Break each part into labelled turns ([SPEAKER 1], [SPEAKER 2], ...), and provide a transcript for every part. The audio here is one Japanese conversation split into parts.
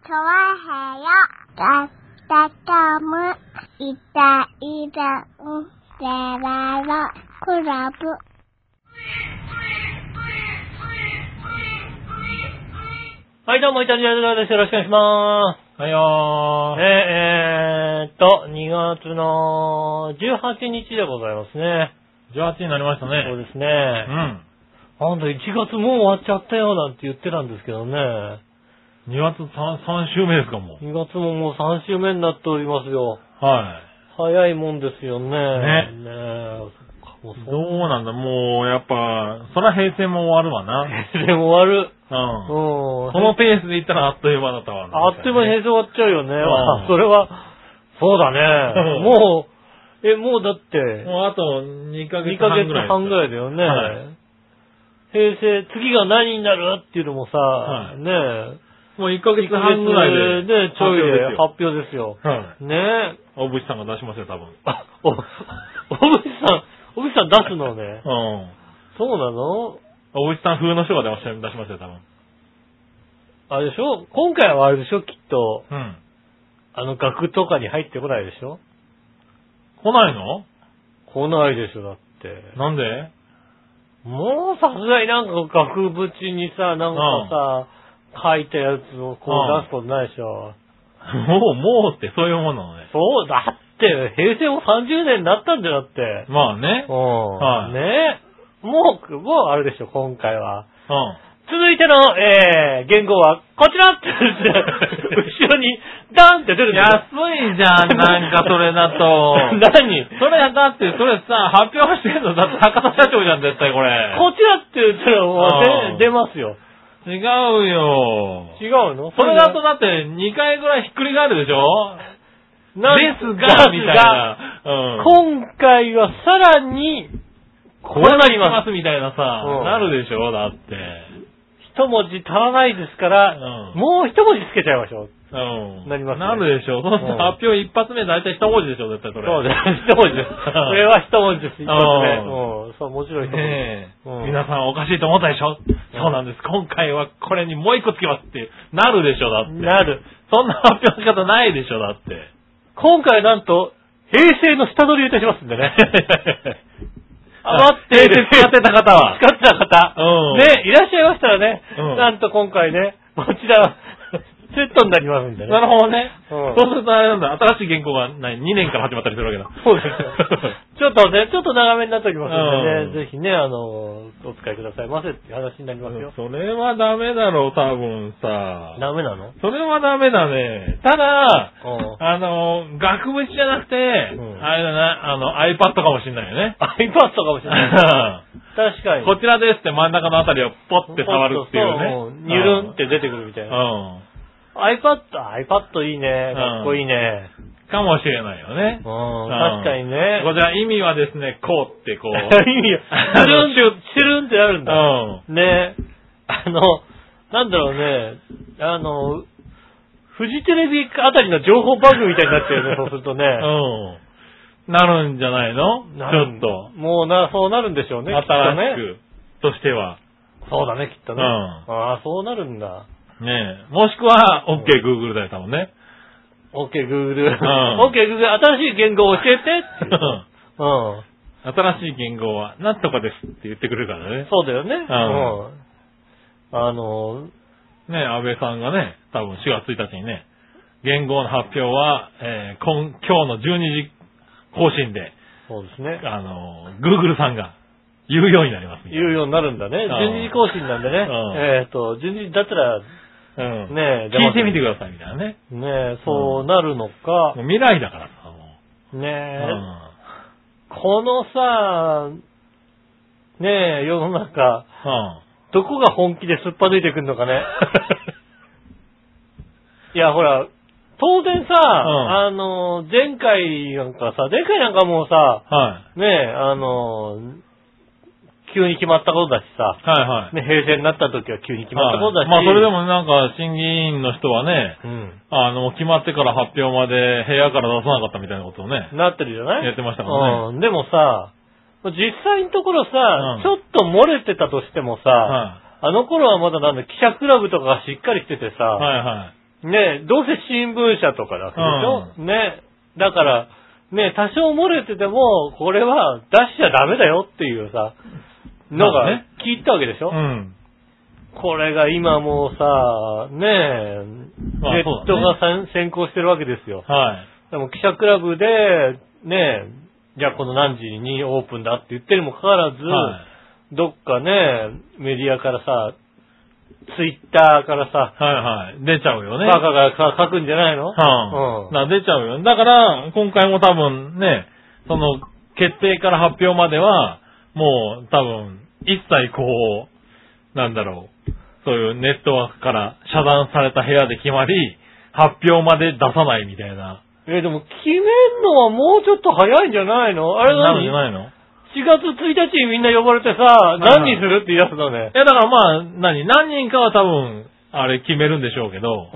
[SPEAKER 1] 좋아해요따뜻함을이따이따운데라로클럽
[SPEAKER 2] はい、どうも、イタジアルです。よろしくお願いしま
[SPEAKER 3] はいよ
[SPEAKER 2] す。
[SPEAKER 3] ー。
[SPEAKER 2] えー、えーっと、2月の18日でございますね。
[SPEAKER 3] 18になりましたね。
[SPEAKER 2] そう
[SPEAKER 3] う
[SPEAKER 2] ですね。
[SPEAKER 3] ん。
[SPEAKER 2] あんた1月もう終わっちゃったよなんて言ってたんですけどね。
[SPEAKER 3] 2月 3, 3週目ですか、も
[SPEAKER 2] 2月ももう3週目になっておりますよ。
[SPEAKER 3] う。は
[SPEAKER 2] 早いもんですよね。
[SPEAKER 3] ね
[SPEAKER 2] ねえ。そっかもう
[SPEAKER 3] い。
[SPEAKER 2] そ
[SPEAKER 3] どうなんだ、もう、やっぱ、そら平成も終わるわな。
[SPEAKER 2] う。でも終わる。うん。
[SPEAKER 3] うん。こ
[SPEAKER 2] こ
[SPEAKER 3] のペースでいったらあっという間だったわな。
[SPEAKER 2] あっという間に平成終わっちゃうよね。
[SPEAKER 3] うん
[SPEAKER 2] あそれは、そうだね。
[SPEAKER 3] うん
[SPEAKER 2] もう、え、もうだって、
[SPEAKER 3] もうあと2ヶ
[SPEAKER 2] 2
[SPEAKER 3] 月
[SPEAKER 2] ヶ
[SPEAKER 3] 半ぐらい。
[SPEAKER 2] 月半ぐらいだよね。
[SPEAKER 3] はい
[SPEAKER 2] 平成、次が何になるっていうのもさ、
[SPEAKER 3] は
[SPEAKER 2] ね
[SPEAKER 3] もう1ヶ
[SPEAKER 2] え、
[SPEAKER 3] 月半ぐらいで。
[SPEAKER 2] ねちょいで
[SPEAKER 3] 発
[SPEAKER 2] 発表ですよ。
[SPEAKER 3] 表ですよはい。
[SPEAKER 2] ねえ、
[SPEAKER 3] 大渕さんが出しますよ、多分。
[SPEAKER 2] あ、お、おぶさん、おぶさん出すのね。
[SPEAKER 3] うん。
[SPEAKER 2] そうなの
[SPEAKER 3] 大渕さん風の人が出し出しますよ、多分。
[SPEAKER 2] あれでしょ今回はあれでしょきっと、
[SPEAKER 3] うん。
[SPEAKER 2] あの額とかに入ってこないでしょ
[SPEAKER 3] 来ないの
[SPEAKER 2] 来ないでしょだって。
[SPEAKER 3] なんで
[SPEAKER 2] もうさすがになんか額縁にさ、なんかさ、書いたやつをこ
[SPEAKER 3] う
[SPEAKER 2] うん出すことないでしょ。
[SPEAKER 3] もう、もうってそういうものなのね。
[SPEAKER 2] そう、だって、平成も30年になったんだよ、だって。
[SPEAKER 3] まあね
[SPEAKER 2] う。ん。
[SPEAKER 3] はい
[SPEAKER 2] ねえ。もう、もうあれでしょ、今回は。
[SPEAKER 3] うん。
[SPEAKER 2] 続いての、えー、言語はこちら って言って、後ろに、ダンって出るんだよ。
[SPEAKER 3] 安いじゃん、なんかそれだと。
[SPEAKER 2] 何
[SPEAKER 3] それだって、それさ、発表してんの、だって博多社長じゃん、絶対これ。
[SPEAKER 2] こちらって言ったらも
[SPEAKER 3] う
[SPEAKER 2] うん出出ますよ。
[SPEAKER 3] 違うよ。
[SPEAKER 2] 違うの
[SPEAKER 3] それだと、だって、2回ぐらいひっくり返るでしょ
[SPEAKER 2] なん
[SPEAKER 3] ですが、みたいな。うん。
[SPEAKER 2] 今回はさらに、こうなります。
[SPEAKER 3] す。みたいなさ、
[SPEAKER 2] うん
[SPEAKER 3] なるでしょだって。
[SPEAKER 2] 一文字足らないですから、
[SPEAKER 3] うん
[SPEAKER 2] もう一文字つけちゃいましょう。
[SPEAKER 3] うん。
[SPEAKER 2] なりますね
[SPEAKER 3] なるでしょそうする
[SPEAKER 2] うん
[SPEAKER 3] と発表一発目大体一文字でしょ絶対それ。
[SPEAKER 2] そうです。一文字 です。これは一文字です。一発目。
[SPEAKER 3] う
[SPEAKER 2] うん。そう、もちろん一文字。
[SPEAKER 3] ねえ、
[SPEAKER 2] うん
[SPEAKER 3] 皆さんおかしいと思ったでしょ、そうなんです。今回はこれにもう一個つけますってなるでしょだって。
[SPEAKER 2] なる。
[SPEAKER 3] そんな発表の仕方ないでしょだって。
[SPEAKER 2] 今回 なんと、平成の下取りをいたしますんでね。余っている
[SPEAKER 3] 平成使ってた方は
[SPEAKER 2] 使ってた方。
[SPEAKER 3] うん
[SPEAKER 2] ね、いらっしゃいましたらね、
[SPEAKER 3] うん
[SPEAKER 2] なんと今回ね、こちら、セットになりますんでね。
[SPEAKER 3] なるほどね。
[SPEAKER 2] うん
[SPEAKER 3] そうするとあれなんだ、新しい原稿がない2年から始まったりするわけだ。
[SPEAKER 2] そうですよ。ちょっとね、ちょっと長めになっております
[SPEAKER 3] う
[SPEAKER 2] の
[SPEAKER 3] ん
[SPEAKER 2] でね、ぜひね、あの、お使いくださいませっていう話になりますよ。
[SPEAKER 3] それはダメだろう、多分さ。
[SPEAKER 2] ダメなの
[SPEAKER 3] それはダメだね。ただ、
[SPEAKER 2] うん
[SPEAKER 3] あの、額縁じゃなくて、
[SPEAKER 2] ん。
[SPEAKER 3] あれだな、あの、iPad かもしんないよね
[SPEAKER 2] iPad かもしれ ない。確かに。
[SPEAKER 3] こちらですって真ん中のあたりをポッて触るっていう
[SPEAKER 2] そう
[SPEAKER 3] ね。
[SPEAKER 2] ニュルンって出てくるみた
[SPEAKER 3] う
[SPEAKER 2] い
[SPEAKER 3] ん。
[SPEAKER 2] な。iPad、iPad いいね。かっこいいね。
[SPEAKER 3] かもしれないよね。
[SPEAKER 2] うん、
[SPEAKER 3] ん
[SPEAKER 2] 確かにね。
[SPEAKER 3] こちら意味はですね、こうってこ う。
[SPEAKER 2] いいよ。シュルン、シュルンってなるん
[SPEAKER 3] う
[SPEAKER 2] だ。
[SPEAKER 3] ん。
[SPEAKER 2] ね。あの、なんだろうね。あの、フジテレビあたりの情報番組みたいになって るね、そうするとね。
[SPEAKER 3] うん。なるんじゃないの
[SPEAKER 2] な
[SPEAKER 3] ち
[SPEAKER 2] る
[SPEAKER 3] ょっと。
[SPEAKER 2] もうな、そうなるんでしょうね。きっと
[SPEAKER 3] 新し
[SPEAKER 2] ね。
[SPEAKER 3] く、としては。
[SPEAKER 2] そうだね、きっとね。
[SPEAKER 3] うん
[SPEAKER 2] ああ、そうなるんだ。
[SPEAKER 3] ねえ。もしくは、OK、Google だよ、多分ね。
[SPEAKER 2] OK, Google。
[SPEAKER 3] うん
[SPEAKER 2] OK, Google、新しい言語を教えて っていう。うん。
[SPEAKER 3] 新しい言語は、なんとかですって言ってくれるからね。
[SPEAKER 2] そうだよね。
[SPEAKER 3] ん
[SPEAKER 2] うん。あの、
[SPEAKER 3] ねえ、安倍さんがね、多分4月1日にね、言語の発表は、えー今、今日の12時更新で、
[SPEAKER 2] そうですね。
[SPEAKER 3] あの、Google さんが言うようになりますみたい
[SPEAKER 2] 言うようになるんだね。
[SPEAKER 3] ん
[SPEAKER 2] 12時更新なんでね。
[SPEAKER 3] うん
[SPEAKER 2] えっと、12時だったら、
[SPEAKER 3] な。うん。
[SPEAKER 2] ねえ、
[SPEAKER 3] 聞いてみてくださいみたいなね。
[SPEAKER 2] ねえ、そうなるのか
[SPEAKER 3] もう。未来だからさ、も
[SPEAKER 2] ね
[SPEAKER 3] う。
[SPEAKER 2] え、
[SPEAKER 3] うん
[SPEAKER 2] このさ、ねえ、世の中、
[SPEAKER 3] うん。
[SPEAKER 2] どこが本気ですっぱ抜いてくんのか ね。いや、ほら、当然さ、
[SPEAKER 3] ん
[SPEAKER 2] あの、前回なんかさ、前回なんかもうさ、
[SPEAKER 3] はい。
[SPEAKER 2] ねえ、あの、急に決まったことだしさ、
[SPEAKER 3] はいはい。
[SPEAKER 2] ね、平成になった時は急に決まったことだし、
[SPEAKER 3] まあそれでもなんか審議員の人はね、
[SPEAKER 2] うん、
[SPEAKER 3] あの、決まってから発表まで部屋から出さなかったみたいなことをね。
[SPEAKER 2] なってるじゃない
[SPEAKER 3] やってましたから
[SPEAKER 2] うん、でもさ、実際のところさ、
[SPEAKER 3] うん
[SPEAKER 2] ちょっと漏れてたとしてもさ、
[SPEAKER 3] は
[SPEAKER 2] あの頃はまだなんだ、記者クラブとかがしっかりしててさ、
[SPEAKER 3] い。はいはい。
[SPEAKER 2] ねえ、どうせ新聞社とかだけでしょ、ねえ。だから、ねえ、多少漏れてても、これは出しちゃダメだよっていうさ、の
[SPEAKER 3] まあ
[SPEAKER 2] が
[SPEAKER 3] ね
[SPEAKER 2] 聞いたわけでしょ、
[SPEAKER 3] うん。
[SPEAKER 2] これが今もうさ、ねえ、
[SPEAKER 3] まあ
[SPEAKER 2] ネットが
[SPEAKER 3] そ
[SPEAKER 2] 先先行してるわけですよ。
[SPEAKER 3] はい。
[SPEAKER 2] でも記者クラブで、ねえ、じゃあこの何時にオープンだって言ってるにもかかわらず、
[SPEAKER 3] はい。
[SPEAKER 2] どっかね、メディアからさ、ツイッターからさ、
[SPEAKER 3] はいはい。出ちゃうよね。
[SPEAKER 2] バカがさ、書くんじゃないの、
[SPEAKER 3] は
[SPEAKER 2] うん
[SPEAKER 3] あ、だから出ちゃうよ。だから、今回も多分ね、その、決定から発表までは、もう多分、一切こう、なんだろう、そういうネットワークから遮断された部屋で決まり、発表まで出さないみたいな。
[SPEAKER 2] えでも決めんのはもうちょっと早いんじゃないのあれ
[SPEAKER 3] なるんじゃ
[SPEAKER 2] 何
[SPEAKER 3] ないの
[SPEAKER 2] ?4 月1日にみんな呼ばれてさ、
[SPEAKER 3] い
[SPEAKER 2] 何にするって言い出すのね
[SPEAKER 3] い。や、だからまあ、何、何人かは多分、あれ決めるんでしょうけど、
[SPEAKER 2] う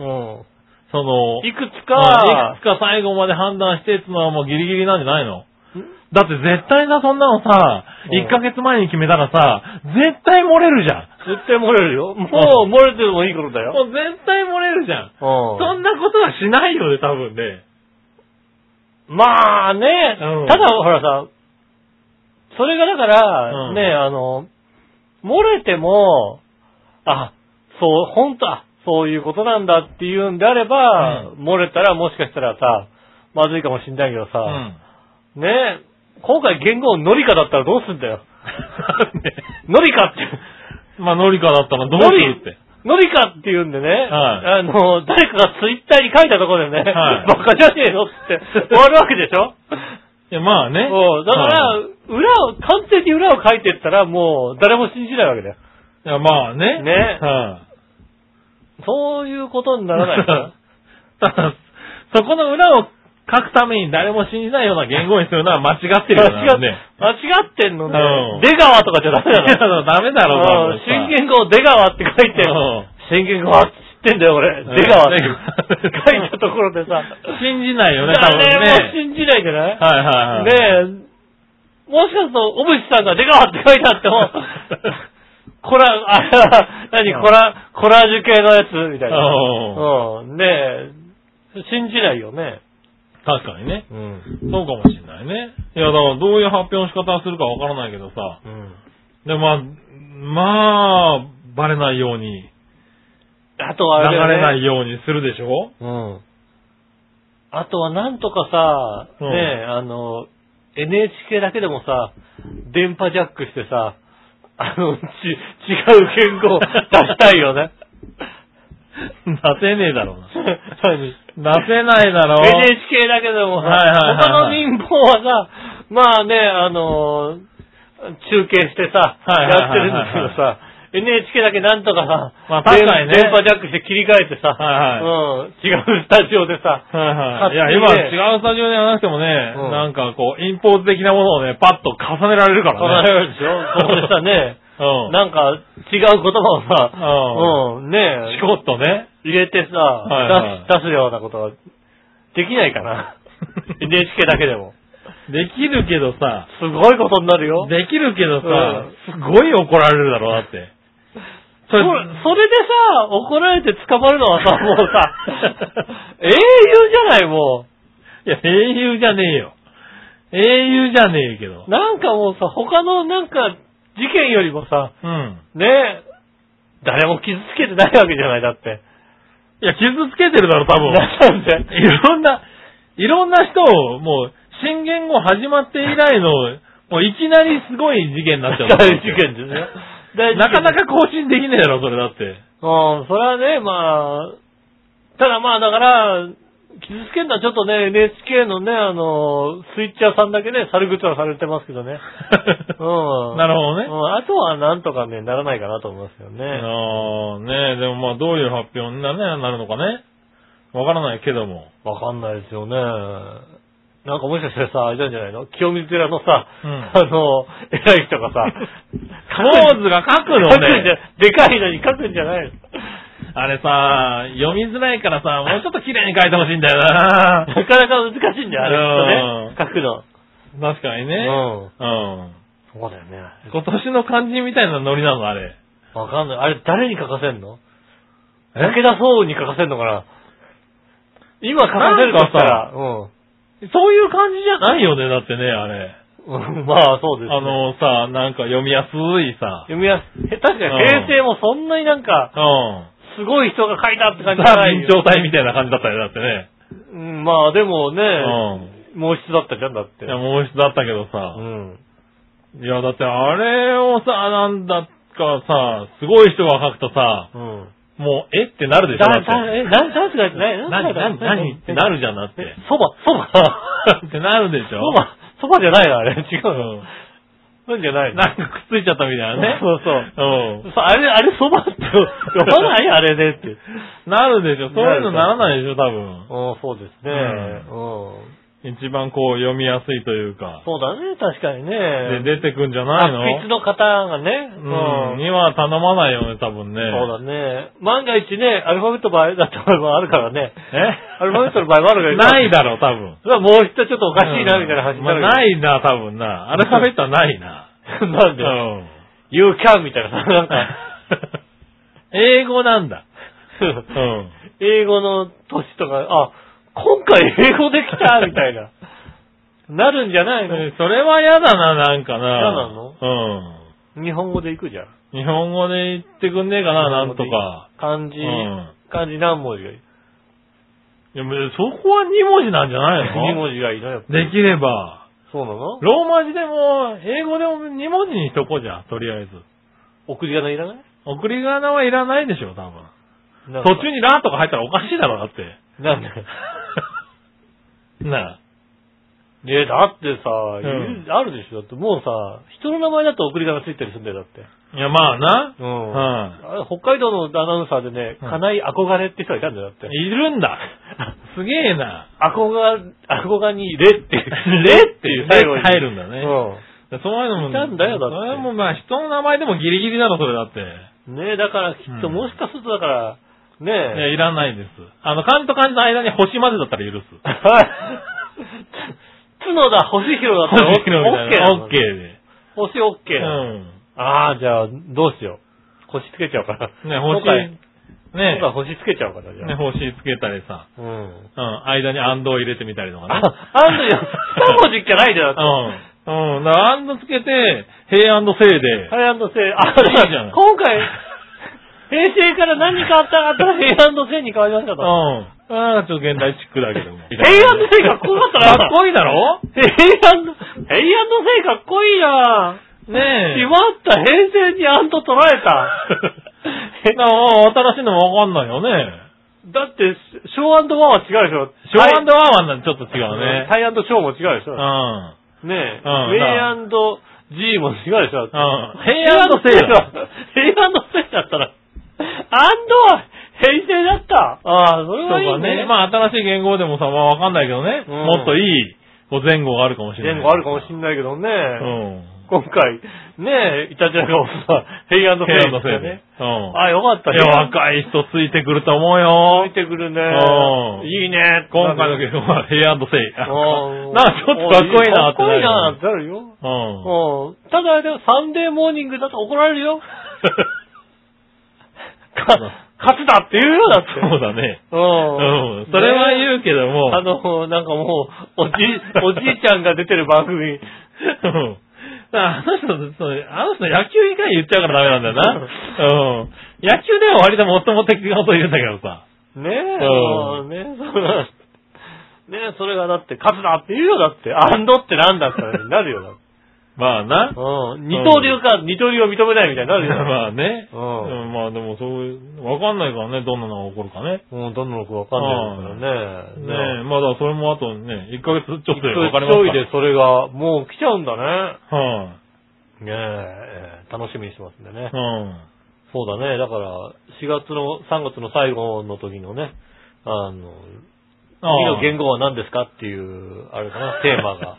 [SPEAKER 3] その、
[SPEAKER 2] ん。いくつ
[SPEAKER 3] まあい
[SPEAKER 2] か
[SPEAKER 3] くつ、か最後まで判断してってのはもうギリギリなんじゃないのだって絶対な、そんなのさ、
[SPEAKER 2] うん
[SPEAKER 3] 1ヶ月前に決めたらさ、絶対漏れるじゃん。
[SPEAKER 2] 絶対漏れるよ。もう漏れてもいい頃だ
[SPEAKER 3] も
[SPEAKER 2] よ。
[SPEAKER 3] う絶対漏れるじゃん。
[SPEAKER 2] うん
[SPEAKER 3] そんなことはしないよね、多分ね。
[SPEAKER 2] まあね、
[SPEAKER 3] うん
[SPEAKER 2] ただほらさ、それがだから、
[SPEAKER 3] うん
[SPEAKER 2] ね、あの、漏れても、あ、そう、本当あ、そういうことなんだっていうんであれば、
[SPEAKER 3] う
[SPEAKER 2] 漏れたらもしかしたらさ、まずいかもしんないけど
[SPEAKER 3] う
[SPEAKER 2] さ、
[SPEAKER 3] ん。
[SPEAKER 2] ね、今回言語ノリカだったらどうすん だよ。
[SPEAKER 3] ね
[SPEAKER 2] ノリカって、
[SPEAKER 3] まあ、ノリカだったらどうするって。
[SPEAKER 2] ノリカって言うんでね、
[SPEAKER 3] は
[SPEAKER 2] あの、誰かがツイッターに書いたところでね、
[SPEAKER 3] は い
[SPEAKER 2] バカじゃねえのって終わるわけでしょ
[SPEAKER 3] いや、まあね。
[SPEAKER 2] そう、だから
[SPEAKER 3] はい、
[SPEAKER 2] 裏を、完全に裏を書いてったら、もう、誰も信じないわけだよ。
[SPEAKER 3] いや、まあね。
[SPEAKER 2] ね
[SPEAKER 3] は
[SPEAKER 2] そういうことに
[SPEAKER 3] い
[SPEAKER 2] ならない か
[SPEAKER 3] ただ、そこの裏を書くために誰も信じないような言語にするのは間違ってるよ
[SPEAKER 2] な。間違っ
[SPEAKER 3] ね。
[SPEAKER 2] 間違ってんのね
[SPEAKER 3] うん。
[SPEAKER 2] 出川とかじゃダメ
[SPEAKER 3] い
[SPEAKER 2] だ
[SPEAKER 3] や、
[SPEAKER 2] ろ。
[SPEAKER 3] ダメだろ、
[SPEAKER 2] うん新言語を出川って書いて、
[SPEAKER 3] うん
[SPEAKER 2] 新言語は知ってんだよ、俺。
[SPEAKER 3] うん
[SPEAKER 2] 出川 って
[SPEAKER 3] 出川
[SPEAKER 2] 書いたところでさ、
[SPEAKER 3] 信じないよね、多分
[SPEAKER 2] 誰も
[SPEAKER 3] ね。
[SPEAKER 2] 信じないじゃない
[SPEAKER 3] はいはいはい。
[SPEAKER 2] ねえ、もしかすると、小渕さんが出川って書いてあって も、コラ、あれは、何、
[SPEAKER 3] うん
[SPEAKER 2] コラ、コラージュ系のやつみたいな。
[SPEAKER 3] うん
[SPEAKER 2] うん、ねえ、信じないよね。
[SPEAKER 3] 確かにね。
[SPEAKER 2] うん。
[SPEAKER 3] そうかもしんないね。いや、だからどういう発表の仕方をするかわからないけどさ。
[SPEAKER 2] うん。
[SPEAKER 3] で、まあ、まあ、バレないように、
[SPEAKER 2] あとは
[SPEAKER 3] 流
[SPEAKER 2] あれだよね、
[SPEAKER 3] れないようにするでしょ
[SPEAKER 2] うん。あとはなんとかさ、
[SPEAKER 3] うん
[SPEAKER 2] ねえ、あの、NHK だけでもさ、電波ジャックしてさ、あの、ち、違う言 語を出したいよね。
[SPEAKER 3] 出せねえだろう
[SPEAKER 2] 何
[SPEAKER 3] な。出せないだろう。
[SPEAKER 2] NHK だけでもさ、
[SPEAKER 3] はいはい
[SPEAKER 2] 他の
[SPEAKER 3] はいはい
[SPEAKER 2] 民放はさ、まあね、あのー中継してさ、
[SPEAKER 3] はいはいはいは
[SPEAKER 2] や
[SPEAKER 3] い
[SPEAKER 2] ってるんだけどさ、NHK だけなんとかさ、
[SPEAKER 3] まあ確かにね
[SPEAKER 2] 電電波ジャックして切り替えてさ、
[SPEAKER 3] は
[SPEAKER 2] う
[SPEAKER 3] い
[SPEAKER 2] ん、違うスタジオでさ、
[SPEAKER 3] はいはい。いや、今
[SPEAKER 2] 勝手にね
[SPEAKER 3] 違うスタジオではなくてもね、
[SPEAKER 2] うん
[SPEAKER 3] なんかこう、インポーズ的なものをね、パッと重ねられるからね。
[SPEAKER 2] わかるでしょそこでさね、
[SPEAKER 3] うん。
[SPEAKER 2] なんか違う言葉をさ、うん、ね
[SPEAKER 3] チコッと ね。
[SPEAKER 2] 入れてさ、
[SPEAKER 3] いはい
[SPEAKER 2] 出す出すようなことはできないか な。NHK だけでも。
[SPEAKER 3] できるけどさ、
[SPEAKER 2] すごいことになるよ。
[SPEAKER 3] できるけ
[SPEAKER 2] う
[SPEAKER 3] ど
[SPEAKER 2] ん
[SPEAKER 3] さ、すごい怒られるだろう、だって。そ
[SPEAKER 2] そ
[SPEAKER 3] れ
[SPEAKER 2] れ、それでさ、怒られて捕まるのはさ、もうさ、 英雄じゃない、も
[SPEAKER 3] いや、英雄じゃねえよ。英雄じゃねえけど
[SPEAKER 2] う。。なんかもうさ、他のなんか、事件よりもさ、
[SPEAKER 3] うん。
[SPEAKER 2] ね誰も傷つけてないわけじゃない、だって。
[SPEAKER 3] いや、傷つけてるだろ、多分。
[SPEAKER 2] なんで
[SPEAKER 3] いろんな、いろんな人を、もう、新言語始まって以来の、もういきなりすごい事件になっちゃ う。
[SPEAKER 2] 大事件ですね。大事件
[SPEAKER 3] なかなか更新できねえだろ、それだ って。
[SPEAKER 2] うん、それはね、まあ、ただまあだから、傷つけるのはちょっとね、NHK のね、あの、スイッチャーさんだけね、猿口はされてますけど ね。うん。
[SPEAKER 3] なるほどね
[SPEAKER 2] うん、あとはなんとかね、ならないかなと思いますよね。
[SPEAKER 3] ああ、ねえ、でもまあ、どういう発表にな,、ね、なるのかね。わからないけども。
[SPEAKER 2] わかんないですよね。なんかもしかしたらさ、あれなんじゃないの清水寺のさ、
[SPEAKER 3] うん
[SPEAKER 2] あの、偉い人がさ、
[SPEAKER 3] ポーズが書くの
[SPEAKER 2] 書くんじ
[SPEAKER 3] ね。
[SPEAKER 2] ゃでかいのに書くんじゃ ないの
[SPEAKER 3] あれさ、読みづらいからさ、もうちょっと綺麗に書いてほしいんだ よな。
[SPEAKER 2] なかなか難しいんだよ、あれ、きっとね。書くの。
[SPEAKER 3] 確かにね。
[SPEAKER 2] うん。
[SPEAKER 3] うん。
[SPEAKER 2] そうだよね。
[SPEAKER 3] 今年の漢字みたいなノリなの、あれ。
[SPEAKER 2] わかんない。あれ誰に書かせんの武田総雲に書かせんのかな今書かせるとしたら、うん
[SPEAKER 3] そういう感じじゃないよね、だってね、あれ。
[SPEAKER 2] うん。 まあ、そうです、ね。
[SPEAKER 3] あのさ、なんか読みやすいさ。
[SPEAKER 2] 読みやす、確かに平成もそんなになんか、
[SPEAKER 3] うん。
[SPEAKER 2] すごい人が書いたって感じじゃ
[SPEAKER 3] さ
[SPEAKER 2] ない
[SPEAKER 3] 明
[SPEAKER 2] よ。
[SPEAKER 3] 朝体みたいな感じだったよ、だってね。
[SPEAKER 2] うん、まあでもね、
[SPEAKER 3] うん。
[SPEAKER 2] 毛筆だったじゃんだって。
[SPEAKER 3] いや、もう一つだったけどさ
[SPEAKER 2] う。ん。
[SPEAKER 3] いや、だってあれをさ、なんだかさ、すごい人が書くとさ、
[SPEAKER 2] うん。
[SPEAKER 3] もう、えってなるでしょ、
[SPEAKER 2] だ、
[SPEAKER 3] だって。
[SPEAKER 2] だ、え、なん、なんて書いてない
[SPEAKER 3] 何、何、何ってなるじゃん、だって。
[SPEAKER 2] そば、そ ば、
[SPEAKER 3] ってなるでしょ。
[SPEAKER 2] そば、そばじゃないのあれ。違うの。そうじゃないの。
[SPEAKER 3] なんかくっついちゃったみたいなね。
[SPEAKER 2] そうそう
[SPEAKER 3] う
[SPEAKER 2] そうあれ、あれそ ばって呼ばないあれでって。
[SPEAKER 3] ん。なるでしょ。そういうのならないでしょ、多分。
[SPEAKER 2] うん、そうですね。
[SPEAKER 3] う
[SPEAKER 2] うん。
[SPEAKER 3] 一番こう読みやすいというか。
[SPEAKER 2] そうだね、確かにね。
[SPEAKER 3] で、出てくんじゃないの
[SPEAKER 2] 達筆の方がね。
[SPEAKER 3] うん。には頼まないよね、多分ね。
[SPEAKER 2] そうだね。万が一ね、アルファベットの場合だった場合もあるからね。
[SPEAKER 3] え
[SPEAKER 2] アルファベットの場合もあるから。
[SPEAKER 3] ないだろ、多分。
[SPEAKER 2] それはもう一度ちょっとおかしいな、みたいな話にな
[SPEAKER 3] まあ
[SPEAKER 2] る。。
[SPEAKER 3] ないいな、多分な。アルファベットはないな。
[SPEAKER 2] なんで
[SPEAKER 3] うん。
[SPEAKER 2] ?You can みたいな。 なんか、
[SPEAKER 3] 英語なんだ。うん。
[SPEAKER 2] 英語の年とか、あ、今回英語できたみたい な。なるんじゃないの
[SPEAKER 3] それは嫌だな、なんかな。
[SPEAKER 2] 嫌なの
[SPEAKER 3] うん。
[SPEAKER 2] 日本語で行くじゃん。
[SPEAKER 3] 日本語で言ってくんねえかな、なんと
[SPEAKER 2] 日
[SPEAKER 3] か。
[SPEAKER 2] 本語で
[SPEAKER 3] う
[SPEAKER 2] いい。
[SPEAKER 3] ん。
[SPEAKER 2] 漢字、漢字何文字がいい
[SPEAKER 3] いやそこは2文字なんじゃないの
[SPEAKER 2] ?2 文字がいいのやっぱり
[SPEAKER 3] できれば。
[SPEAKER 2] そうなの
[SPEAKER 3] ローマ字でも、英語でも2文字にしとこうじゃん、とりあえず。
[SPEAKER 2] 送り仮名いらない
[SPEAKER 3] 送り仮名はいらないでしょ、多分。
[SPEAKER 2] なんか
[SPEAKER 3] 途中にラーとか入ったらおかしいだろ、だって。
[SPEAKER 2] なん で
[SPEAKER 3] なあ。
[SPEAKER 2] え、だってさ、
[SPEAKER 3] ん
[SPEAKER 2] あるでしょだってもうさ、人の名前だと送り仮名ついたりするんだよ、だって。
[SPEAKER 3] いや、まあな。
[SPEAKER 2] うん
[SPEAKER 3] は
[SPEAKER 2] あれ北海道のアナウンサーでね、
[SPEAKER 3] うん
[SPEAKER 2] 金井憧れって人がいたんだよ、だっ
[SPEAKER 3] い
[SPEAKER 2] て。
[SPEAKER 3] る んだ。すげえな。
[SPEAKER 2] 憧れ、憧れに レって。
[SPEAKER 3] レっていう
[SPEAKER 2] 最後に
[SPEAKER 3] 入るんだね
[SPEAKER 2] う
[SPEAKER 3] そういうのも。
[SPEAKER 2] いたんだよだって
[SPEAKER 3] それもまあ人の名前でもギリギリだろ、それだって。
[SPEAKER 2] ん。ねえ、だからきっと
[SPEAKER 3] うん
[SPEAKER 2] もしかするとだから、ね
[SPEAKER 3] いや、
[SPEAKER 2] え。
[SPEAKER 3] いらないです。あの、勘と勘の間に星までだったら許す。
[SPEAKER 2] 角田星広だったら
[SPEAKER 3] 星のみたいな。オッケー
[SPEAKER 2] ー。
[SPEAKER 3] で。
[SPEAKER 2] 星オッケー
[SPEAKER 3] う
[SPEAKER 2] なの。
[SPEAKER 3] ん。
[SPEAKER 2] ああ、じゃあ、どうしよう。星つけちゃおうかな。
[SPEAKER 3] ね、
[SPEAKER 2] 今
[SPEAKER 3] 星、
[SPEAKER 2] 回
[SPEAKER 3] ね、
[SPEAKER 2] 今回星つけちゃおうかな、じゃあ。
[SPEAKER 3] ね、星つけたりさ、
[SPEAKER 2] うん。
[SPEAKER 3] うん、間にアンドを入れてみたりとか
[SPEAKER 2] あ、
[SPEAKER 3] ね。
[SPEAKER 2] あんの よ、二文字じゃないじゃん。だって
[SPEAKER 3] うん。うん。だからアンドつけて、平安と聖で、
[SPEAKER 2] 平安のせい。あ、
[SPEAKER 3] いいじゃん
[SPEAKER 2] 今回、平成から何かあったかあったら平安のせいに変わりました
[SPEAKER 3] うん。
[SPEAKER 2] と。
[SPEAKER 3] ああ、ちょっと現代チックだけども。
[SPEAKER 2] 平安のせいかっこよかったな。
[SPEAKER 3] かっこいいだろ
[SPEAKER 2] 平安の、平安のせいかっこいいな
[SPEAKER 3] ね え。
[SPEAKER 2] しまった、平成にあんと捉えた。
[SPEAKER 3] なあ新しいのもわかんないよね。
[SPEAKER 2] だって、昭和と和は違うでしょ。
[SPEAKER 3] 昭和とワンワンなんてちょっと違うね。
[SPEAKER 2] 平安と昭も違うでし
[SPEAKER 3] う
[SPEAKER 2] ょ。
[SPEAKER 3] ん。
[SPEAKER 2] ねえ、
[SPEAKER 3] うん
[SPEAKER 2] 明暗と G も違うでしょ。
[SPEAKER 3] うん平安のせいだ。
[SPEAKER 2] 平安のせいだったら、アンドは平成だった。ああ、それ
[SPEAKER 3] そう
[SPEAKER 2] はいい
[SPEAKER 3] か
[SPEAKER 2] ね。
[SPEAKER 3] ね。まあ新しい言語でもさ、まあわかんないけどね。
[SPEAKER 2] うん
[SPEAKER 3] もっといいこう前後があるかもしれない。
[SPEAKER 2] 前後あるかもしんないけどね。
[SPEAKER 3] うん。
[SPEAKER 2] 今回、ねえ、イタチラがさ、平安のせい
[SPEAKER 3] 平安の
[SPEAKER 2] だ
[SPEAKER 3] せいで
[SPEAKER 2] ね。。
[SPEAKER 3] うん。
[SPEAKER 2] ああ、よかった。
[SPEAKER 3] いや、若い人ついてくると思う
[SPEAKER 2] 見
[SPEAKER 3] よ。
[SPEAKER 2] てくるね
[SPEAKER 3] う。ん
[SPEAKER 2] いいね。
[SPEAKER 3] 今回の言語は平安と聖。あ
[SPEAKER 2] うん
[SPEAKER 3] なんかちょっとかっこいいなって
[SPEAKER 2] かっこいいな
[SPEAKER 3] な
[SPEAKER 2] ってなるよ。
[SPEAKER 3] るよ。
[SPEAKER 2] うんただあれだよ、サンデーモーニングだと怒られるよ。か
[SPEAKER 3] うん、
[SPEAKER 2] 勝つだって言うよ、だって。
[SPEAKER 3] そうだね。
[SPEAKER 2] う
[SPEAKER 3] うんん。それは
[SPEAKER 2] う。
[SPEAKER 3] 言うけども。
[SPEAKER 2] あの、なんかもう、おじ、おじいちゃんが出てる番組。
[SPEAKER 3] うんあの人、そうあの人野球以外言っちゃうからダメなんだよな。うん。野球では割ともっとも的なこと言うんだけどさ。
[SPEAKER 2] ねえ、
[SPEAKER 3] う
[SPEAKER 2] もうねそうだねえ、それがだって、勝つだって言うよ、だって。アンドってなんだってなるよ、だって。
[SPEAKER 3] まあな。
[SPEAKER 2] うん。二刀流か、二刀流を認めないみたいになるよ。
[SPEAKER 3] まあね。
[SPEAKER 2] うん
[SPEAKER 3] うんまあでもそういう、わかんないからね、どんなのが起こるかね。
[SPEAKER 2] もうどんなのかわかんないですか
[SPEAKER 3] ねえ
[SPEAKER 2] らね。ねえ。、
[SPEAKER 3] まあだからそれもあとね、1ヶ月ちょっとでわかります
[SPEAKER 2] 一
[SPEAKER 3] か
[SPEAKER 2] 人でそれが、もう来ちゃうんだね。
[SPEAKER 3] はい、
[SPEAKER 2] ねえ、えー楽しみにしてますんでね。
[SPEAKER 3] うん。
[SPEAKER 2] そうだね。だから、4月の、3月の最後の時のね、あの、 次の言
[SPEAKER 3] 語
[SPEAKER 2] 語は何ですかっていう、あれか な、テーマが。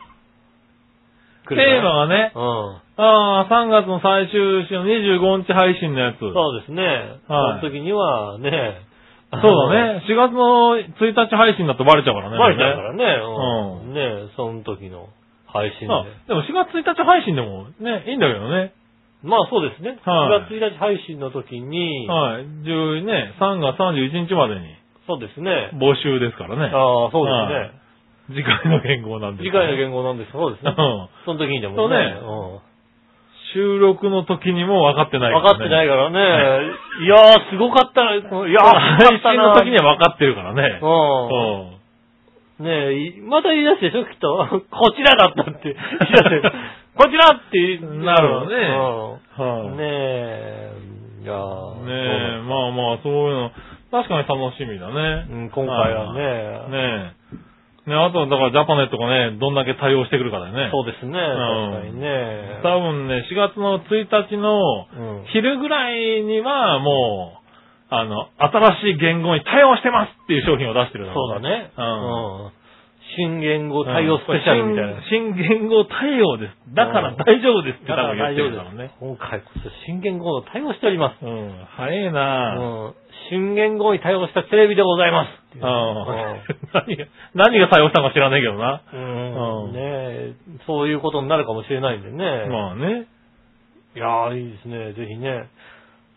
[SPEAKER 3] テーマがね、
[SPEAKER 2] マ
[SPEAKER 3] ああ、3月の最終週の25日配信のやつ。
[SPEAKER 2] うん。そうですね。
[SPEAKER 3] はい
[SPEAKER 2] その時にはね、
[SPEAKER 3] そうだね。4月の1日配信だとバレちゃうから
[SPEAKER 2] あ
[SPEAKER 3] ね。
[SPEAKER 2] の。バレちゃうからね。
[SPEAKER 3] う
[SPEAKER 2] うん。ねえその時の配信で。
[SPEAKER 3] あでも4月1日配信でもね、いいんだけどね。
[SPEAKER 2] まあそうですね。
[SPEAKER 3] はい
[SPEAKER 2] 4月1日配信の時に、
[SPEAKER 3] はい。10ね、3月31日までに。
[SPEAKER 4] そうですね。
[SPEAKER 3] 募集ですからね。
[SPEAKER 4] ああ、そうですね。
[SPEAKER 3] 次回の言語なんですけ
[SPEAKER 4] 次
[SPEAKER 3] ど
[SPEAKER 4] 回の言語なんです。そうですね。
[SPEAKER 3] うん
[SPEAKER 4] その時にでも
[SPEAKER 3] そうね
[SPEAKER 4] うん
[SPEAKER 3] 収録の時にも分かってない
[SPEAKER 4] 分かってない
[SPEAKER 3] い。
[SPEAKER 4] からね。いやー、すごかった。いやー、すご か
[SPEAKER 3] 配
[SPEAKER 4] った
[SPEAKER 3] 信
[SPEAKER 4] な。
[SPEAKER 3] の時には分かってるからね。
[SPEAKER 4] うん。
[SPEAKER 3] うん
[SPEAKER 4] ねえ、いまた言い出すでしょ、きっと。 こちらだったって。言い出すよこちらって言う
[SPEAKER 3] なる
[SPEAKER 4] ほ
[SPEAKER 3] はい
[SPEAKER 4] ねえ、いやー
[SPEAKER 3] ねえ、まあまあ、そういうの、確かに楽しみだ
[SPEAKER 4] そう
[SPEAKER 3] ね。
[SPEAKER 4] うん今回は
[SPEAKER 3] はい
[SPEAKER 4] ね、
[SPEAKER 3] ねえ。ねあとはだからジャパネットがね、どんだけ対応してくるかだよね。
[SPEAKER 4] そうですね、
[SPEAKER 3] ん
[SPEAKER 4] 確かにね。
[SPEAKER 3] 多分ね、4月の1日の
[SPEAKER 4] うん
[SPEAKER 3] 昼ぐらいにはもう、あの、新しい言語に対応してますっていう商品を出してるだろ
[SPEAKER 4] そうだね。
[SPEAKER 3] う
[SPEAKER 4] うんん新言語対応スペシャルみたいな。
[SPEAKER 3] 新新言語対応です。だから大丈夫ですって多分言ってるんだろうね。
[SPEAKER 4] 今回こそ新言語の対応しております。
[SPEAKER 3] うん。早いうなぁ。。
[SPEAKER 4] ん新言語に対応したテレビでございますっていううん
[SPEAKER 3] 何が、 何が対応したのか知らないけどな。
[SPEAKER 4] うん
[SPEAKER 3] うん
[SPEAKER 4] ねえ、そういうことになるかもしれないんでね。
[SPEAKER 3] まあね。
[SPEAKER 4] いやー、いいですね、ぜひね。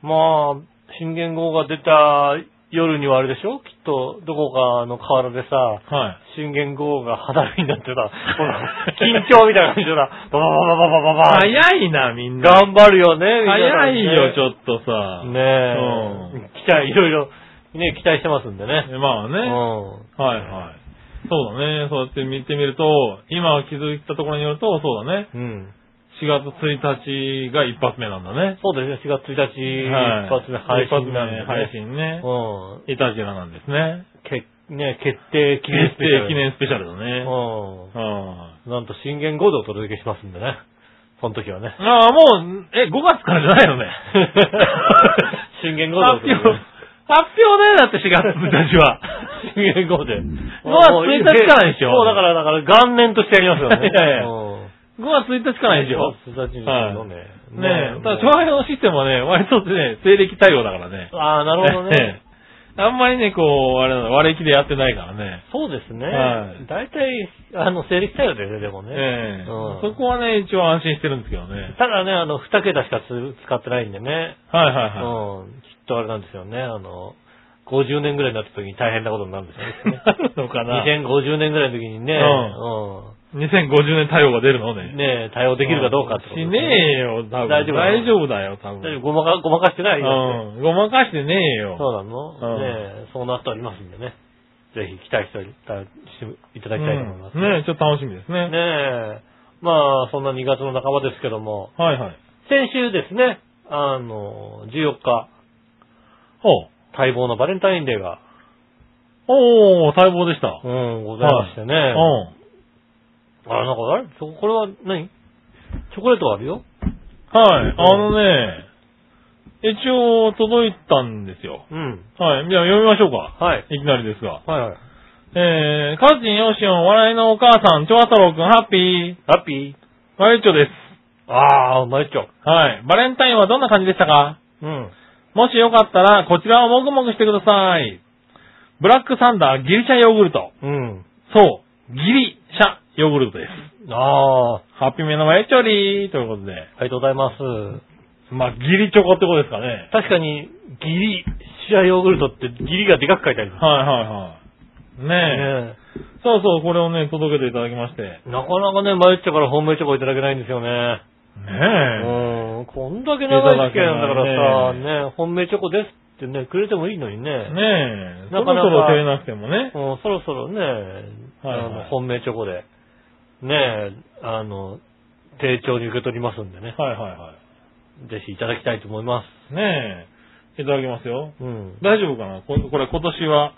[SPEAKER 4] まあ、新元号が出た夜にはあれでしょきっと、どこかの河原でさ、
[SPEAKER 3] はい。
[SPEAKER 4] 新元号が花火になってた、ほら、緊張みたいな感じでさ、ババババババババ
[SPEAKER 3] 早いな、みんな。
[SPEAKER 4] 頑張るよね、みんなね
[SPEAKER 3] 早いよ、ちょっとさ。
[SPEAKER 4] ねえ、
[SPEAKER 3] うん
[SPEAKER 4] 期待、いろいろ、ね、期待してますんでね。
[SPEAKER 3] えまあ
[SPEAKER 4] う
[SPEAKER 3] ね。
[SPEAKER 4] ん。
[SPEAKER 3] はいはい。そうだね。そうやって見てみると、今気づいたところによると、そうだね。
[SPEAKER 4] うん。
[SPEAKER 3] 4月1日が一発目なんだね。
[SPEAKER 4] そうですね、4月1日、
[SPEAKER 3] はい
[SPEAKER 4] 一発目配
[SPEAKER 3] 一発
[SPEAKER 4] 信
[SPEAKER 3] 目
[SPEAKER 4] なんで、ね。
[SPEAKER 3] 配信ね。
[SPEAKER 4] うん。
[SPEAKER 3] イタジラなんですね。
[SPEAKER 4] けね、決定
[SPEAKER 3] 記
[SPEAKER 4] 記念
[SPEAKER 3] 念
[SPEAKER 4] スペシャル
[SPEAKER 3] 記念スペシャルだね。
[SPEAKER 4] う
[SPEAKER 3] うん
[SPEAKER 4] ん。なんと新元号でお届けしますんでね。その時はね。
[SPEAKER 3] ああ、もう、え、5月からじゃないのね。
[SPEAKER 4] 新元号
[SPEAKER 3] 発
[SPEAKER 4] で
[SPEAKER 3] 表、
[SPEAKER 4] お届けしま
[SPEAKER 3] 発表だよ、だって4月1日 は。
[SPEAKER 4] す。新元号で。
[SPEAKER 3] まあ1日からでしょ
[SPEAKER 4] そう、だから、だから、元年としてやりますよ ね。
[SPEAKER 3] いやいや
[SPEAKER 4] うん
[SPEAKER 3] 5月1日からでしょ。
[SPEAKER 4] 1日のね。
[SPEAKER 3] ねえ、ただ、
[SPEAKER 4] もう
[SPEAKER 3] 長編のシステムはね、割とね、西暦対応だからね。
[SPEAKER 4] ああ、なるほどね。
[SPEAKER 3] ええ。あんまりね、こう、あれなの、割り切でやってないからね。
[SPEAKER 4] そうですね
[SPEAKER 3] はい。
[SPEAKER 4] 大体、あの、成立したよね、でもね。
[SPEAKER 3] ええ。
[SPEAKER 4] うん
[SPEAKER 3] そこはね、一応安心してるんですけどね。
[SPEAKER 4] ただね、あの、二桁しかつ使ってないんでね。
[SPEAKER 3] はいは
[SPEAKER 4] う
[SPEAKER 3] いは
[SPEAKER 4] ん。きっとあれなんですよね。あの、50年ぐらいになった時に大変なことになるんですよね。
[SPEAKER 3] い。なるのか な
[SPEAKER 4] 2050年ぐらいの時にね、
[SPEAKER 3] うん
[SPEAKER 4] う
[SPEAKER 3] ?2050 年対応が出るのね。
[SPEAKER 4] んねえ対応できるかどうかってこと
[SPEAKER 3] し
[SPEAKER 4] です
[SPEAKER 3] ねえよ、多分。
[SPEAKER 4] 大丈夫
[SPEAKER 3] 大丈夫だよ、多分。
[SPEAKER 4] 大丈夫ごまか、ごまかしてないよ、
[SPEAKER 3] うん。ごまかしてねえ
[SPEAKER 4] だって
[SPEAKER 3] よ。
[SPEAKER 4] そうなの、
[SPEAKER 3] うん
[SPEAKER 4] ねえそうなっておりますんでね。ぜひ期待しておりたしていただきたいと思います。
[SPEAKER 3] うんねえちょっと楽しみですね。
[SPEAKER 4] ねえまあ、そんな2月の半ばですけども、
[SPEAKER 3] はいはい。
[SPEAKER 4] 先週ですね、あの、14日、
[SPEAKER 3] ほう。
[SPEAKER 4] 待望のバレンタインデーが、
[SPEAKER 3] おお待望でした。う
[SPEAKER 4] うん、ございましてね。
[SPEAKER 3] ん。
[SPEAKER 4] あら、なんか、あれそこれは何チョコレートがあるよ
[SPEAKER 3] はい、あのね、一応届いたんですよ。
[SPEAKER 4] うん。
[SPEAKER 3] はい、じゃあ読みましょうか。
[SPEAKER 4] はい。
[SPEAKER 3] いきなりですが。
[SPEAKER 4] はいはい。
[SPEAKER 3] えー、カジン、ヨシオン、笑いのお母さん、チョア太郎くん、ハッピー、
[SPEAKER 4] ラッピー
[SPEAKER 3] マユッチョです。
[SPEAKER 4] ああ、うまいっちょ。
[SPEAKER 3] はい、バレンタインはどんな感じでしたか
[SPEAKER 4] うん。
[SPEAKER 3] もしよかったら、こちらをもぐもぐしてください。ブラックサンダー、ギリシャヨーグルト。
[SPEAKER 4] うん。
[SPEAKER 3] そう、ギリシャヨーグルトです。
[SPEAKER 4] ああ、
[SPEAKER 3] ハッピーめのマユッチョリーということで。
[SPEAKER 4] ありがとうございます。
[SPEAKER 3] まあ、ギリチョコってことですかね。
[SPEAKER 4] 確かに、ギリ、シアヨーグルトってギリがでかく書いてあります。
[SPEAKER 3] はいはいはい。ねえ。
[SPEAKER 4] ね
[SPEAKER 3] そうそう、これをね、届けていただきまして。ね
[SPEAKER 4] えなかなかね、マユッチョから本命チョコいただけないんですよね。
[SPEAKER 3] え。
[SPEAKER 4] うん。こんだけ長い期間だからさ、
[SPEAKER 3] いただけ
[SPEAKER 4] ねえ本命チョコですってね、くれてもいいのにね。
[SPEAKER 3] ねえ。そ
[SPEAKER 4] な
[SPEAKER 3] ろ
[SPEAKER 4] かなか
[SPEAKER 3] そろ照れなくてもね。
[SPEAKER 4] うん、そろそろね、
[SPEAKER 3] はい
[SPEAKER 4] あの本命チョコで、ねえ、あの、丁重に受け取りますんでね。
[SPEAKER 3] はいはいは
[SPEAKER 4] ぜひいただきたいと思いま
[SPEAKER 3] い。ねえ。いただきますよ。
[SPEAKER 4] す。うん。
[SPEAKER 3] 大丈夫かなここれ今年は、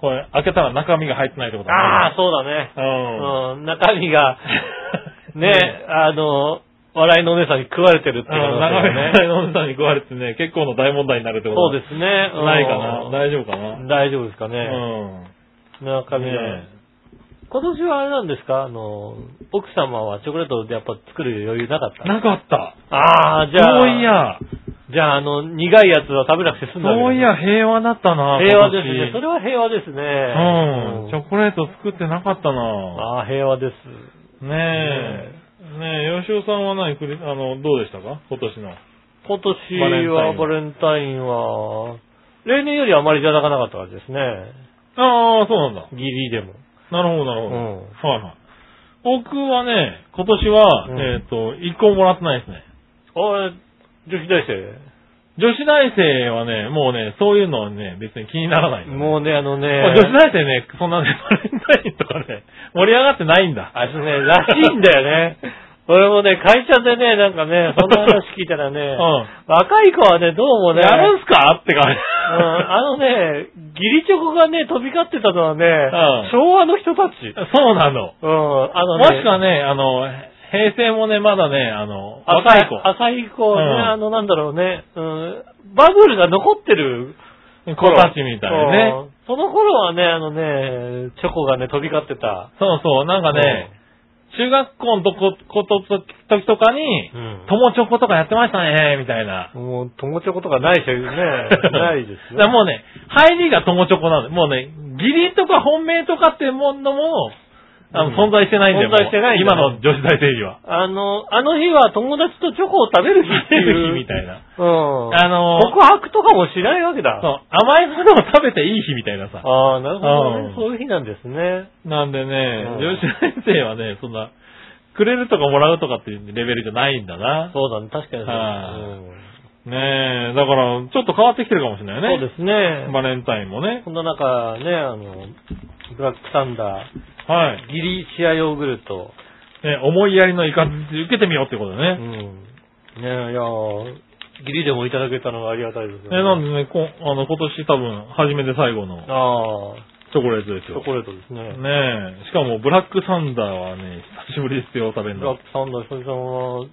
[SPEAKER 3] これ開けたら中身が入ってないってこと
[SPEAKER 4] ああ、
[SPEAKER 3] あ
[SPEAKER 4] そうだね。
[SPEAKER 3] あ
[SPEAKER 4] うん、中身が、
[SPEAKER 3] うん。
[SPEAKER 4] ね、あの、笑いのお姉さんに食われてるって
[SPEAKER 3] う。
[SPEAKER 4] いうん話
[SPEAKER 3] 中身
[SPEAKER 4] だ
[SPEAKER 3] が
[SPEAKER 4] よね。
[SPEAKER 3] 飲んだに食われてね、結構の大問題になるってこ
[SPEAKER 4] そ
[SPEAKER 3] と
[SPEAKER 4] うですね。
[SPEAKER 3] ないかな
[SPEAKER 4] う。ん
[SPEAKER 3] 大丈夫かな
[SPEAKER 4] 大丈夫ですかね。
[SPEAKER 3] うん。
[SPEAKER 4] 中身が、
[SPEAKER 3] ね
[SPEAKER 4] 今年はあれなんですかあの、奥様はチョコレートでやっぱ作る余裕なかっ
[SPEAKER 3] え
[SPEAKER 4] た
[SPEAKER 3] なかった。
[SPEAKER 4] ああ、じゃあ、
[SPEAKER 3] そういや、
[SPEAKER 4] じゃあ、あの、苦いやつは食べなくて済んだわけだ
[SPEAKER 3] そういや、平和だったな
[SPEAKER 4] 平和で
[SPEAKER 3] 今
[SPEAKER 4] す
[SPEAKER 3] 年
[SPEAKER 4] ね。それは平和ですね。
[SPEAKER 3] うん。チ
[SPEAKER 4] うん
[SPEAKER 3] ョコレート作ってなかったな
[SPEAKER 4] ああ、平和です。
[SPEAKER 3] ねえ。ねえ、吉尾さんは何くれ、あの、どうでしたか今年の。
[SPEAKER 4] 今年はバレンタインは、例年よりあまりじゃなかなかった感じですね。
[SPEAKER 3] ああ、そうなんだ。
[SPEAKER 4] ギリでも。
[SPEAKER 3] なるほど、なるほど。
[SPEAKER 4] う
[SPEAKER 3] はいはい。僕はね、今年は、
[SPEAKER 4] うん
[SPEAKER 3] えっ、と、一個ももらってないですね。
[SPEAKER 4] あれ、女子大生。
[SPEAKER 3] 女子大生はね、もうね、そういうのはね、別に気にならない。
[SPEAKER 4] もうね、あのね、
[SPEAKER 3] まあ女子大生ね、そんなね、バレンタインとかね、盛り上がってないんだ。
[SPEAKER 4] あれね、らしいんだ よね。俺もね、会社でね、なんかね、そんな話聞い たら
[SPEAKER 3] う
[SPEAKER 4] ね、
[SPEAKER 3] ん。
[SPEAKER 4] 若い子はね、どうもね、
[SPEAKER 3] やるんすかって感じ。
[SPEAKER 4] うんあのね、ギリチョコがね、飛び交ってたのはね、
[SPEAKER 3] ん
[SPEAKER 4] 昭和の人たち。
[SPEAKER 3] そうなの。
[SPEAKER 4] うん、あ
[SPEAKER 3] も
[SPEAKER 4] のね、
[SPEAKER 3] しくはね、あの、平成もね、まだね、あの、若い子。
[SPEAKER 4] 浅い子ね、
[SPEAKER 3] うん
[SPEAKER 4] あの、なんだろうね、うん、バブルが残ってる
[SPEAKER 3] 子たちみたいなね。
[SPEAKER 4] うんその頃はね、あのね、チョコがね、飛び交ってた。
[SPEAKER 3] そうそう、なんかね、中学校のとここと時とかに
[SPEAKER 4] う、ん、
[SPEAKER 3] 友チョコとかやってましたね、みたいな。
[SPEAKER 4] もう、友チョコとかないです よね。ないです
[SPEAKER 3] だから
[SPEAKER 4] よ。
[SPEAKER 3] もうね、入りが友チョコなの。もうね、義理とか本命とかっていうものも、あの
[SPEAKER 4] うん
[SPEAKER 3] 存在してないんだよ。
[SPEAKER 4] 存在してないんだ
[SPEAKER 3] 今
[SPEAKER 4] よ
[SPEAKER 3] の女子大生には。
[SPEAKER 4] あの、あの日は友達とチョコを食べる日っていう。
[SPEAKER 3] みたいな。
[SPEAKER 4] うん。
[SPEAKER 3] あのー
[SPEAKER 4] 告白とかもしないわけだ。
[SPEAKER 3] そう、甘いものを食べていい日みたいなさ。
[SPEAKER 4] ああ、なるほど
[SPEAKER 3] う
[SPEAKER 4] ね
[SPEAKER 3] ん。
[SPEAKER 4] そういう日なんですね。
[SPEAKER 3] なんでね、
[SPEAKER 4] うん
[SPEAKER 3] 女子大生はね、そんな、くれるとかもらうとかっていうレベルじゃないんだな。
[SPEAKER 4] そうだね、確かにそう
[SPEAKER 3] は
[SPEAKER 4] だ
[SPEAKER 3] い
[SPEAKER 4] ね
[SPEAKER 3] ねえ、だから、ちょっと変わってきてるかもしれな
[SPEAKER 4] う
[SPEAKER 3] い
[SPEAKER 4] ん
[SPEAKER 3] ね。
[SPEAKER 4] そうですね。
[SPEAKER 3] バレンタインもね。
[SPEAKER 4] そんな中、ね、あの、ブラックサンダ
[SPEAKER 3] はい
[SPEAKER 4] ー、。ギリシアヨーグルト。
[SPEAKER 3] ね、思いやりのいかず受けてみようってことで
[SPEAKER 4] う
[SPEAKER 3] ね。
[SPEAKER 4] ん。ねいやーギリでもいただけたのはありがたいですよ
[SPEAKER 3] ね、なんでね、こあの今年多分、初めて最後の
[SPEAKER 4] ああ、
[SPEAKER 3] チョコレートです
[SPEAKER 4] チ
[SPEAKER 3] よ。
[SPEAKER 4] ョコレートですね。
[SPEAKER 3] ねえ、しかもブラックサンダーはね、久しぶりですよ、食べる
[SPEAKER 4] ブ
[SPEAKER 3] の。
[SPEAKER 4] ラックサンダー、久々さんは、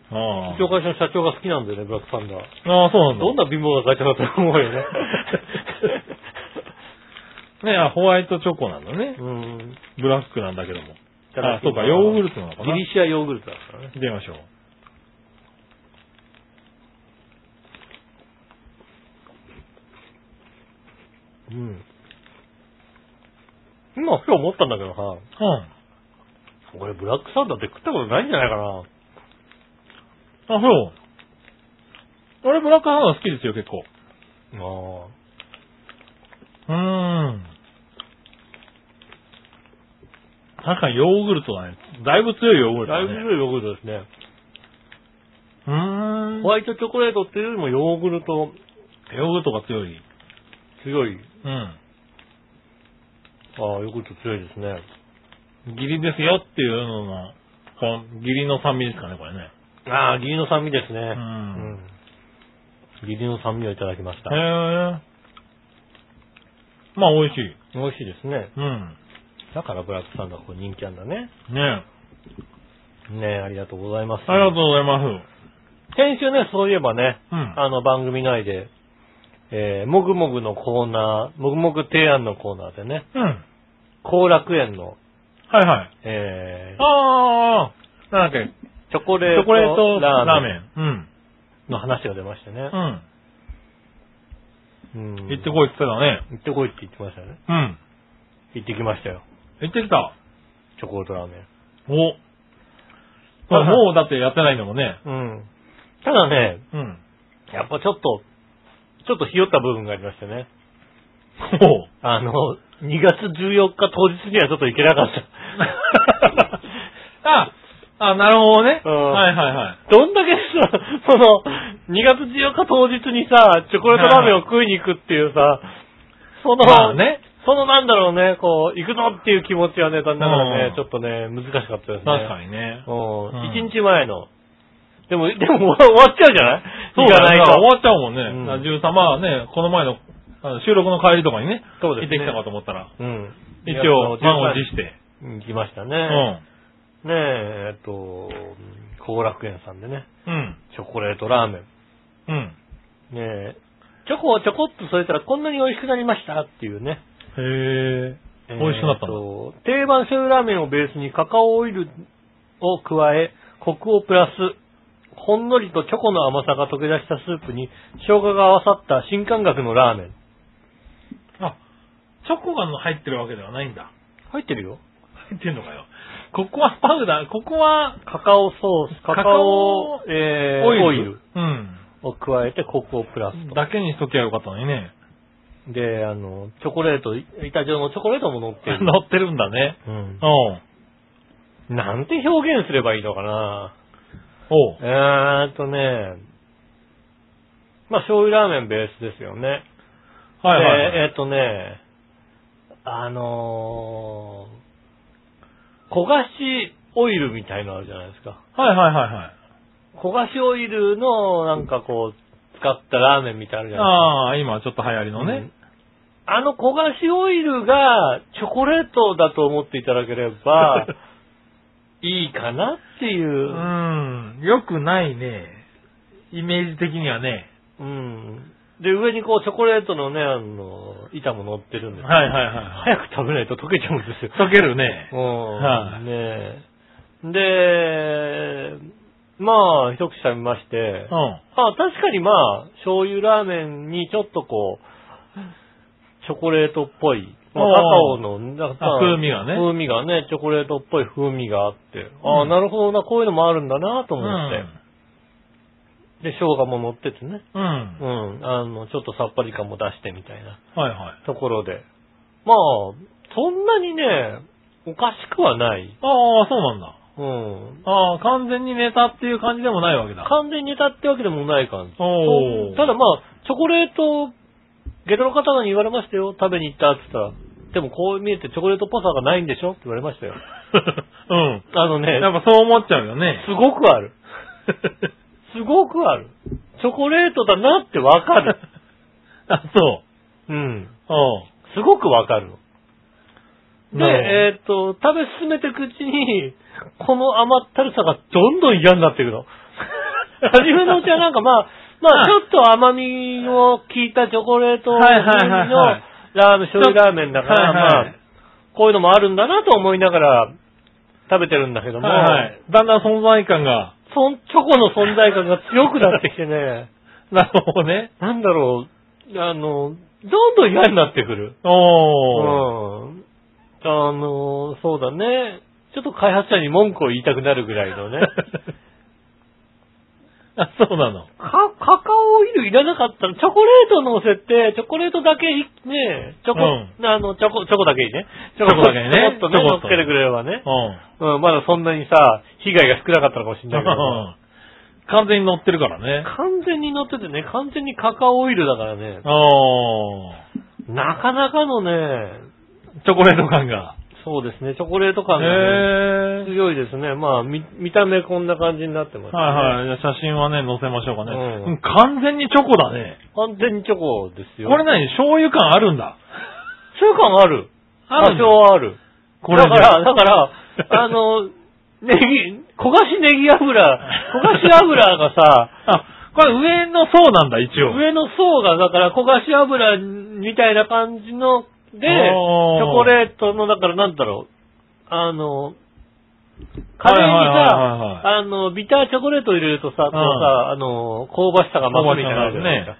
[SPEAKER 3] ああ
[SPEAKER 4] うちの会社の社長が好きなんだよね、ブラックサンダー。
[SPEAKER 3] ああ、そうなんだ。
[SPEAKER 4] どんな貧乏な会社だと思う よね。
[SPEAKER 3] ねあホワイトチョコなんだね。
[SPEAKER 4] うん。
[SPEAKER 3] ブラックなんだけども。
[SPEAKER 4] いただ
[SPEAKER 3] あ
[SPEAKER 4] きます
[SPEAKER 3] そうか、ヨーグルトなのかな。
[SPEAKER 4] ギリシアヨーグルトだからね。
[SPEAKER 3] 見てみましょう。
[SPEAKER 4] うん。今、今日思ったんだけどさ、俺ブラックサンダーって食ったことないんじゃないかな。
[SPEAKER 3] うん。あ、そう。俺、ブラックサンダー好きですよ、結構。
[SPEAKER 4] あ
[SPEAKER 3] うーん。確かにヨーグルトだね。だいぶ強いヨーグルト
[SPEAKER 4] だ
[SPEAKER 3] だ
[SPEAKER 4] い
[SPEAKER 3] ね。
[SPEAKER 4] ぶ強いヨーグルトですね。
[SPEAKER 3] うーん。
[SPEAKER 4] ホワイトチョコレートっていうよりもヨーグルト
[SPEAKER 3] ヨーグルトが強い。
[SPEAKER 4] 強い。
[SPEAKER 3] うん。
[SPEAKER 4] ああ、ヨーグルト強いですね。
[SPEAKER 3] ギリですよっていうのが、このギリの酸味ですかね、これね。
[SPEAKER 4] ああ、義理の酸味ですね。
[SPEAKER 3] う。
[SPEAKER 4] うんん。義理の酸味をいただきました。
[SPEAKER 3] へえ。まあ、美味しい。
[SPEAKER 4] 美味しいですね。
[SPEAKER 3] うん。
[SPEAKER 4] だからブラックサンダーこう人気なんだね。
[SPEAKER 3] ねえ。あ
[SPEAKER 4] ねえ、ありがとうございます。
[SPEAKER 3] りがとうございます。
[SPEAKER 4] 先週ね、そういえばね、
[SPEAKER 3] うん。
[SPEAKER 4] あの番組内で、えー、もぐもぐのコーナー、もぐもぐ提案のコーナーでね、
[SPEAKER 3] うん。はい
[SPEAKER 4] 後楽園の、
[SPEAKER 3] はい。
[SPEAKER 4] え
[SPEAKER 3] ああ、なんだっけ、
[SPEAKER 4] ー、チョコ
[SPEAKER 3] チ
[SPEAKER 4] レー
[SPEAKER 3] ョコレート
[SPEAKER 4] トラ
[SPEAKER 3] ラー
[SPEAKER 4] ーメ
[SPEAKER 3] メン。うん。
[SPEAKER 4] ンの話が出ましてね
[SPEAKER 3] う。ん。
[SPEAKER 4] うん
[SPEAKER 3] 行ってこいって言ってたね。
[SPEAKER 4] 行ってこいって言ってましたよね。
[SPEAKER 3] うん。
[SPEAKER 4] 行ってきましたよ。
[SPEAKER 3] 行ってきた。
[SPEAKER 4] チョコレートラーメン。
[SPEAKER 3] お。まあもうだってやってないんだもんね。
[SPEAKER 4] うん。ただね、
[SPEAKER 3] うん。
[SPEAKER 4] やっぱちょっと、ちょっとひよった部分がありましてね。
[SPEAKER 3] おう。
[SPEAKER 4] あの、2月14日当日にはちょっと行けなかった。
[SPEAKER 3] あ、あ、なるほどね。
[SPEAKER 4] うん
[SPEAKER 3] はいはいはい。
[SPEAKER 4] どんだけさ、その、2月14日当日にさ、チョコレートラーメンを食いに行くっていうさ、その、
[SPEAKER 3] まあね。
[SPEAKER 4] そのなんだろうね、こう、行くぞっていう気持ちはね、だんだから
[SPEAKER 3] うん
[SPEAKER 4] ね、ちょっとね、難しかったで
[SPEAKER 3] 確
[SPEAKER 4] すね。
[SPEAKER 3] かにね。
[SPEAKER 4] うん。
[SPEAKER 3] うん
[SPEAKER 4] 1日前の。でも、 でも終わっちゃうじゃない
[SPEAKER 3] そう
[SPEAKER 4] 行
[SPEAKER 3] だ
[SPEAKER 4] かない
[SPEAKER 3] ね。終
[SPEAKER 4] と。
[SPEAKER 3] わっちゃうもんね。
[SPEAKER 4] うん
[SPEAKER 3] だから13、まあね、この前のあの収録の帰りとかにね、
[SPEAKER 4] そう
[SPEAKER 3] 行っ
[SPEAKER 4] です
[SPEAKER 3] て
[SPEAKER 4] ね
[SPEAKER 3] きたかと思ったら、
[SPEAKER 4] うん。
[SPEAKER 3] 一応、満を持
[SPEAKER 4] し
[SPEAKER 3] して。
[SPEAKER 4] 行きましたね。
[SPEAKER 3] うん。
[SPEAKER 4] ねえ、えっと、後楽園さんでね、
[SPEAKER 3] うん。
[SPEAKER 4] チョコレートラーメン。
[SPEAKER 3] うん。
[SPEAKER 4] ねえ、チョコをちょこっと添えたらこんなに美味しくなりましたっていうね。
[SPEAKER 3] へえ。美味しくなった
[SPEAKER 4] え
[SPEAKER 3] の
[SPEAKER 4] ーと定番醤油ラーメンをベースにカカオオイルを加え、コクをプラス、ほんのりとチョコの甘さが溶け出したスープに生姜が合わさった新感覚のラーメン。
[SPEAKER 3] あ、チョコが入ってるわけではないんだ。
[SPEAKER 4] 入ってるよ。
[SPEAKER 3] 入ってんのかよ。ここはパウダー、ここは
[SPEAKER 4] カカオソース、
[SPEAKER 3] カ
[SPEAKER 4] カカ
[SPEAKER 3] カ
[SPEAKER 4] オ
[SPEAKER 3] オ
[SPEAKER 4] えー
[SPEAKER 3] オイル。
[SPEAKER 4] オイル
[SPEAKER 3] うん。
[SPEAKER 4] を加えてコクをプラスと。
[SPEAKER 3] だけにしときゃよかったのにね。
[SPEAKER 4] で、あの、チョコレート、い板状のチョコレートも乗ってる。
[SPEAKER 3] 乗ってるんだね。
[SPEAKER 4] うん
[SPEAKER 3] う。ん。
[SPEAKER 4] なんて表現すればいいのかな
[SPEAKER 3] おう。
[SPEAKER 4] えーっとね、まあ、醤油ラーメンベースですよね。
[SPEAKER 3] はいはいはい、
[SPEAKER 4] でえーっとね、あのー焦がしオイルみたいのあるじゃないですか。
[SPEAKER 3] はいはいはいはい。
[SPEAKER 4] 焦がしオイルの、なんかこう、使ったラーメンみたいなのあるじゃないです
[SPEAKER 3] あ
[SPEAKER 4] か。
[SPEAKER 3] あ、今ちょっと流行りの
[SPEAKER 4] う
[SPEAKER 3] ね
[SPEAKER 4] ん。あの焦がしオイルがチョコレートだと思っていただけれ ば、いいかなっていうう。
[SPEAKER 3] ん。よくないね。イメージ的にはね。
[SPEAKER 4] うん。で、上にこうチョコレートのね、あの、板も乗ってるんですけど
[SPEAKER 3] はいはいはい。
[SPEAKER 4] 早く食べないと溶けちゃうんですよ。
[SPEAKER 3] 溶けるね
[SPEAKER 4] う。
[SPEAKER 3] はい
[SPEAKER 4] ん。ねえ。で、まあ、一口食べまして
[SPEAKER 3] う、ん。
[SPEAKER 4] あ、確かにまあ、醤油ラーメンにちょっとこう、チョコレートっぽい、ま
[SPEAKER 3] お
[SPEAKER 4] あ、
[SPEAKER 3] ー
[SPEAKER 4] カカオの、なんか
[SPEAKER 3] あ風味がね
[SPEAKER 4] 風味がね、チョコレートっぽい風味があって、あ
[SPEAKER 3] う
[SPEAKER 4] あ、
[SPEAKER 3] ん
[SPEAKER 4] なるほどな、こういうのもあるんだなと
[SPEAKER 3] う
[SPEAKER 4] 思っ
[SPEAKER 3] ん
[SPEAKER 4] て、で、生姜も乗っててね、
[SPEAKER 3] うん。
[SPEAKER 4] う
[SPEAKER 3] は
[SPEAKER 4] ん、あの、ちょっとさっぱり感も出してみたいない
[SPEAKER 3] はい。
[SPEAKER 4] ところで、まあ、そんなにね、おかしくはない。
[SPEAKER 3] ああ、そうなんだ。
[SPEAKER 4] うん。
[SPEAKER 3] ああ、完全にネタっていう感じでもないわけだ。
[SPEAKER 4] 完全にネタってわけでもない感じ。
[SPEAKER 3] おー
[SPEAKER 4] ただまあ、チョコレート、下駄の方に言われましたよ。食べに行ったって言ったら。でもこう見えてチョコレートっぽさがないんでしょって言われましたよ。
[SPEAKER 3] うん。
[SPEAKER 4] あのね、
[SPEAKER 3] やっぱそう思っちゃうよね。
[SPEAKER 4] すごく ある。すごくある。チョコレートだなってわかる。
[SPEAKER 3] あ、そう。
[SPEAKER 4] うん。
[SPEAKER 3] おう
[SPEAKER 4] すごくわかるの。で、
[SPEAKER 3] なる
[SPEAKER 4] えーっと、食べ進めていくうちに、この甘ったるさがどんどん嫌になってい くの。初めのうちはなんかまあ、ま
[SPEAKER 3] は
[SPEAKER 4] あ
[SPEAKER 3] い
[SPEAKER 4] ちょっと甘みを効いたチョコレート風
[SPEAKER 3] はい
[SPEAKER 4] 味
[SPEAKER 3] はいはい
[SPEAKER 4] の
[SPEAKER 3] はい
[SPEAKER 4] ラーメン、醤油ラーメンだか
[SPEAKER 3] は
[SPEAKER 4] ら、
[SPEAKER 3] いはい
[SPEAKER 4] まあ、こういうのもあるんだなと思いながら食べてるんだけども、
[SPEAKER 3] はいはい。だんだん存在感が。
[SPEAKER 4] そんチョコの存在感が強くなってき てね、
[SPEAKER 3] なるほどね。
[SPEAKER 4] なんだろう、あの、どんどん嫌になってくる。
[SPEAKER 3] おー。
[SPEAKER 4] うん。あの、そうだね。ちょっと開発者に文句を言いたくなるぐらい のね。
[SPEAKER 3] あ、そうなの。
[SPEAKER 4] カカカオオイルいらなかったら、チョコレート乗せて、チョコレートだけい、ね、チョコ、
[SPEAKER 3] う
[SPEAKER 4] あの、チョコ、チョコだけにね。
[SPEAKER 3] チョコだけにね
[SPEAKER 4] ちょっとね、
[SPEAKER 3] ちょこ
[SPEAKER 4] 乗
[SPEAKER 3] っ
[SPEAKER 4] っ
[SPEAKER 3] と
[SPEAKER 4] けてくれればね。
[SPEAKER 3] うん。
[SPEAKER 4] うん、まだそんなにさ、被害が少なかったのかもしれ ないけど
[SPEAKER 3] うん完全に乗ってるからね。
[SPEAKER 4] 完全に乗っててね、完全にカカオオイルだからね、
[SPEAKER 3] おー。
[SPEAKER 4] なかなかのね、
[SPEAKER 3] チョコレート感が。
[SPEAKER 4] そうですね、チョコレート感が、ね、
[SPEAKER 3] へー。
[SPEAKER 4] 強いですね。まあ、み見た目こんな感じになってます、ね。
[SPEAKER 3] はいはい。じゃあ写真はね、載せましょうかね。
[SPEAKER 4] うん
[SPEAKER 3] うん完全にチョコだね。
[SPEAKER 4] 完全にチョコですよ。
[SPEAKER 3] これ何醤油感あるんだ。
[SPEAKER 4] 中間ある。
[SPEAKER 3] あるんだ
[SPEAKER 4] 多少 ある。
[SPEAKER 3] これ
[SPEAKER 4] だから、だから、あの、ネギ、焦がしネギ油、焦がし油が さ、
[SPEAKER 3] あ、これ上の層なんだ、一応。
[SPEAKER 4] 上の層が、だから焦がし油みたいな感じの、で、チ
[SPEAKER 3] おー
[SPEAKER 4] ョコレートの、だからなんだろう、あの、カレーに
[SPEAKER 3] はいはいはいはい
[SPEAKER 4] さ、あの、ビターチョコレートを入れるとさ、こう
[SPEAKER 3] うん
[SPEAKER 4] さ、あの、香ばしさが増すみたいなのあるじゃないですか。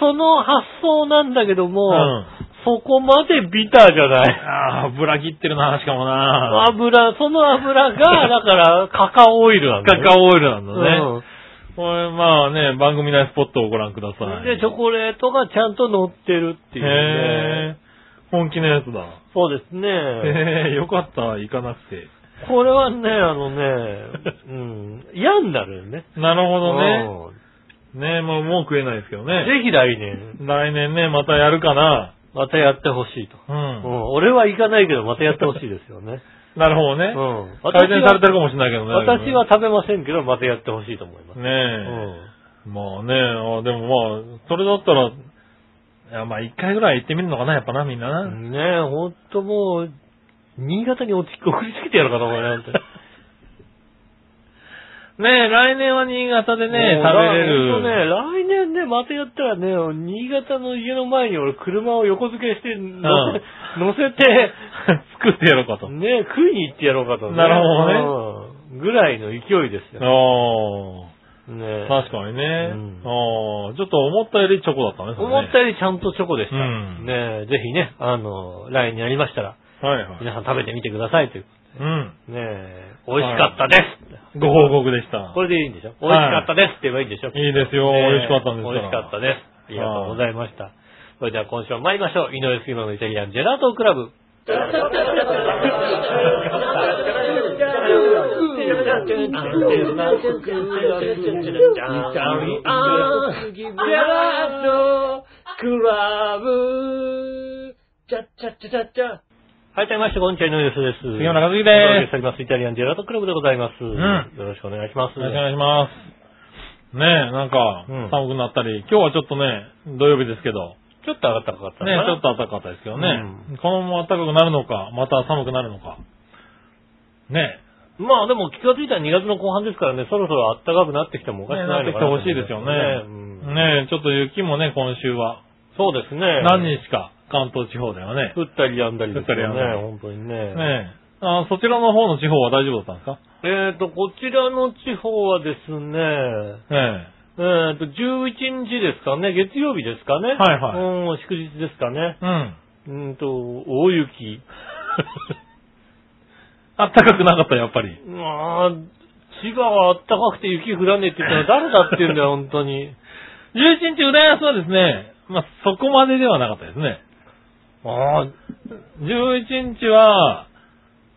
[SPEAKER 4] その発想なんだけども、
[SPEAKER 3] うん
[SPEAKER 4] そこまでビターじゃない。
[SPEAKER 3] ああ、ぶら切ってるな、しかもな。
[SPEAKER 4] 油、その油が、だ から、カカオオイルなんだ
[SPEAKER 3] カ
[SPEAKER 4] よ。
[SPEAKER 3] カオオイルなんだね。
[SPEAKER 4] オね。
[SPEAKER 3] これ、まあね、番組内スポットをご覧くだ
[SPEAKER 4] う
[SPEAKER 3] さい。
[SPEAKER 4] ん。で、チョコレートがちゃんと乗ってるっていうね。
[SPEAKER 3] へー本気のやつだ。
[SPEAKER 4] そうですね。
[SPEAKER 3] へえ、よかった、行かなくて。
[SPEAKER 4] これはね、あのね、うん、嫌になるよね。
[SPEAKER 3] なるほどね。
[SPEAKER 4] うん
[SPEAKER 3] ねもう、もう食えないですけどね。
[SPEAKER 4] ぜひ来年、
[SPEAKER 3] 来年ね、またやるかな。
[SPEAKER 4] またやってほしいと。
[SPEAKER 3] う
[SPEAKER 4] うん
[SPEAKER 3] ん。
[SPEAKER 4] 俺は行かないけど、またやってほしいですよね。
[SPEAKER 3] なるほど
[SPEAKER 4] う
[SPEAKER 3] ね。
[SPEAKER 4] ん。
[SPEAKER 3] 改善されてるか
[SPEAKER 4] も
[SPEAKER 3] もしれないけどね。
[SPEAKER 4] 私は食べませんけど、またやってほしいと思います。
[SPEAKER 3] ねえ。まあね、あでもまあ、それだったら、いやまあ一回ぐらい行ってみるのかな、やっぱな、みんな
[SPEAKER 4] う
[SPEAKER 3] な。
[SPEAKER 4] ん。ねえ、ほんともう、新潟に落ち送りつけてやるかと思うよなんて。
[SPEAKER 3] ねえ、来年は新潟でね、
[SPEAKER 4] もう
[SPEAKER 3] 食べれ
[SPEAKER 4] ほんとね、
[SPEAKER 3] る。
[SPEAKER 4] 来年ね、またやったらね、新潟の家の前に俺車を横付けして乗せ、乗せて、
[SPEAKER 3] 作ってやろうかと。
[SPEAKER 4] ね、食いに行ってやろうかと、
[SPEAKER 3] なる
[SPEAKER 4] ほどね。ぐらいの勢いですよ。
[SPEAKER 3] あ
[SPEAKER 4] ね
[SPEAKER 3] あ、確かにね。
[SPEAKER 4] うん
[SPEAKER 3] ああ、ちょっと思ったよりチョコだったね、それね
[SPEAKER 4] 思ったよりちゃんとチョコでした。
[SPEAKER 3] うん
[SPEAKER 4] ねぜひね、あの、来年やりましたら、
[SPEAKER 3] はいはい。
[SPEAKER 4] 皆さん食べてみてくださいという。
[SPEAKER 3] うん。
[SPEAKER 4] ね美味しかったです、
[SPEAKER 3] ご報告でした。
[SPEAKER 4] これでいいんでしょ美味しかったですって言えばいいんでしょ
[SPEAKER 3] いいですよ。
[SPEAKER 4] ね
[SPEAKER 3] 美味しかったんです
[SPEAKER 4] 美味しかったです。ありがとうございました。それでは今週も参りましょう。井上杉野のイタリアンジェラートクラブ。はい、どうもみなさんこんにちは、井上です。
[SPEAKER 3] 杉村和樹で
[SPEAKER 4] お届けし
[SPEAKER 3] す。
[SPEAKER 4] ております。イタリアンジェラートクラブでございます。
[SPEAKER 3] ん
[SPEAKER 4] よろしくお願いします。
[SPEAKER 3] よろしくお願いします。ねえ、なんか
[SPEAKER 4] う
[SPEAKER 3] 寒
[SPEAKER 4] ん、
[SPEAKER 3] くなったり、今日はちょっとね、土曜日ですけど、
[SPEAKER 4] ちょっと上がったかかった
[SPEAKER 3] ね
[SPEAKER 4] のかな
[SPEAKER 3] ちょっと暖かかったですけどね、このまま暖かくなるのか、また寒くなるのか。ね
[SPEAKER 4] まあでも気がついたら2月の後半ですからね、そろそろ暖かくなってきてもおかしくない
[SPEAKER 3] ねなって
[SPEAKER 4] の
[SPEAKER 3] きてほし
[SPEAKER 4] かな
[SPEAKER 3] いですよね。
[SPEAKER 4] うん
[SPEAKER 3] ねえ、ちょっと雪もね、今週は、
[SPEAKER 4] そうですね。
[SPEAKER 3] 何日か、関東地方ではね。
[SPEAKER 4] 降ったりやんだりですよね。
[SPEAKER 3] 降ったりやんだり
[SPEAKER 4] 本当に
[SPEAKER 3] ね
[SPEAKER 4] ね。
[SPEAKER 3] えあそちらの方の地方は大丈夫だったんですか
[SPEAKER 4] えっ、と、こちらの地方はですね、
[SPEAKER 3] ね
[SPEAKER 4] えっ、と、11日ですかね、月曜日ですかね。
[SPEAKER 3] はいはい
[SPEAKER 4] うん、祝日ですかね。
[SPEAKER 3] え。うん。
[SPEAKER 4] うんと、大雪。
[SPEAKER 3] 暖かくなかった、やっぱり。
[SPEAKER 4] まあ、滋賀は暖かくて雪降らねえって言ったら誰だって言うんだよ、本当に。
[SPEAKER 3] 11日、浦安はですね、まあ、そこまでではなかったですね。
[SPEAKER 4] ああ、
[SPEAKER 3] 11日は、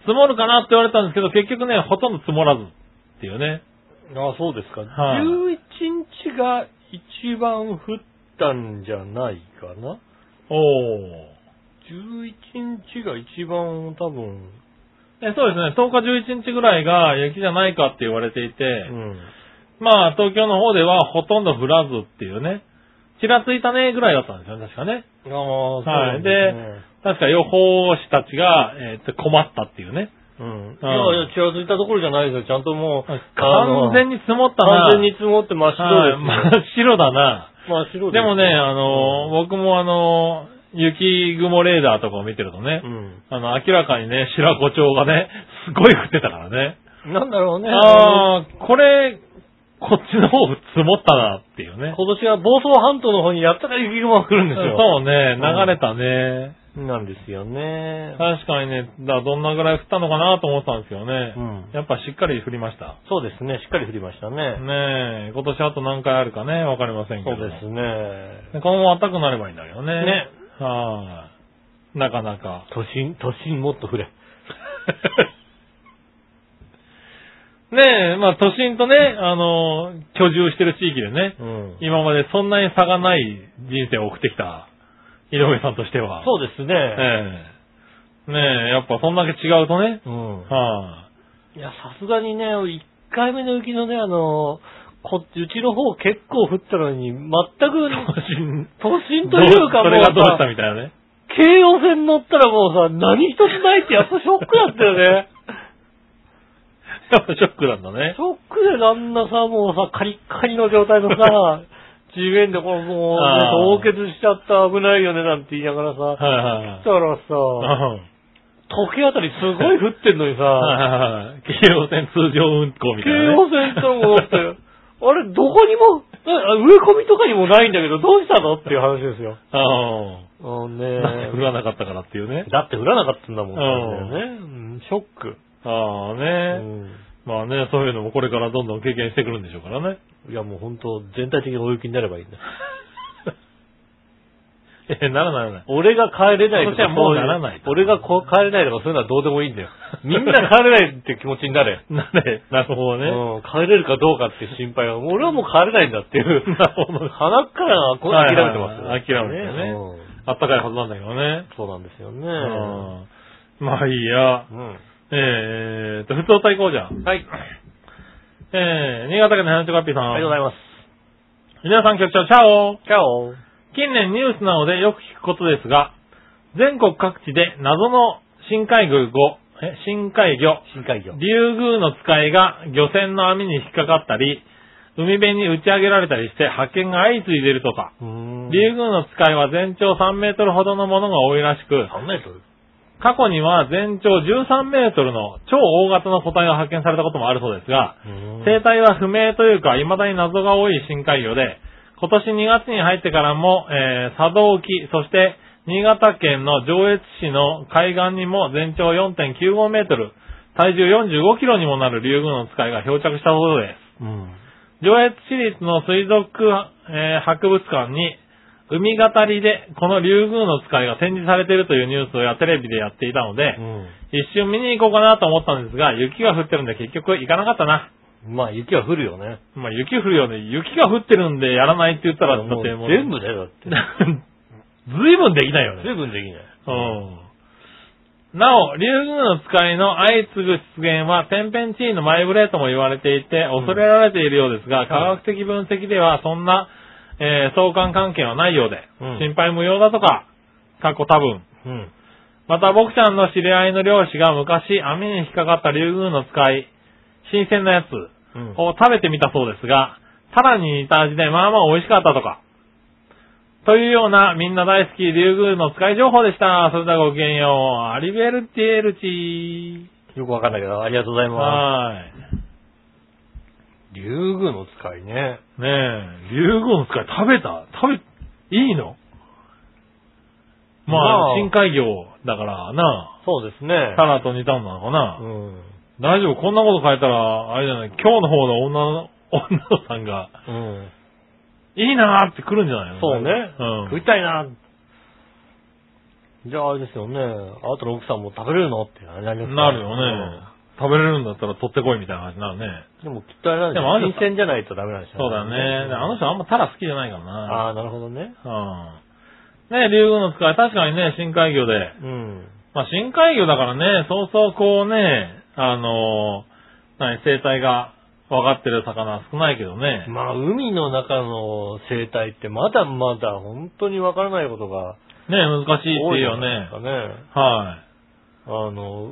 [SPEAKER 3] 積もるかなって言われたんですけど、結局ね、ほとんど積もらずっていうね。
[SPEAKER 4] ああ、そうですか。
[SPEAKER 3] はい
[SPEAKER 4] 11日が一番降ったんじゃないか
[SPEAKER 3] おー。
[SPEAKER 4] な。11日が一番多分、
[SPEAKER 3] えそうですね、10日11日ぐらいが雪じゃないかって言われていて、
[SPEAKER 4] うん。
[SPEAKER 3] まあ東京の方ではほとんど降らずっていうね、ちらついたねぐらいだったんですよね、確かね。
[SPEAKER 4] ああ、そう
[SPEAKER 3] はい
[SPEAKER 4] ですね
[SPEAKER 3] 確か予報士たちが、えーと困ったっていうね。
[SPEAKER 4] うん。いやいや、ちらついたところじゃないですよ。ちゃんともう、
[SPEAKER 3] 完全
[SPEAKER 4] に、
[SPEAKER 3] に積もったな。
[SPEAKER 4] 完全に積もって真っ白
[SPEAKER 3] はい
[SPEAKER 4] ですよ。
[SPEAKER 3] 真っ白だな。
[SPEAKER 4] 真っ白
[SPEAKER 3] で
[SPEAKER 4] ですよ
[SPEAKER 3] もね、あの、僕もあの、雪雲レーダーとかを見てるとね、
[SPEAKER 4] うん。
[SPEAKER 3] あの、明らかにね、白子町がね、すごい降ってたからね。
[SPEAKER 4] なんだろうね。あ
[SPEAKER 3] ああ、これ、こっちの方積もったなっていう
[SPEAKER 4] の
[SPEAKER 3] ね。
[SPEAKER 4] 今年は房総半島の方にやったら雪雲が来るんですよ。
[SPEAKER 3] そうね、流れたね。
[SPEAKER 4] なんですよね。
[SPEAKER 3] 確かにね、だどんなぐらい降ったのかなと思ってたんですけどね
[SPEAKER 4] う。ん。
[SPEAKER 3] やっぱしっかり降りました。
[SPEAKER 4] そうですね。しっかり降りましたね。
[SPEAKER 3] ねえ、今年あと何回あるかね、わかりませんけ
[SPEAKER 4] そ
[SPEAKER 3] ど。
[SPEAKER 4] うですね。
[SPEAKER 3] ね。このまま暖かくなればいいんだけどね。
[SPEAKER 4] ね。
[SPEAKER 3] はい。なかな か。
[SPEAKER 4] 都心、都心もっと降れ。
[SPEAKER 3] ねえ、まあ都心とね、あの、居住してる地域でね、
[SPEAKER 4] うん。
[SPEAKER 3] 今までそんなに差がない人生を送ってきた、井上さんとしては。
[SPEAKER 4] そうですね。
[SPEAKER 3] ええねえ、やっぱそんだけ違うとね、
[SPEAKER 4] うん。
[SPEAKER 3] はい
[SPEAKER 4] や、さすがにね、1回目の雪のね、あの、こっち、うちの方結構降ったのに、
[SPEAKER 3] い、
[SPEAKER 4] 全く、
[SPEAKER 3] 心
[SPEAKER 4] 都心というか
[SPEAKER 3] そ
[SPEAKER 4] もう
[SPEAKER 3] れがどうした
[SPEAKER 4] さ、
[SPEAKER 3] みたいなね。
[SPEAKER 4] 京王線乗ったらもうさ、何一つないってやっぱショックだった よね。
[SPEAKER 3] やっぱショックなんだ
[SPEAKER 4] シ
[SPEAKER 3] ね。
[SPEAKER 4] ョックであんなさ、もうさ、カリッカリの状態のさ、地面でこれも
[SPEAKER 3] あー
[SPEAKER 4] う、凍結しちゃった危ないよねなんて言いながらさ、
[SPEAKER 3] はいはい
[SPEAKER 4] だからさ、
[SPEAKER 3] はい。
[SPEAKER 4] 時計あたりすごい降ってんのに
[SPEAKER 3] は
[SPEAKER 4] さ、
[SPEAKER 3] いはいはい。京王線通常運行みた
[SPEAKER 4] 京
[SPEAKER 3] いな、ね。
[SPEAKER 4] 王線ともだって、あれ、どこにも、えあ植え込みとかにもないんだけど、どうしたのっていう話ですよ。
[SPEAKER 3] あ
[SPEAKER 4] あ
[SPEAKER 3] あ。なんで降
[SPEAKER 4] ね
[SPEAKER 3] らなかったからっていうね。
[SPEAKER 4] だって降らなかったんだもん
[SPEAKER 3] うん
[SPEAKER 4] だよね。うんショック。
[SPEAKER 3] ああね、
[SPEAKER 4] う
[SPEAKER 3] まあね、そういうのもこれからどんどん経験してくるんでしょうからね。
[SPEAKER 4] んいや、もう本当全体的に大雪になればいいんだ。
[SPEAKER 3] え、ならないならない。
[SPEAKER 4] 俺が帰れない
[SPEAKER 3] そし
[SPEAKER 4] と
[SPEAKER 3] た
[SPEAKER 4] から
[SPEAKER 3] もう
[SPEAKER 4] そい
[SPEAKER 3] ならないと
[SPEAKER 4] 俺がこう帰れないとかそういうのはどうでもいいんだ よ。みんな帰れないって気持ちになれ。
[SPEAKER 3] なれ、なるほどね。
[SPEAKER 4] うん、帰れるかどうかっていう心配は、俺はもう帰れないんだっていう。
[SPEAKER 3] なるほど
[SPEAKER 4] 鼻からこう諦めてます、
[SPEAKER 3] はいはいはい諦めてね
[SPEAKER 4] うん
[SPEAKER 3] あったかいはずなんだけどね。
[SPEAKER 4] そうなんですよね。
[SPEAKER 3] うんまあいいや。
[SPEAKER 4] うん。
[SPEAKER 3] えーっと、普通対抗じゃん。
[SPEAKER 4] はい。
[SPEAKER 3] えー、新潟県の花ちょかっぴーさん。
[SPEAKER 4] ありがとうござい
[SPEAKER 3] ま
[SPEAKER 4] ます。
[SPEAKER 3] す。皆さん局長、チャオ
[SPEAKER 4] キャオ
[SPEAKER 3] 近年ニュースなどでよく聞くことですが、全国各地で謎の深海魚、え深海魚、
[SPEAKER 4] 深海魚。
[SPEAKER 3] 竜宮の使いが漁船の網に引っかかったり、海辺に打ち上げられたりして発見が相次いでいるとか、
[SPEAKER 4] うん
[SPEAKER 3] 竜宮の使いは全長3メートルほどのものが多いらしく、
[SPEAKER 4] 3メートル
[SPEAKER 3] 過去には全長13メートルの超大型の個体が発見されたこともあるそうですが、生態は不明というか、未だに謎が多い深海魚で、今年2月に入ってからも、えー、佐渡沖、そして新潟県の上越市の海岸にも全長4.95メートル、体重45キロにもなる竜宮の使いが漂着したそうです。
[SPEAKER 4] うん。
[SPEAKER 3] 上越市立の水族、えー博物館に海語りで、この竜宮の使いが展示されているというニュースをやテレビでやっていたので、一瞬見に行こうかなと思ったんですが、雪が降ってるんで結局行かなかったな。
[SPEAKER 4] うん。まあ、雪は降るよね。
[SPEAKER 3] まあ雪降るよね。雪が降ってるんでやらないって言ったら、だ
[SPEAKER 4] も
[SPEAKER 3] っ
[SPEAKER 4] う
[SPEAKER 3] てもう、
[SPEAKER 4] 全部だよ、だって。
[SPEAKER 3] 随分できないよね。
[SPEAKER 4] 随分できない。
[SPEAKER 3] うん。なお、竜宮の使いの相次ぐ出現は、天変地異のマイブレーとも言われていて、恐れられているようですが、科学的分析では、そんな、えー相関関係はないようで、
[SPEAKER 4] うん
[SPEAKER 3] 心配無用だとか、過去多分。
[SPEAKER 4] うん。
[SPEAKER 3] また、僕ちゃんの知り合いの漁師が昔、網に引っかかった竜宮の使い、新鮮なやつ
[SPEAKER 4] うん。
[SPEAKER 3] を食べてみたそうですが、タラに似た味で、まあまあ美味しかったとか。というような、みんな大好き、竜宮の使い情報でした。それではごきげんよう。アリベルティエルチ
[SPEAKER 4] よくわかんないけど、ありがとうござ
[SPEAKER 3] ー。
[SPEAKER 4] いま
[SPEAKER 3] は
[SPEAKER 4] す。竜宮の使いね。
[SPEAKER 3] い。ねえ、竜宮の使い食べた食べ、いいのま
[SPEAKER 4] まあ
[SPEAKER 3] あ、深海魚だからな、
[SPEAKER 4] そうですね
[SPEAKER 3] タ。ラと似たんなのかな。
[SPEAKER 4] うん。
[SPEAKER 3] 大丈夫こんなこと書いたら、あれじゃない、今日の方の女の、 女のさんが、
[SPEAKER 4] うん。
[SPEAKER 3] いいなーって来るんじゃないの
[SPEAKER 4] そうね。
[SPEAKER 3] うん。
[SPEAKER 4] 食いたいな。じゃあ、あれですよね。あなたの奥さんも食べれるのってなります
[SPEAKER 3] なるよね。食べれるんだったら取ってこいみたいな感じになるね。
[SPEAKER 4] うんでも、きっとあれなん
[SPEAKER 3] で
[SPEAKER 4] で
[SPEAKER 3] もあ
[SPEAKER 4] す
[SPEAKER 3] の
[SPEAKER 4] よ。新鮮じゃないとダメなんでしょ
[SPEAKER 3] そうだね。あの人あんまタラ好きじゃないからな。
[SPEAKER 4] ああ、なるほどね。
[SPEAKER 3] うん。ね竜宮の使い、確かにね、深海魚で。
[SPEAKER 4] うん。
[SPEAKER 3] まあ、深海魚だからね、そうそうこうね、あのー何、生態が分かってる魚は少ないけどね。
[SPEAKER 4] まあ、海の中の生態ってまだまだ本当にわからないことが
[SPEAKER 3] ね難しいって
[SPEAKER 4] 多
[SPEAKER 3] いう
[SPEAKER 4] い
[SPEAKER 3] よ
[SPEAKER 4] よ
[SPEAKER 3] ね
[SPEAKER 4] ね。。ね
[SPEAKER 3] は
[SPEAKER 4] あの、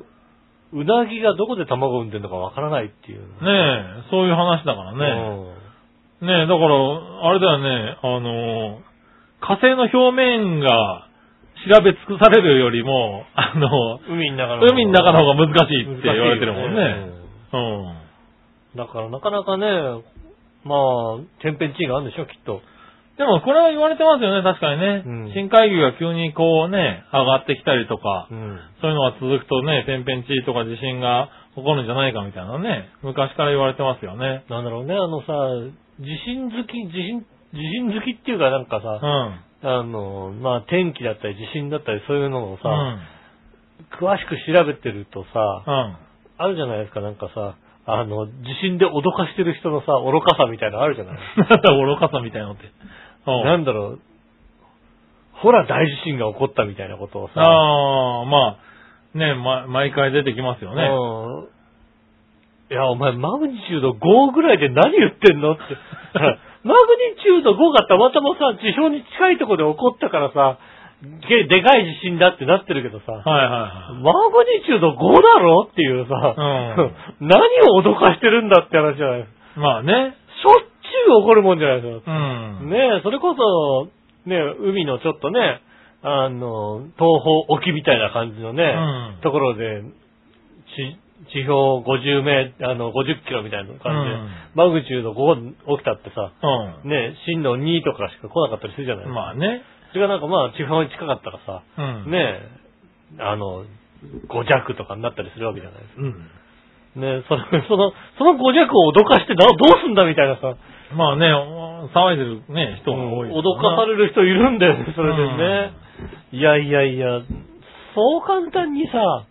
[SPEAKER 4] うなぎがどこで卵を産んでるのかわからないっていう。
[SPEAKER 3] い。ねそういう話だから
[SPEAKER 4] う
[SPEAKER 3] ね。
[SPEAKER 4] ん。
[SPEAKER 3] ねだから、あれだよね、あのー火星の表面が調べ尽くされるよりも、あのー
[SPEAKER 4] 海の中の。
[SPEAKER 3] 海の中の方が難しい
[SPEAKER 4] 難
[SPEAKER 3] っ
[SPEAKER 4] してい
[SPEAKER 3] 言
[SPEAKER 4] よね
[SPEAKER 3] われてるもんね。うん。
[SPEAKER 4] うんだからなかなかね、まあ、天変地異があるんでしょ、きっと。
[SPEAKER 3] でもこれは言われてますよね、確かにね。
[SPEAKER 4] うん
[SPEAKER 3] 深海魚が急にこうね、上がってきたりとか、
[SPEAKER 4] うん。
[SPEAKER 3] そういうのが続くとね、天変地異とか地震が起こるんじゃないかみたいなね、昔から言われてますよね。
[SPEAKER 4] なんだろうね、あのさ、地震好き、地震、地震好きっていうかなんか
[SPEAKER 3] う
[SPEAKER 4] さ、
[SPEAKER 3] ん。
[SPEAKER 4] あの、まあ天気だったり地震だったりそういうのを
[SPEAKER 3] う
[SPEAKER 4] さ、
[SPEAKER 3] ん。
[SPEAKER 4] 詳しく調べてるとさ、
[SPEAKER 3] うん。
[SPEAKER 4] あるじゃないですか、なんかさ、あの、地震で脅かしてる人のさ、愚かさみたいなのある じゃない
[SPEAKER 3] なんだ愚かさみたいなのって。うん
[SPEAKER 4] なんだろう、ほら大地震が起こったみたいなことをさ、
[SPEAKER 3] ああ、まあ、ね、ま、毎回出てきますよね。
[SPEAKER 4] うんいや、お前マグニチュード5ぐらいで何言って んのって。マグニチュード5がたまたまさ、地表に近いところで起こったからさ、げでかい地震だってなってるけどさ、
[SPEAKER 3] はいはいはい。
[SPEAKER 4] マグニチュード5だろっていうさ、 何を脅かしてるんだって話じゃないですか。
[SPEAKER 3] まあね。
[SPEAKER 4] しょっちゅう起こるもんじゃないですか
[SPEAKER 3] う。ん。
[SPEAKER 4] ねえ、それこそ、ねえ、海のちょっとね、あの、東方沖みたいな感じのね、
[SPEAKER 3] うん
[SPEAKER 4] ところで、地、地表50メーあの、50キロみたいな感じで、
[SPEAKER 3] うん
[SPEAKER 4] マグニチュード5起きたってさ、
[SPEAKER 3] う
[SPEAKER 4] ねえ、震度2とかしか来なかったりするじゃない
[SPEAKER 3] ん。まあね。
[SPEAKER 4] それがなんかまあ、地表に近かったらさ、
[SPEAKER 3] うん。。
[SPEAKER 4] ねえ、あの、5弱とかになったりするわけじゃないですか。
[SPEAKER 3] うん。
[SPEAKER 4] ねえ、その、その、その5弱を脅かしてなどうすんだみたいなさ、
[SPEAKER 3] まあね、お騒いでるね、人が多いらな。
[SPEAKER 4] 脅かされる人いるんだよね、それでね。いやいやいや、そう簡単にさ、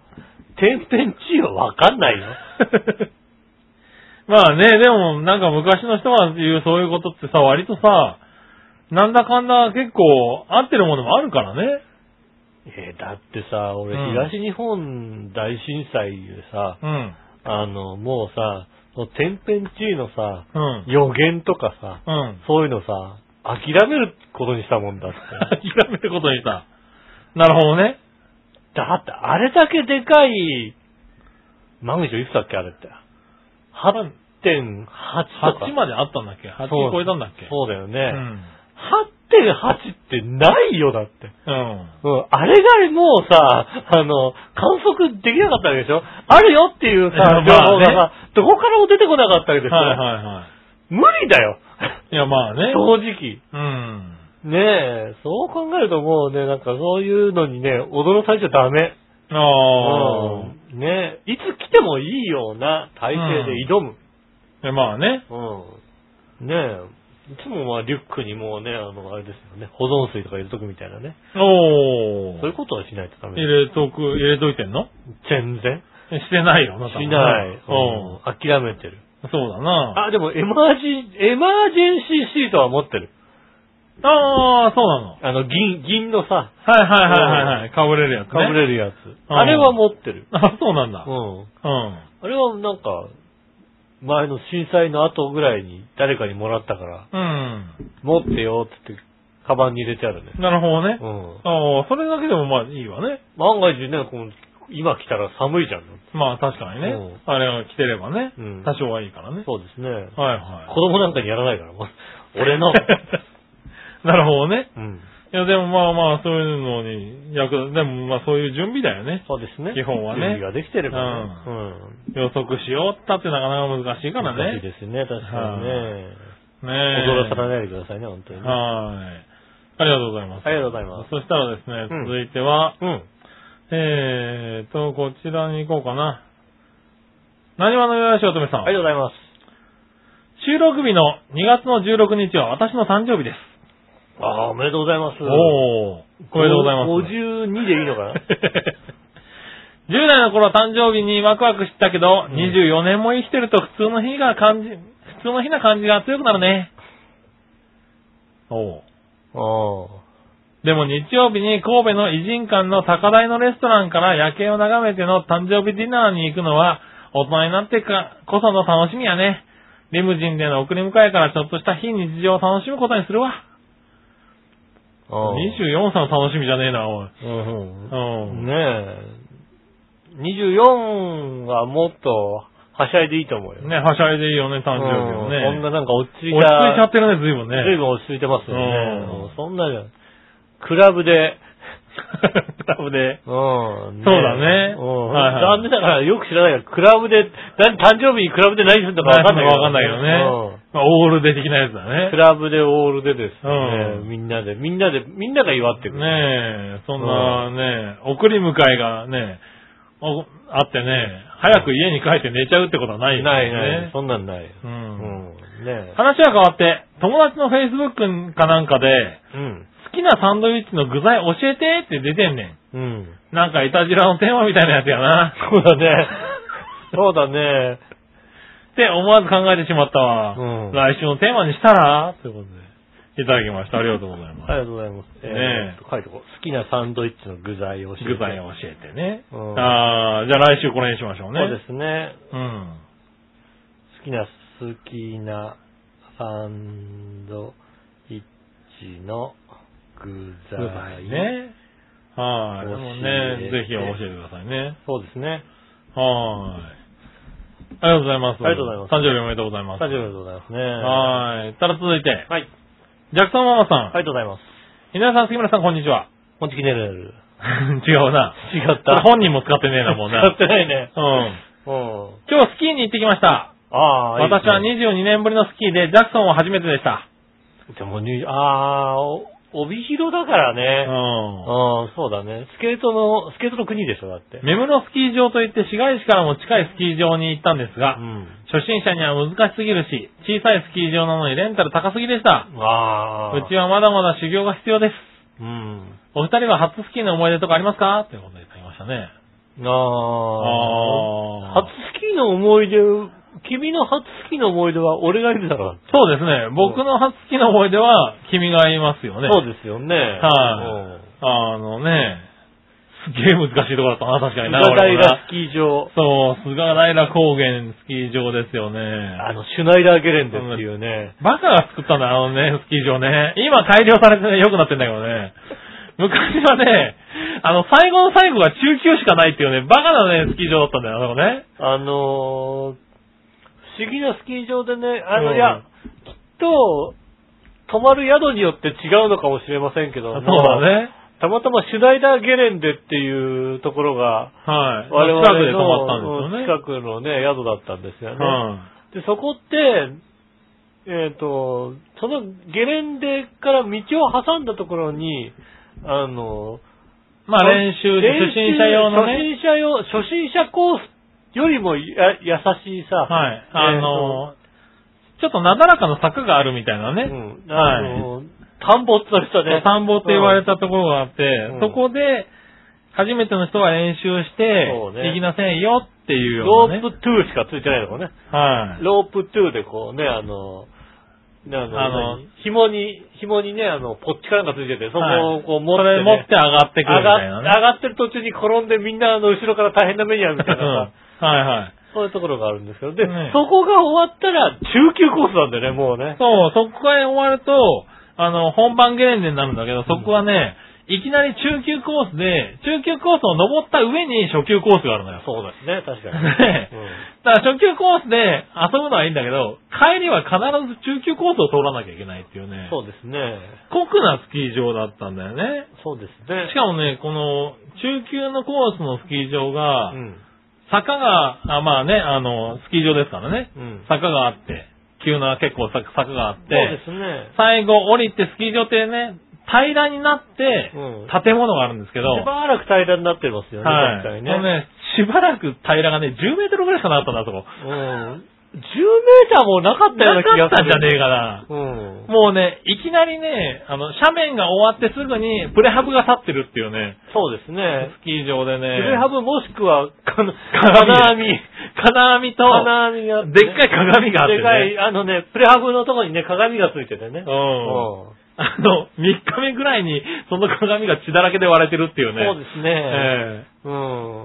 [SPEAKER 4] 天変地異はわかんな いよ。
[SPEAKER 3] まあね、でもなんか昔の人が言うそういうことってさ、割とさ、なんだかんだ結構合ってるものもあるからね。
[SPEAKER 4] えーだってさ、俺
[SPEAKER 3] うん
[SPEAKER 4] 東日本大震災でさ、
[SPEAKER 3] うん。
[SPEAKER 4] あの、もうさ、もう天変地異のさ、
[SPEAKER 3] うん。
[SPEAKER 4] 予言とかさ、
[SPEAKER 3] うん。
[SPEAKER 4] そういうのさ、諦めることにしたもんだって。
[SPEAKER 3] 諦めることにした。なるほどね。
[SPEAKER 4] だって、あれだけでかい、マグニチュードいくつだっけあれって。8.8とか。
[SPEAKER 3] 8まであったんだっけ ?8
[SPEAKER 4] そう
[SPEAKER 3] 超えたんだっけ
[SPEAKER 4] そうだよね。
[SPEAKER 3] うん。
[SPEAKER 4] 8.8ってないよ、だって。
[SPEAKER 3] うん。
[SPEAKER 4] うん、あれがもうさ、あの、観測できなかったわけでしょあるよっていう
[SPEAKER 3] まあ
[SPEAKER 4] さ
[SPEAKER 3] ね、
[SPEAKER 4] 情報がさ、どこからも出てこなかったわけでしょ、
[SPEAKER 3] はいはいは
[SPEAKER 4] 無理だよ
[SPEAKER 3] い。いやまあね。
[SPEAKER 4] 正直。
[SPEAKER 3] うん。
[SPEAKER 4] ねえ、そう考えるともうね、なんかそういうのにね、驚かれちゃダメ。
[SPEAKER 3] ああ。
[SPEAKER 4] うんねえ、いつ来てもいいような体制で挑む。
[SPEAKER 3] いやまあね。
[SPEAKER 4] うん。ねえ、いつもまあリュックにもうね、あの、あれですよね、保存水とか入れとくみたいなね。
[SPEAKER 3] おー。
[SPEAKER 4] そういうことはしないとダメ
[SPEAKER 3] 入れとく、入れといてんの
[SPEAKER 4] 全然。
[SPEAKER 3] してないよ、あなたも
[SPEAKER 4] しない。
[SPEAKER 3] うん。
[SPEAKER 4] うん。諦めてる。
[SPEAKER 3] そうだな。
[SPEAKER 4] あ、でもエマージン、エマージェンシーシートは持ってる。
[SPEAKER 3] ああ、そうなの。
[SPEAKER 4] あの、銀、銀の
[SPEAKER 3] はい
[SPEAKER 4] さ、
[SPEAKER 3] はいはいはいはい。かぶれるやつね。
[SPEAKER 4] かぶれるやつ。
[SPEAKER 3] うん
[SPEAKER 4] あれは持ってる。
[SPEAKER 3] あ、そうなんだ
[SPEAKER 4] う。ん。
[SPEAKER 3] うん。
[SPEAKER 4] あれはなんか、前の震災の後ぐらいに誰かにもらったから、
[SPEAKER 3] うん。
[SPEAKER 4] 持ってよって言って、カバンに入れてあるね。
[SPEAKER 3] なるほどね
[SPEAKER 4] う。ん。
[SPEAKER 3] ああ、それだけでもまあいいわね。
[SPEAKER 4] 万が一ね、この今来たら寒いじゃん。
[SPEAKER 3] まあ確かにね
[SPEAKER 4] うん。
[SPEAKER 3] あれが着てればね
[SPEAKER 4] うん。
[SPEAKER 3] 多少はいいからね。
[SPEAKER 4] そうですね。
[SPEAKER 3] はいは
[SPEAKER 4] 子供なんかにやらないから、 もう俺の。
[SPEAKER 3] い。 なるほどね。
[SPEAKER 4] うん。
[SPEAKER 3] いやでもまあまあそういうのに役立つ。でもまあそういう準備だよね。
[SPEAKER 4] そうですね。
[SPEAKER 3] 基本はね
[SPEAKER 4] 準備ができてればね。
[SPEAKER 3] う
[SPEAKER 4] うん。
[SPEAKER 3] 予測しようったってなかなか難しいから
[SPEAKER 4] 難しい
[SPEAKER 3] ね。
[SPEAKER 4] ですね、確かにね。
[SPEAKER 3] ねえ
[SPEAKER 4] 驚かされないでくださいね、本当にね。
[SPEAKER 3] はい。ありがとうございます。
[SPEAKER 4] ありがとうございます
[SPEAKER 3] そしたらですね、
[SPEAKER 4] うん
[SPEAKER 3] 続いては、
[SPEAKER 4] うん。
[SPEAKER 3] えーと、こちらに行こうかな。何話のよやしおとめさん
[SPEAKER 4] あ。りがとうございます。
[SPEAKER 3] 収録日の2月の16日は私の誕生日です。
[SPEAKER 4] ああ、おめでとうございます。
[SPEAKER 3] おー、おめでとうございます。
[SPEAKER 4] 52でいいのかな
[SPEAKER 3] 10代の頃誕生日にワクワクしてたけど、
[SPEAKER 4] うん
[SPEAKER 3] 24年も生きてると普通の日が感じ、普通の日な感じが強くなるね。おう
[SPEAKER 4] ああ。
[SPEAKER 3] でも日曜日に神戸の偉人館の高台のレストランから夜景を眺めての誕生日ディナーに行くのは、大人になってかこその楽しみやね。リムジンでの送り迎えからちょっとした非日常を楽しむことにするわ。
[SPEAKER 4] ああ
[SPEAKER 3] 24歳の楽しみじゃねえな、おい。
[SPEAKER 4] うん
[SPEAKER 3] う
[SPEAKER 4] うん。
[SPEAKER 3] ん。
[SPEAKER 4] ねえ。24はもっと、はしゃいでいいと思うよ。
[SPEAKER 3] ね、はしゃいでいいよね、誕生日を
[SPEAKER 4] うんこんな
[SPEAKER 3] ね。
[SPEAKER 4] なんか落ち着い
[SPEAKER 3] 落ち
[SPEAKER 4] た。
[SPEAKER 3] 着いちゃってるね、随分ね。
[SPEAKER 4] 随分落ち着いてますよね。
[SPEAKER 3] うん
[SPEAKER 4] うんそんなじゃん。クラブで、
[SPEAKER 3] クラブで。
[SPEAKER 4] うん。
[SPEAKER 3] そうだね
[SPEAKER 4] うん。
[SPEAKER 3] はいはい
[SPEAKER 4] 残念ながらよく知らないから、クラブで、何誕生日にクラブで何するのかわかんない
[SPEAKER 3] わかんないけどね。まあオールで的なやつだ
[SPEAKER 4] うんク
[SPEAKER 3] ね。
[SPEAKER 4] ラブでオールでですね、
[SPEAKER 3] うん
[SPEAKER 4] みんなで、みんなで、みんなが祝ってくれる。
[SPEAKER 3] ねえ、そんなね、送り迎えがね、おあってね、早く家に帰って寝ちゃうってことはないよね。
[SPEAKER 4] ないない、そんなんないよ。
[SPEAKER 3] う。
[SPEAKER 4] うんん。ね
[SPEAKER 3] 話は変わって、友達の Facebook かなんかで、
[SPEAKER 4] うん。
[SPEAKER 3] 好きなサンドイッチの具材教えてって出てんね
[SPEAKER 4] うん。
[SPEAKER 3] ん。なんかいたじらのテーマみたいなやつや な。
[SPEAKER 4] そうだね。そうだね。
[SPEAKER 3] って思わず考えてしまったわ。
[SPEAKER 4] うん
[SPEAKER 3] 来週のテーマにしたらということで、いただきました。ありがとうございます。
[SPEAKER 4] ありがとうございます。
[SPEAKER 3] ねえ
[SPEAKER 4] えー、書いとこう。好きなサンドイッチの具材を教えて
[SPEAKER 3] 具材を教えてね。
[SPEAKER 4] うん
[SPEAKER 3] ああ、じゃあ来週これにしましょうね。
[SPEAKER 4] そうですね。
[SPEAKER 3] うん。
[SPEAKER 4] 好きな、好きなサンドイッチの具
[SPEAKER 3] 具
[SPEAKER 4] 材。
[SPEAKER 3] 材。ね。はい。でも
[SPEAKER 4] 教え
[SPEAKER 3] ね、
[SPEAKER 4] て
[SPEAKER 3] ぜひ教えてくださいね。
[SPEAKER 4] そうですね。
[SPEAKER 3] はい。ありがとうございます。
[SPEAKER 4] ありがとうございます
[SPEAKER 3] 誕生日おめでとうございます。
[SPEAKER 4] 大丈夫でございますね。は
[SPEAKER 3] はい。ただ続いて、
[SPEAKER 4] い。あり
[SPEAKER 3] ジャクソンママさん。
[SPEAKER 4] がとうございます。
[SPEAKER 3] 皆さん、杉村さん、こんにち は。
[SPEAKER 4] モンチキネルネル。
[SPEAKER 3] 違うな。
[SPEAKER 4] 違っ
[SPEAKER 3] これ
[SPEAKER 4] た。
[SPEAKER 3] 本人も使ってねえな、もうな。
[SPEAKER 4] 使ってないね。
[SPEAKER 3] うん。
[SPEAKER 4] うん。
[SPEAKER 3] 今日スキーに行ってきました。
[SPEAKER 4] ああ、いいです
[SPEAKER 3] 私
[SPEAKER 4] ね
[SPEAKER 3] は22年ぶりのスキーで、ジャクソンは初めてでした。
[SPEAKER 4] でもに、ああ、お帯広だから
[SPEAKER 3] う
[SPEAKER 4] ね。
[SPEAKER 3] ん。
[SPEAKER 4] うん、そうだね。スケートの、スケートの国でしょ、だって。
[SPEAKER 3] 目室スキー場といって市街地からも近いスキー場に行ったんです
[SPEAKER 4] う
[SPEAKER 3] が、
[SPEAKER 4] ん。
[SPEAKER 3] 初心者には難しすぎるし、小さいスキー場なのにレンタル高すぎでした。
[SPEAKER 4] ああ。
[SPEAKER 3] うちはまだまだ修行が必要です。
[SPEAKER 4] うん。
[SPEAKER 3] お二人は初スキーの思い出とかありますかということでいただきましたね。
[SPEAKER 4] ああ。
[SPEAKER 3] あ
[SPEAKER 4] 初スキーの思い出、君の初スキーの思い出は俺がいるだろう。
[SPEAKER 3] そうですね。僕の初スキーの思い出は、君がいますよね。
[SPEAKER 4] そう
[SPEAKER 3] う
[SPEAKER 4] ですよね。。
[SPEAKER 3] はいあのね、すげえ難しいところだったな、確かにな。
[SPEAKER 4] 菅
[SPEAKER 3] 俺もな
[SPEAKER 4] 平スキー場。
[SPEAKER 3] そう、菅平高原スキー場ですよね。
[SPEAKER 4] あの、シュナイダーゲレンデっていうね。
[SPEAKER 3] バカが作ったんだ、あのね、スキー場ね。今改良されてね、良くなってんだけど ね。昔はね、あの、最後の最後が中級しかないっていうね、バカなね、スキー場だったんだよ、あのね。
[SPEAKER 4] あのー、不思議なスキー場でね、あ
[SPEAKER 3] う
[SPEAKER 4] の、
[SPEAKER 3] ん
[SPEAKER 4] いや、きっと、泊まる宿によって違うのかもしれませんけど、
[SPEAKER 3] そうだね。
[SPEAKER 4] たまたまシュナイダーゲレンデっていうところが、
[SPEAKER 3] はい。
[SPEAKER 4] 我々の
[SPEAKER 3] 近くで泊まったんですよね。
[SPEAKER 4] 近くのね、宿だったんですよね。
[SPEAKER 3] うん。
[SPEAKER 4] で、そこって、えっ、と、そのゲレンデから道を挟んだところに、あの、
[SPEAKER 3] まあ練習で、
[SPEAKER 4] 練
[SPEAKER 3] 初
[SPEAKER 4] 習
[SPEAKER 3] 心者用のね。
[SPEAKER 4] 初心者用、初心者コースよりもや優しいさ、
[SPEAKER 3] はい。あの、ちょっとなだらかな柵があるみたいなね。
[SPEAKER 4] うん。あ
[SPEAKER 3] はい。
[SPEAKER 4] の、田んぼって言われたね。
[SPEAKER 3] 田んぼって言われたところがあって、
[SPEAKER 4] うん
[SPEAKER 3] そこで、初めての人は練習して、
[SPEAKER 4] そう
[SPEAKER 3] で
[SPEAKER 4] ね
[SPEAKER 3] きませんよっていうよ
[SPEAKER 4] ロ
[SPEAKER 3] うな、ね。
[SPEAKER 4] ープ2しかついてないのかね。
[SPEAKER 3] はい。
[SPEAKER 4] ロープ2でこうね、あの、ね、あの、
[SPEAKER 3] あの
[SPEAKER 4] 何紐に、紐にね、あの、ポッチかなんかついてて、そこ
[SPEAKER 3] は
[SPEAKER 4] を
[SPEAKER 3] い
[SPEAKER 4] こう持って、
[SPEAKER 3] それ
[SPEAKER 4] ね、
[SPEAKER 3] 持って上がってくる
[SPEAKER 4] 上
[SPEAKER 3] みたいな
[SPEAKER 4] が
[SPEAKER 3] ね。
[SPEAKER 4] 上がってる途中に転んでみんなあの後ろから大変な目に遭うみたいな
[SPEAKER 3] う
[SPEAKER 4] さ、
[SPEAKER 3] んはいはい。
[SPEAKER 4] そういうところがあるんですけど、で、
[SPEAKER 3] ね
[SPEAKER 4] そこが終わったら中級コースなんだよね、もうね。
[SPEAKER 3] そう、そこが終わると、あの、本番ゲレンデになるんだけど、そこはね、いきなり中級コースで、中級コースを登った上に初級コースがあるのよ。
[SPEAKER 4] そうですね、確か に。
[SPEAKER 3] ねだから初級コースで遊ぶのはいいんだけど、帰りは必ず中級コースを通らなきゃいけないっていう
[SPEAKER 4] う
[SPEAKER 3] ね
[SPEAKER 4] ん、。そうですね。
[SPEAKER 3] 酷なスキー場だったんだよね。
[SPEAKER 4] そうですね。
[SPEAKER 3] しかもね、この中級のコースのスキー場が、
[SPEAKER 4] うん。
[SPEAKER 3] 坂が、あまあね、あの、スキー場ですからね。
[SPEAKER 4] うん。
[SPEAKER 3] 坂があって、急な結構坂坂があって、
[SPEAKER 4] そうですね。
[SPEAKER 3] 最後降りてスキー場ってね、平らになって
[SPEAKER 4] うん、
[SPEAKER 3] 建物があるんですけど、
[SPEAKER 4] しばらく平らになってますよね、
[SPEAKER 3] はい。
[SPEAKER 4] 確かにね。
[SPEAKER 3] もうね、しばらく平らがね、10メートルぐらいしかなかったんだ、あそこ。
[SPEAKER 4] うん。10メーターもなかったような
[SPEAKER 3] な
[SPEAKER 4] 気
[SPEAKER 3] かっ
[SPEAKER 4] が
[SPEAKER 3] た
[SPEAKER 4] す
[SPEAKER 3] ん
[SPEAKER 4] る。
[SPEAKER 3] じゃねえかな。
[SPEAKER 4] うん。
[SPEAKER 3] もうね、いきなりね、あの、斜面が終わってすぐにプレハブが立ってるっていうね、
[SPEAKER 4] そうですね。
[SPEAKER 3] スキー場でね、
[SPEAKER 4] プレハブもしくは、かな金
[SPEAKER 3] 金
[SPEAKER 4] 網。
[SPEAKER 3] 網、金網と、
[SPEAKER 4] 金網があって。
[SPEAKER 3] でっかい鏡があってね
[SPEAKER 4] でかい、あのね、プレハブのとこにね、鏡がついててね。
[SPEAKER 3] う
[SPEAKER 4] うん
[SPEAKER 3] ん。あの、3日目ぐらいに、その鏡が血だらけで割れてるっていうね。
[SPEAKER 4] そうですね。
[SPEAKER 3] え
[SPEAKER 4] うん。
[SPEAKER 3] え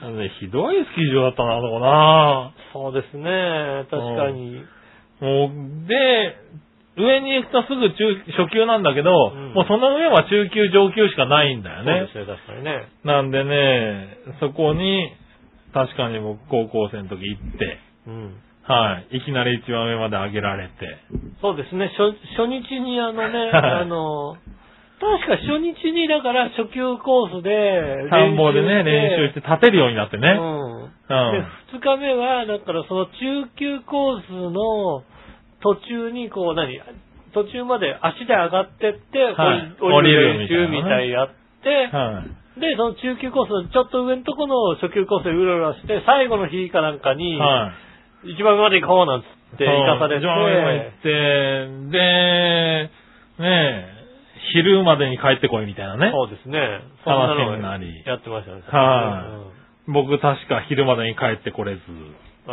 [SPEAKER 3] あのね、ひどいスキー場だったな、あそこな。
[SPEAKER 4] そうですね。確かに。
[SPEAKER 3] もう、で、上に行くとすぐ中、初級なんだけど、
[SPEAKER 4] ん
[SPEAKER 3] もうその上は中級、上級しかないんだ
[SPEAKER 4] そ
[SPEAKER 3] よね
[SPEAKER 4] うで。すね、確かにね。
[SPEAKER 3] なんでね、そこに、確かに僕高校生の時行って、
[SPEAKER 4] うん。
[SPEAKER 3] はい、いきなり一番上まで上げられて、
[SPEAKER 4] そうですね。初初日にあの ね、
[SPEAKER 3] はい
[SPEAKER 4] あの、確か初日にだから初級コースで練習して、
[SPEAKER 3] 田んぼでね、練習して立てるようになってね。
[SPEAKER 4] うん。
[SPEAKER 3] うん
[SPEAKER 4] で、二日目は、だからその中級コースの途中に、こう何、途中まで足で上がってって、
[SPEAKER 3] はい
[SPEAKER 4] 降りる練
[SPEAKER 3] 降りる
[SPEAKER 4] 習
[SPEAKER 3] み
[SPEAKER 4] み
[SPEAKER 3] た
[SPEAKER 4] た
[SPEAKER 3] い
[SPEAKER 4] いやって、
[SPEAKER 3] はい。
[SPEAKER 4] で、その中級コースのちょっと上のとこの初級コースでうろうろして、最後の日かなんかに、
[SPEAKER 3] はい。
[SPEAKER 4] 一番上まで行こうなんつって行かされて、
[SPEAKER 3] そう上まで行って、で、ねえ、昼までに帰ってこいみたいなね。
[SPEAKER 4] そうですね。そんな
[SPEAKER 3] 話
[SPEAKER 4] の
[SPEAKER 3] になり
[SPEAKER 4] やってましたね。
[SPEAKER 3] はい
[SPEAKER 4] うん
[SPEAKER 3] 僕確か昼までに帰ってこれず、
[SPEAKER 4] あ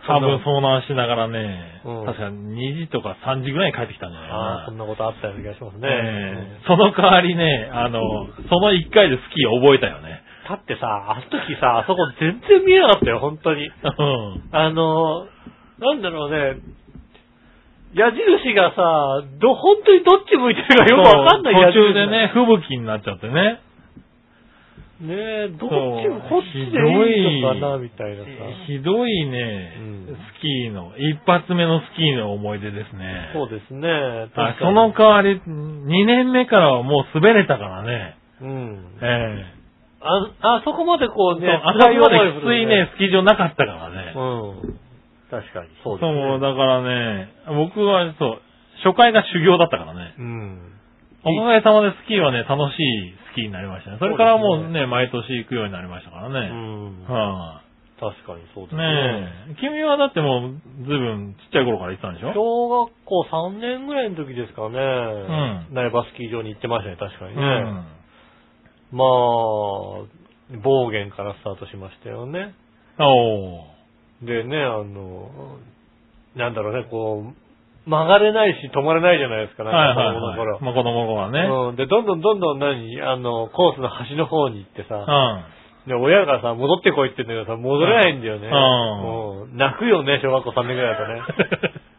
[SPEAKER 4] あ、
[SPEAKER 3] 多分
[SPEAKER 4] そん
[SPEAKER 3] 遭
[SPEAKER 4] な
[SPEAKER 3] 難しながらね、
[SPEAKER 4] うん
[SPEAKER 3] 確か2時とか3時ぐらいに帰ってきたんじゃないか
[SPEAKER 4] ああ、そん
[SPEAKER 3] な。
[SPEAKER 4] なことあったような気がしますね。
[SPEAKER 3] ねえその代わりね、あの、その1回でスキーを覚えたよね。
[SPEAKER 4] だってさ、あの時さ、あそこ全然見えなかったよ、本当に。
[SPEAKER 3] うん。
[SPEAKER 4] あの、なんだろうね、矢印がさ、ど、本当にどっち向いてるかよくわかんない
[SPEAKER 3] そう途
[SPEAKER 4] 矢
[SPEAKER 3] 中
[SPEAKER 4] 印。
[SPEAKER 3] でね、吹雪になっちゃってね。
[SPEAKER 4] ねえ、ど
[SPEAKER 3] そう
[SPEAKER 4] っちも、こっちでいいのかな、みたいなさ。
[SPEAKER 3] ひどいね、
[SPEAKER 4] うん
[SPEAKER 3] スキーの、一発目のスキーの思い出ですね。
[SPEAKER 4] そうですね。
[SPEAKER 3] はい
[SPEAKER 4] 確か
[SPEAKER 3] そ
[SPEAKER 4] に
[SPEAKER 3] の代わり、2年目からはもう滑れたからね。
[SPEAKER 4] うん。
[SPEAKER 3] え
[SPEAKER 4] あ、あそこまでこ
[SPEAKER 3] え
[SPEAKER 4] うね、
[SPEAKER 3] そうあそこまで
[SPEAKER 4] 辛
[SPEAKER 3] きついね、スキー場なかったからね。
[SPEAKER 4] 思いをするね。うん。確かに。そ
[SPEAKER 3] そう
[SPEAKER 4] うですね。
[SPEAKER 3] だからね、僕はそう、初回が修行だったからね。
[SPEAKER 4] うん。
[SPEAKER 3] おかげさまでスキーはね、楽しいスキーになりましたね。それからもう
[SPEAKER 4] そう
[SPEAKER 3] ね、毎年行くようになりましたから
[SPEAKER 4] う
[SPEAKER 3] ね。
[SPEAKER 4] ん。
[SPEAKER 3] は
[SPEAKER 4] 確かにそうで
[SPEAKER 3] い、
[SPEAKER 4] す
[SPEAKER 3] ねえ、君はだってもう、ずいぶんちっちゃい頃から行ってたんでしょ
[SPEAKER 4] 小学校3年ぐらいの時ですかね、
[SPEAKER 3] ん
[SPEAKER 4] 苗場スキー場に行ってましたね、確かに
[SPEAKER 3] う
[SPEAKER 4] ね。
[SPEAKER 3] ん。
[SPEAKER 4] まあ、暴言からスタートしましたよね。
[SPEAKER 3] おー。
[SPEAKER 4] でね、あの、なんだろうね、こう、曲がれないし止まれないじゃないですか、
[SPEAKER 3] はい
[SPEAKER 4] なんか
[SPEAKER 3] はい
[SPEAKER 4] 子供の
[SPEAKER 3] は
[SPEAKER 4] 頃。
[SPEAKER 3] い。まあ子供の頃はね。
[SPEAKER 4] うん、で、どんどんどんどん何、あの、コースの端の方に行って
[SPEAKER 3] う
[SPEAKER 4] さ、
[SPEAKER 3] ん。
[SPEAKER 4] で、親がさ、戻ってこいって言うんだけどさ、戻れないんだよね。
[SPEAKER 3] う
[SPEAKER 4] うん泣くよね、小学校3年ぐらいだとね。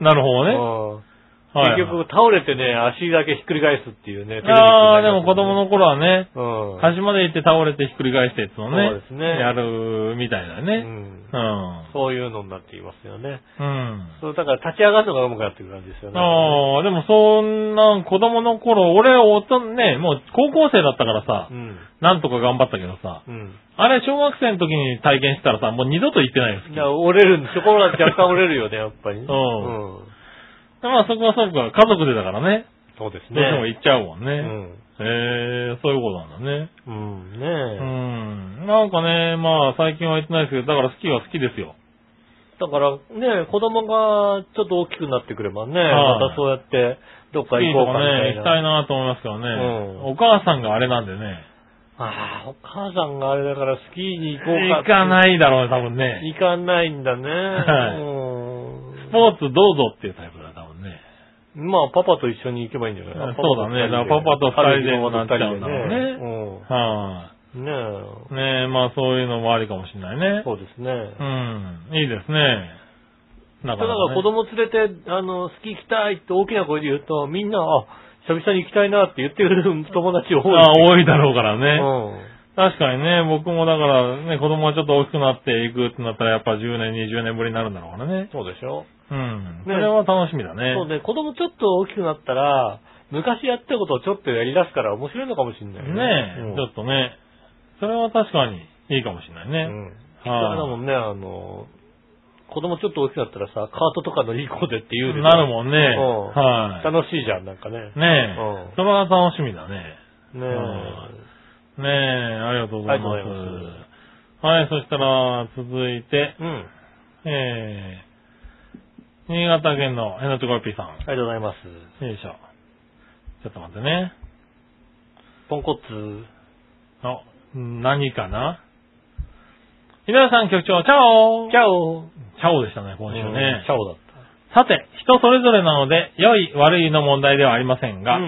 [SPEAKER 3] なるほどね。
[SPEAKER 4] うん
[SPEAKER 3] はい
[SPEAKER 4] 結局倒れてね、足だけひっくり返すっていうね。
[SPEAKER 3] ああ、でも子供の頃はね、
[SPEAKER 4] のうん。
[SPEAKER 3] 端まで行って倒れてひっくり返してやつをね、
[SPEAKER 4] そうですね
[SPEAKER 3] やるみたいな
[SPEAKER 4] う
[SPEAKER 3] ね。
[SPEAKER 4] ん
[SPEAKER 3] うん。
[SPEAKER 4] そういうのになっていますよね。
[SPEAKER 3] うん。
[SPEAKER 4] そう、だから立ち上がるのがうまくなってくる感じですよね。
[SPEAKER 3] ああ、でもそんな子供の頃、俺、おとね、もう高校生だったからさ
[SPEAKER 4] う、ん。
[SPEAKER 3] なんとか頑張ったけどさ、
[SPEAKER 4] うん。
[SPEAKER 3] あれ小学生の時に体験したらさ、もう二度と行ってないです。
[SPEAKER 4] いや、折れるんで、ところが若干折れるよね、やっぱり。
[SPEAKER 3] ん
[SPEAKER 4] うん。
[SPEAKER 3] まあそこはそうか、家族でだからね、
[SPEAKER 4] そうです
[SPEAKER 3] どうしても
[SPEAKER 4] ね。
[SPEAKER 3] 行っちゃうもん
[SPEAKER 4] う
[SPEAKER 3] ね。
[SPEAKER 4] ん。
[SPEAKER 3] へえ、そういうことなんだね。
[SPEAKER 4] うん。
[SPEAKER 3] う
[SPEAKER 4] ね
[SPEAKER 3] ん。なんかね、まあ最近は行ってないですけど、だからスキーは好きですよ。
[SPEAKER 4] え。だからね、子供がちょっと大きくなってくればね、
[SPEAKER 3] はい
[SPEAKER 4] またそうやってどっか
[SPEAKER 3] いい
[SPEAKER 4] 行
[SPEAKER 3] と
[SPEAKER 4] こう
[SPEAKER 3] こ
[SPEAKER 4] かみた
[SPEAKER 3] ね、
[SPEAKER 4] い
[SPEAKER 3] 行
[SPEAKER 4] な。
[SPEAKER 3] きたいなと思いますけどね。
[SPEAKER 4] うん
[SPEAKER 3] お母さんがあれなんでね。
[SPEAKER 4] ああ、お母さんがあれだからスキーに行こうかっ
[SPEAKER 3] 行
[SPEAKER 4] て。
[SPEAKER 3] か
[SPEAKER 4] い。
[SPEAKER 3] ないだろうね、多分ね。
[SPEAKER 4] 行かないんだね。
[SPEAKER 3] はい
[SPEAKER 4] うん
[SPEAKER 3] スポーツどうぞっていうタイプだ、多分ね。
[SPEAKER 4] まあ、パパと一緒に行けばいいんじゃない
[SPEAKER 3] うんそうだねだからパパと二人で
[SPEAKER 4] パパと二人で
[SPEAKER 3] なっちゃうんだは
[SPEAKER 4] うん。ね
[SPEAKER 3] い、ねえ、まあそういうのもありかもしれない
[SPEAKER 4] え。
[SPEAKER 3] ね。
[SPEAKER 4] そうですね。
[SPEAKER 3] うん。いいですね。な
[SPEAKER 4] だ
[SPEAKER 3] かな
[SPEAKER 4] から
[SPEAKER 3] か、ね。
[SPEAKER 4] 子供連れて、あの、スキー行きたいって大きな声で言うと、みんな、あ、久々に行きたいなって言ってくれる友達多い。
[SPEAKER 3] あ多いだろうからね。
[SPEAKER 4] うん。
[SPEAKER 3] 確かにね、僕もだからね、子供がちょっと大きくなっていくってなったらやっぱ10年、20年ぶりになるんだろうからね。
[SPEAKER 4] そうでしょ、
[SPEAKER 3] うん
[SPEAKER 4] ね。
[SPEAKER 3] それは楽しみだね。
[SPEAKER 4] そうね、子供ちょっと大きくなったら、昔やってたことをちょっとやり出すから面白いのかもしれない
[SPEAKER 3] ねえ、
[SPEAKER 4] うん
[SPEAKER 3] ちょっとね。それは確かにいいかもしれないね。
[SPEAKER 4] うん。あれだもんね、あの、子供ちょっと大きくなったらさ、カートとか乗り行こうぜって言うでしょ
[SPEAKER 3] なるもんね。
[SPEAKER 4] うん
[SPEAKER 3] はい、
[SPEAKER 4] 楽しいじゃん、なんかね。
[SPEAKER 3] ねえ、
[SPEAKER 4] うん
[SPEAKER 3] それは楽しみだね。
[SPEAKER 4] ねえ。
[SPEAKER 3] ねえ、ありがとうございます。
[SPEAKER 4] ありがとうござい
[SPEAKER 3] はい、そしたら、続いて、
[SPEAKER 4] うん。
[SPEAKER 3] えー、新潟県のヘナチョコヨッピーさん。
[SPEAKER 4] ありがとうございます。
[SPEAKER 3] よいしょ。ちょっと待ってね。
[SPEAKER 4] ポンコツ。
[SPEAKER 3] あ、何かな皆さん局長、チャオ
[SPEAKER 4] チャオ
[SPEAKER 3] チャオでしたね、今週ね。
[SPEAKER 4] チャオだっ
[SPEAKER 3] さて、人それぞれなので、良い悪いの問題ではありません
[SPEAKER 4] た。
[SPEAKER 3] が、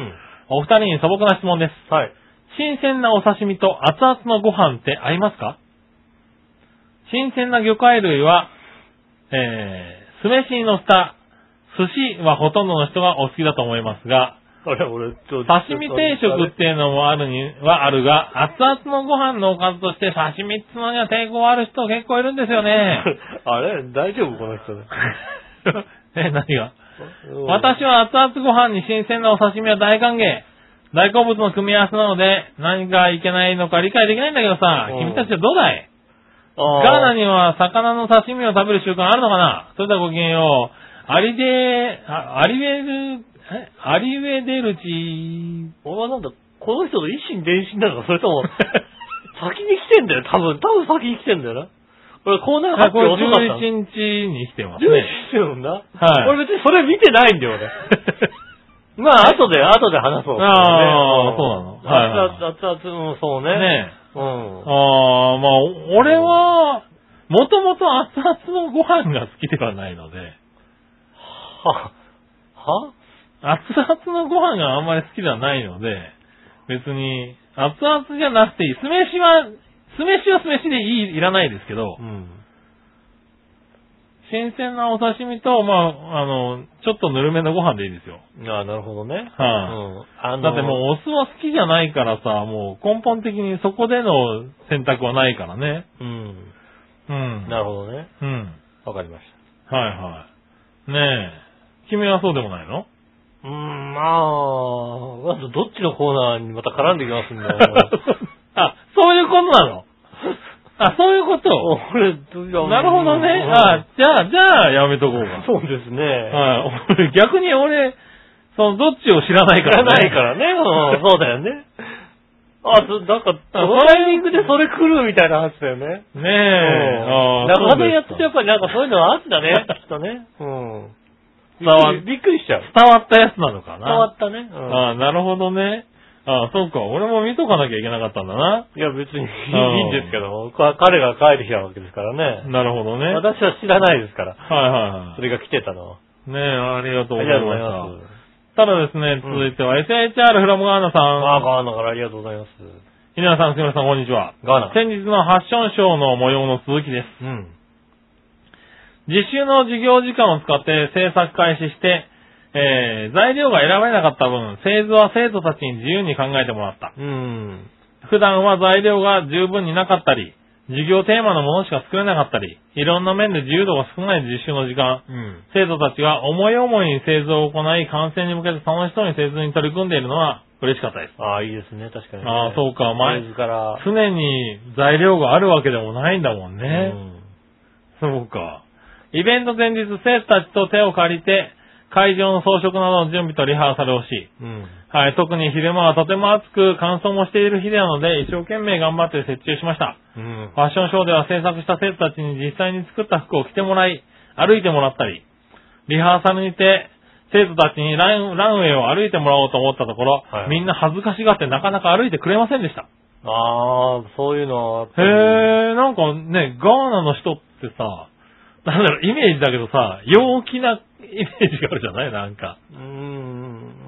[SPEAKER 3] お二人に素朴な質問です。
[SPEAKER 4] はい。
[SPEAKER 3] 新鮮なお刺身と熱々のご飯って合いますか新鮮な魚介類は、えー、酢飯に乗せた寿司はほとんどの人がお好きだと思いますが、
[SPEAKER 4] あれ、俺、ちょ
[SPEAKER 3] 刺身定食っていうのもあるにはあるが、熱々のご飯のおかずとして刺身っつうのには抵抗ある人結構いるんですよね。
[SPEAKER 4] あれ、大丈夫この人ね。
[SPEAKER 3] え、何が 私は熱々ご飯に新鮮なお刺身は大歓迎。大好物の組み合わせなので、何がいけないのか理解できないんだけどさ、
[SPEAKER 4] うん
[SPEAKER 3] 君たちはどうだい
[SPEAKER 4] は
[SPEAKER 3] ガーナ
[SPEAKER 4] に。
[SPEAKER 3] には魚の刺身を食べる習慣あるのかなそれではごきげんよう。アリデあアリウェル、えアリウェデルチ
[SPEAKER 4] 俺はなんだ、この人の一心伝心なのか、それと も、先に来てんだよ、多分。多分先に来てんだよな。俺、コーナー
[SPEAKER 3] あ
[SPEAKER 4] 発
[SPEAKER 3] これ
[SPEAKER 4] 表遅かったの。
[SPEAKER 3] 11日に来てます
[SPEAKER 4] 11
[SPEAKER 3] ね。
[SPEAKER 4] してるんだ。
[SPEAKER 3] はい
[SPEAKER 4] 俺別にそれ見てないんだ よ、俺。まあ、後で、後で話そう、
[SPEAKER 3] あーそうなのはい
[SPEAKER 4] 熱々、熱々、うん、そうね。
[SPEAKER 3] ねえ。
[SPEAKER 4] うん。
[SPEAKER 3] あー、まあ、俺は、もともと熱々のご飯が好きではないので。
[SPEAKER 4] は、は
[SPEAKER 3] 熱々のご飯があんまり好きではないので、別に、熱々じゃなくていい。酢飯は、酢飯は酢飯でいい、いらないですけど
[SPEAKER 4] う、ん。
[SPEAKER 3] 新鮮なお刺身と、まあ、あの、ちょっとぬるめのご飯でいいですよ。
[SPEAKER 4] ああ、なるほどね。
[SPEAKER 3] は
[SPEAKER 4] うん。あの
[SPEAKER 3] だってもうお酢は好きじゃないからさ、もう根本的にそこでの選択はないからね。
[SPEAKER 4] う、うん。
[SPEAKER 3] うん。
[SPEAKER 4] なるほどね。
[SPEAKER 3] うん。
[SPEAKER 4] わかりまし
[SPEAKER 3] はいはい。ねえ。君はそうでもないの
[SPEAKER 4] た。うん、まあ、まずどっちのコーナーにまた絡んできますんだ
[SPEAKER 3] あ、そういうことなの あ、そういうこと
[SPEAKER 4] 俺、な
[SPEAKER 3] なるほどね。あ、じゃあ、じゃあ、やめとこうか。
[SPEAKER 4] そうですね。
[SPEAKER 3] はい。 俺、逆に俺、その、どっちを知らない
[SPEAKER 4] 知
[SPEAKER 3] から
[SPEAKER 4] ら
[SPEAKER 3] ね。
[SPEAKER 4] ないからね。 うん、そうだよね。あ、そなんか、そ
[SPEAKER 3] あ
[SPEAKER 4] のタイミングでそれ来るみたいな話だよね。
[SPEAKER 3] ねえ。ああ
[SPEAKER 4] 長年や
[SPEAKER 3] そうですか
[SPEAKER 4] っててやっぱりなんかそういうのはあるん だね、きっとね。うん。び
[SPEAKER 3] 伝わ
[SPEAKER 4] っくりびっくりしちゃう。
[SPEAKER 3] 伝わったやつなのかな。
[SPEAKER 4] 伝わったね。うん
[SPEAKER 3] ああ、なるほどね。ああ、そうか。俺も見とかなきゃいけなかったんだな。
[SPEAKER 4] いや、別にいい
[SPEAKER 3] うん
[SPEAKER 4] いいんですけど、か彼が帰ってきたわけですからね。
[SPEAKER 3] なるほどね。はい
[SPEAKER 4] 私は知らないですから、
[SPEAKER 3] は
[SPEAKER 4] それが来てたのは。
[SPEAKER 3] い。ねえ、ありがとうご
[SPEAKER 4] あり
[SPEAKER 3] ざい
[SPEAKER 4] がとうござい
[SPEAKER 3] ま
[SPEAKER 4] ます
[SPEAKER 3] し。た。ただですね、
[SPEAKER 4] うん
[SPEAKER 3] 続いては SHR フラムガーナさ
[SPEAKER 4] ああ、
[SPEAKER 3] ん。
[SPEAKER 4] ガーナからありがとうございます。
[SPEAKER 3] 皆さん、すみません、こんにちは。
[SPEAKER 4] ガーナ。
[SPEAKER 3] 先日のファッションショーの模様の続きです。
[SPEAKER 4] うん。
[SPEAKER 3] 実習の授業時間を使って制作開始して、えー、材料が選ばれなかった分、製図は生徒たちに自由に考えてもらった。
[SPEAKER 4] うん。
[SPEAKER 3] 普段は材料が十分になかったり、授業テーマのものしか作れなかったり、いろんな面で自由度が少ない実習の時間、
[SPEAKER 4] うん。
[SPEAKER 3] 生徒たちが思い思いに製図を行い、完成に向けて楽しそうに製図に取り組んでいるのは嬉しかったです。
[SPEAKER 4] ああ、いいですね、確かにね、
[SPEAKER 3] ああそうか前
[SPEAKER 4] 自ら。
[SPEAKER 3] 常に材料があるわけでもないんだもんね。
[SPEAKER 4] うん
[SPEAKER 3] そうか。イベント前日、生徒たちと手を借りて、会場の装飾などの準備とリハーサルをし、
[SPEAKER 4] うん。
[SPEAKER 3] はい、特に昼間はとても暑く乾燥もしている日なので、一生懸命頑張って設置をしました。
[SPEAKER 4] うん
[SPEAKER 3] フ。ァッションショーでは制作した生徒たちに実際に作った服を着てもらい、歩いてもらったり、リハーサルにて、生徒たちにランランウェイを歩いてもらおうと思ったところ、
[SPEAKER 4] はい
[SPEAKER 3] みんな恥ずかしがってなかなか歩いてくれませんでした。
[SPEAKER 4] ああ、そういうのはあった
[SPEAKER 3] へ
[SPEAKER 4] り。
[SPEAKER 3] え、なんかね、ガーナの人ってさ、なんだろう、イメージだけどさ、陽気なイメージがあるじゃないなんか。
[SPEAKER 4] うー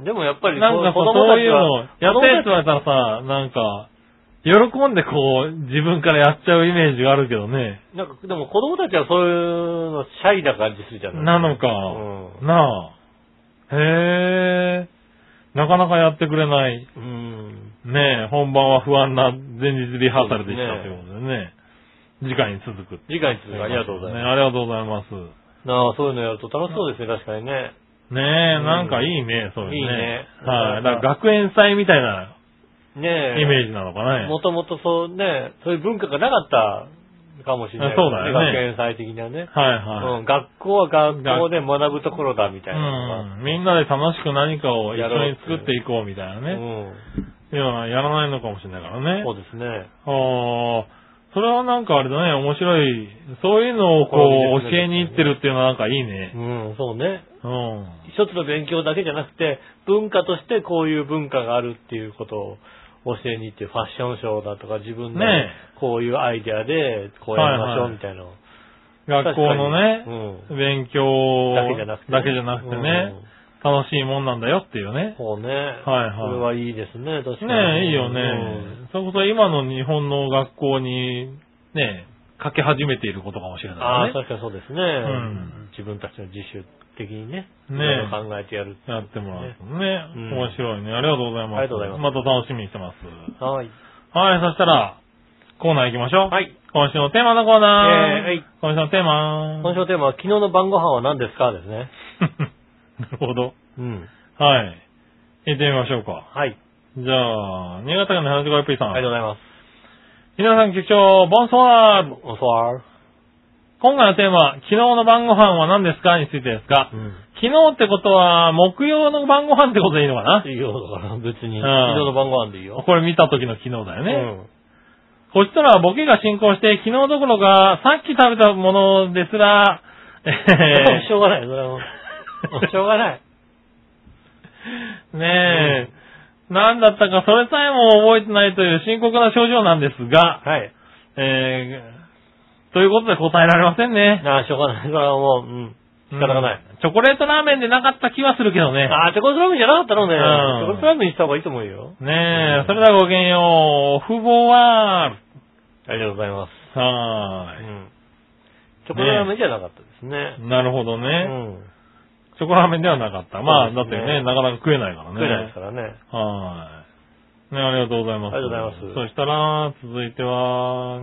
[SPEAKER 4] ん。でもやっぱり
[SPEAKER 3] なんか
[SPEAKER 4] 子
[SPEAKER 3] そう
[SPEAKER 4] 供
[SPEAKER 3] そ
[SPEAKER 4] た
[SPEAKER 3] う
[SPEAKER 4] ち
[SPEAKER 3] いうの
[SPEAKER 4] は、、
[SPEAKER 3] やってって
[SPEAKER 4] 子
[SPEAKER 3] 言われたらさ、なんか、喜んでこう、自分からやっちゃうイメージがあるけどね。
[SPEAKER 4] なんか、でも子供たちはそういうのシャイな感じするじゃない
[SPEAKER 3] なのか、
[SPEAKER 4] う
[SPEAKER 3] なあ。へえ、なかなかやってくれない。
[SPEAKER 4] うん。
[SPEAKER 3] ねえ、本番は不安な前日リハーサルでした
[SPEAKER 4] そ
[SPEAKER 3] と
[SPEAKER 4] うですね
[SPEAKER 3] いうことでね。次回に続く。
[SPEAKER 4] 次回に続くありがとうございます
[SPEAKER 3] ねありがとうございます。
[SPEAKER 4] なあ、そういうのやると楽しそうですね、確かにね。
[SPEAKER 3] ねえ、
[SPEAKER 4] うん
[SPEAKER 3] なんかいいね、そういうね。
[SPEAKER 4] いいね
[SPEAKER 3] はい。
[SPEAKER 4] な
[SPEAKER 3] だ
[SPEAKER 4] んか
[SPEAKER 3] から学園祭みたいな
[SPEAKER 4] ねえ。
[SPEAKER 3] イメージなのかね。
[SPEAKER 4] もともとそうね、そういう文化がなかったかもしれない、
[SPEAKER 3] あそうだよね
[SPEAKER 4] 学園祭的なね。
[SPEAKER 3] はいうはい。
[SPEAKER 4] ん、学校は学校で学ぶところだみたいなのが。
[SPEAKER 3] うんみんなで楽しく何かを一
[SPEAKER 4] やろ
[SPEAKER 3] 緒
[SPEAKER 4] うっ
[SPEAKER 3] に
[SPEAKER 4] て
[SPEAKER 3] 作っていこうみたいなね。い
[SPEAKER 4] う
[SPEAKER 3] や、やらないのかもしれないからね
[SPEAKER 4] ん。。そうですね。
[SPEAKER 3] ああ、それはなんかあれだね、面白い。そういうのをこう、
[SPEAKER 4] 試みですね
[SPEAKER 3] 教えに行ってるっていうのはなんかいいね
[SPEAKER 4] う。ん、そうね。
[SPEAKER 3] うん。
[SPEAKER 4] 一つの勉強だけじゃなくて、文化としてこういう文化があるっていうことを教えに行って、ファッションショーだとか自分で
[SPEAKER 3] ね
[SPEAKER 4] こういうアイデアでこうやりましょ
[SPEAKER 3] はいうはい
[SPEAKER 4] みたいなのを。
[SPEAKER 3] 学校のね、
[SPEAKER 4] 確かに
[SPEAKER 3] 勉強
[SPEAKER 4] うん。だけじゃなくて。
[SPEAKER 3] だけじゃなくてね
[SPEAKER 4] うん、
[SPEAKER 3] 楽しいもんなんだよっていうね。
[SPEAKER 4] そうね。
[SPEAKER 3] はいはい
[SPEAKER 4] それはいいですね、確かに。
[SPEAKER 3] ねえ、いいよ
[SPEAKER 4] うん
[SPEAKER 3] ね。それこそ今の日本の学校に、ねえ、かけ始めていることかもしれ
[SPEAKER 4] あ
[SPEAKER 3] な
[SPEAKER 4] あ、
[SPEAKER 3] いね。
[SPEAKER 4] 確かにそうですね、
[SPEAKER 3] ん
[SPEAKER 4] 自分たちの自主的にね、
[SPEAKER 3] ねえ
[SPEAKER 4] いろいろ考えてやる。
[SPEAKER 3] やってもらうとね。
[SPEAKER 4] うん
[SPEAKER 3] 面白いね。ありがとうございます。
[SPEAKER 4] ありがとうございます
[SPEAKER 3] また楽しみにしてます。
[SPEAKER 4] はい。
[SPEAKER 3] はい、そしたら、コーナー行きましょう。
[SPEAKER 4] はい。
[SPEAKER 3] 今週のテーマのコーナー。
[SPEAKER 4] えーはい
[SPEAKER 3] 今週のテーマ。
[SPEAKER 4] 今週のテーマは、昨日の晩ご飯は何ですかですね。
[SPEAKER 3] なるほど。
[SPEAKER 4] うん。
[SPEAKER 3] はい。行ってみましょうか。
[SPEAKER 4] はい。
[SPEAKER 3] じゃあ、新潟県の話し声 P さ
[SPEAKER 4] あ
[SPEAKER 3] ん。
[SPEAKER 4] りがとうございま
[SPEAKER 3] 皆さん局長、ボンソワール
[SPEAKER 4] す。おそわ
[SPEAKER 3] 今回のテーマ、昨日の晩ご飯は何ですかについてですが、
[SPEAKER 4] うん。
[SPEAKER 3] 昨日ってことは、木曜の晩ご飯ってことでいいのかない
[SPEAKER 4] いよ、だから別に、
[SPEAKER 3] うん
[SPEAKER 4] 昨日の晩ご飯でいいよ。
[SPEAKER 3] これ見た時の昨日だよね。こしたらボケが進行して、昨日どころか、さっき食べたものですら、え
[SPEAKER 4] うん。しょうがない、それはも う。 しょうがない。
[SPEAKER 3] ー、 ねえ、なんだったかそれさえも覚えてないという深刻な症状なんですが、
[SPEAKER 4] はい。
[SPEAKER 3] えー、ということで答えられませんね。
[SPEAKER 4] ああ、しょうが ない。それはもう、うん。 仕方がない。
[SPEAKER 3] うんチョコレートラーメンでなかった気はするけどね。
[SPEAKER 4] ああ、チョコレートラーメンじゃなかったのね。
[SPEAKER 3] うん
[SPEAKER 4] チョコレートラーメンにした方がいいと思うよ。
[SPEAKER 3] ね
[SPEAKER 4] う
[SPEAKER 3] え、
[SPEAKER 4] ん
[SPEAKER 3] それではごきげんよう、不法は、
[SPEAKER 4] ありがとうございます。
[SPEAKER 3] はーい。
[SPEAKER 4] うん。チョコレートラーメンじゃなかったですね。
[SPEAKER 3] なるほどね。
[SPEAKER 4] うん。
[SPEAKER 3] チョコラーメンではなかった。まあ、
[SPEAKER 4] そう
[SPEAKER 3] だっ
[SPEAKER 4] で
[SPEAKER 3] て
[SPEAKER 4] すね
[SPEAKER 3] ね、なかなか食えないからね。
[SPEAKER 4] 食えないですからね。
[SPEAKER 3] はーい。ね、ありがとうございます。
[SPEAKER 4] ありがとうございます
[SPEAKER 3] そしたら、続いては、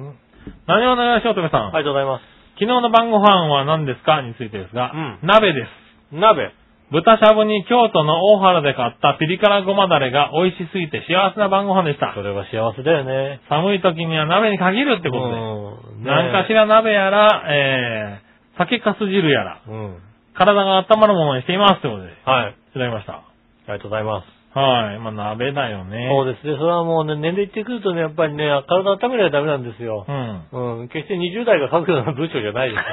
[SPEAKER 3] 何をお願いしようとめさん。
[SPEAKER 4] ありがとうございます。
[SPEAKER 3] 昨日の晩ご飯は何ですかについてですが、
[SPEAKER 4] うん
[SPEAKER 3] 鍋です。
[SPEAKER 4] 鍋。
[SPEAKER 3] 豚しゃぶに京都の大原で買ったピリ辛ごまだれが美味しすぎて幸せな晩ご飯でした
[SPEAKER 4] そ。れは幸せだよね。
[SPEAKER 3] 寒い時には鍋に限るってことで、
[SPEAKER 4] うん。
[SPEAKER 3] 何かしら鍋やら、えー、酒かす汁やら、
[SPEAKER 4] ら。うん。
[SPEAKER 3] 体が温まるものにしていますってことで、い
[SPEAKER 4] はい。
[SPEAKER 3] ただきました。
[SPEAKER 4] ありがとうございます。
[SPEAKER 3] はい。まあ、鍋だよね。
[SPEAKER 4] そうですね。それはもうね、年齢いってくるとね、やっぱりね、体温めないとダメなんですよ
[SPEAKER 3] う。ん。
[SPEAKER 4] うん。決して20代が書くような文章じゃないです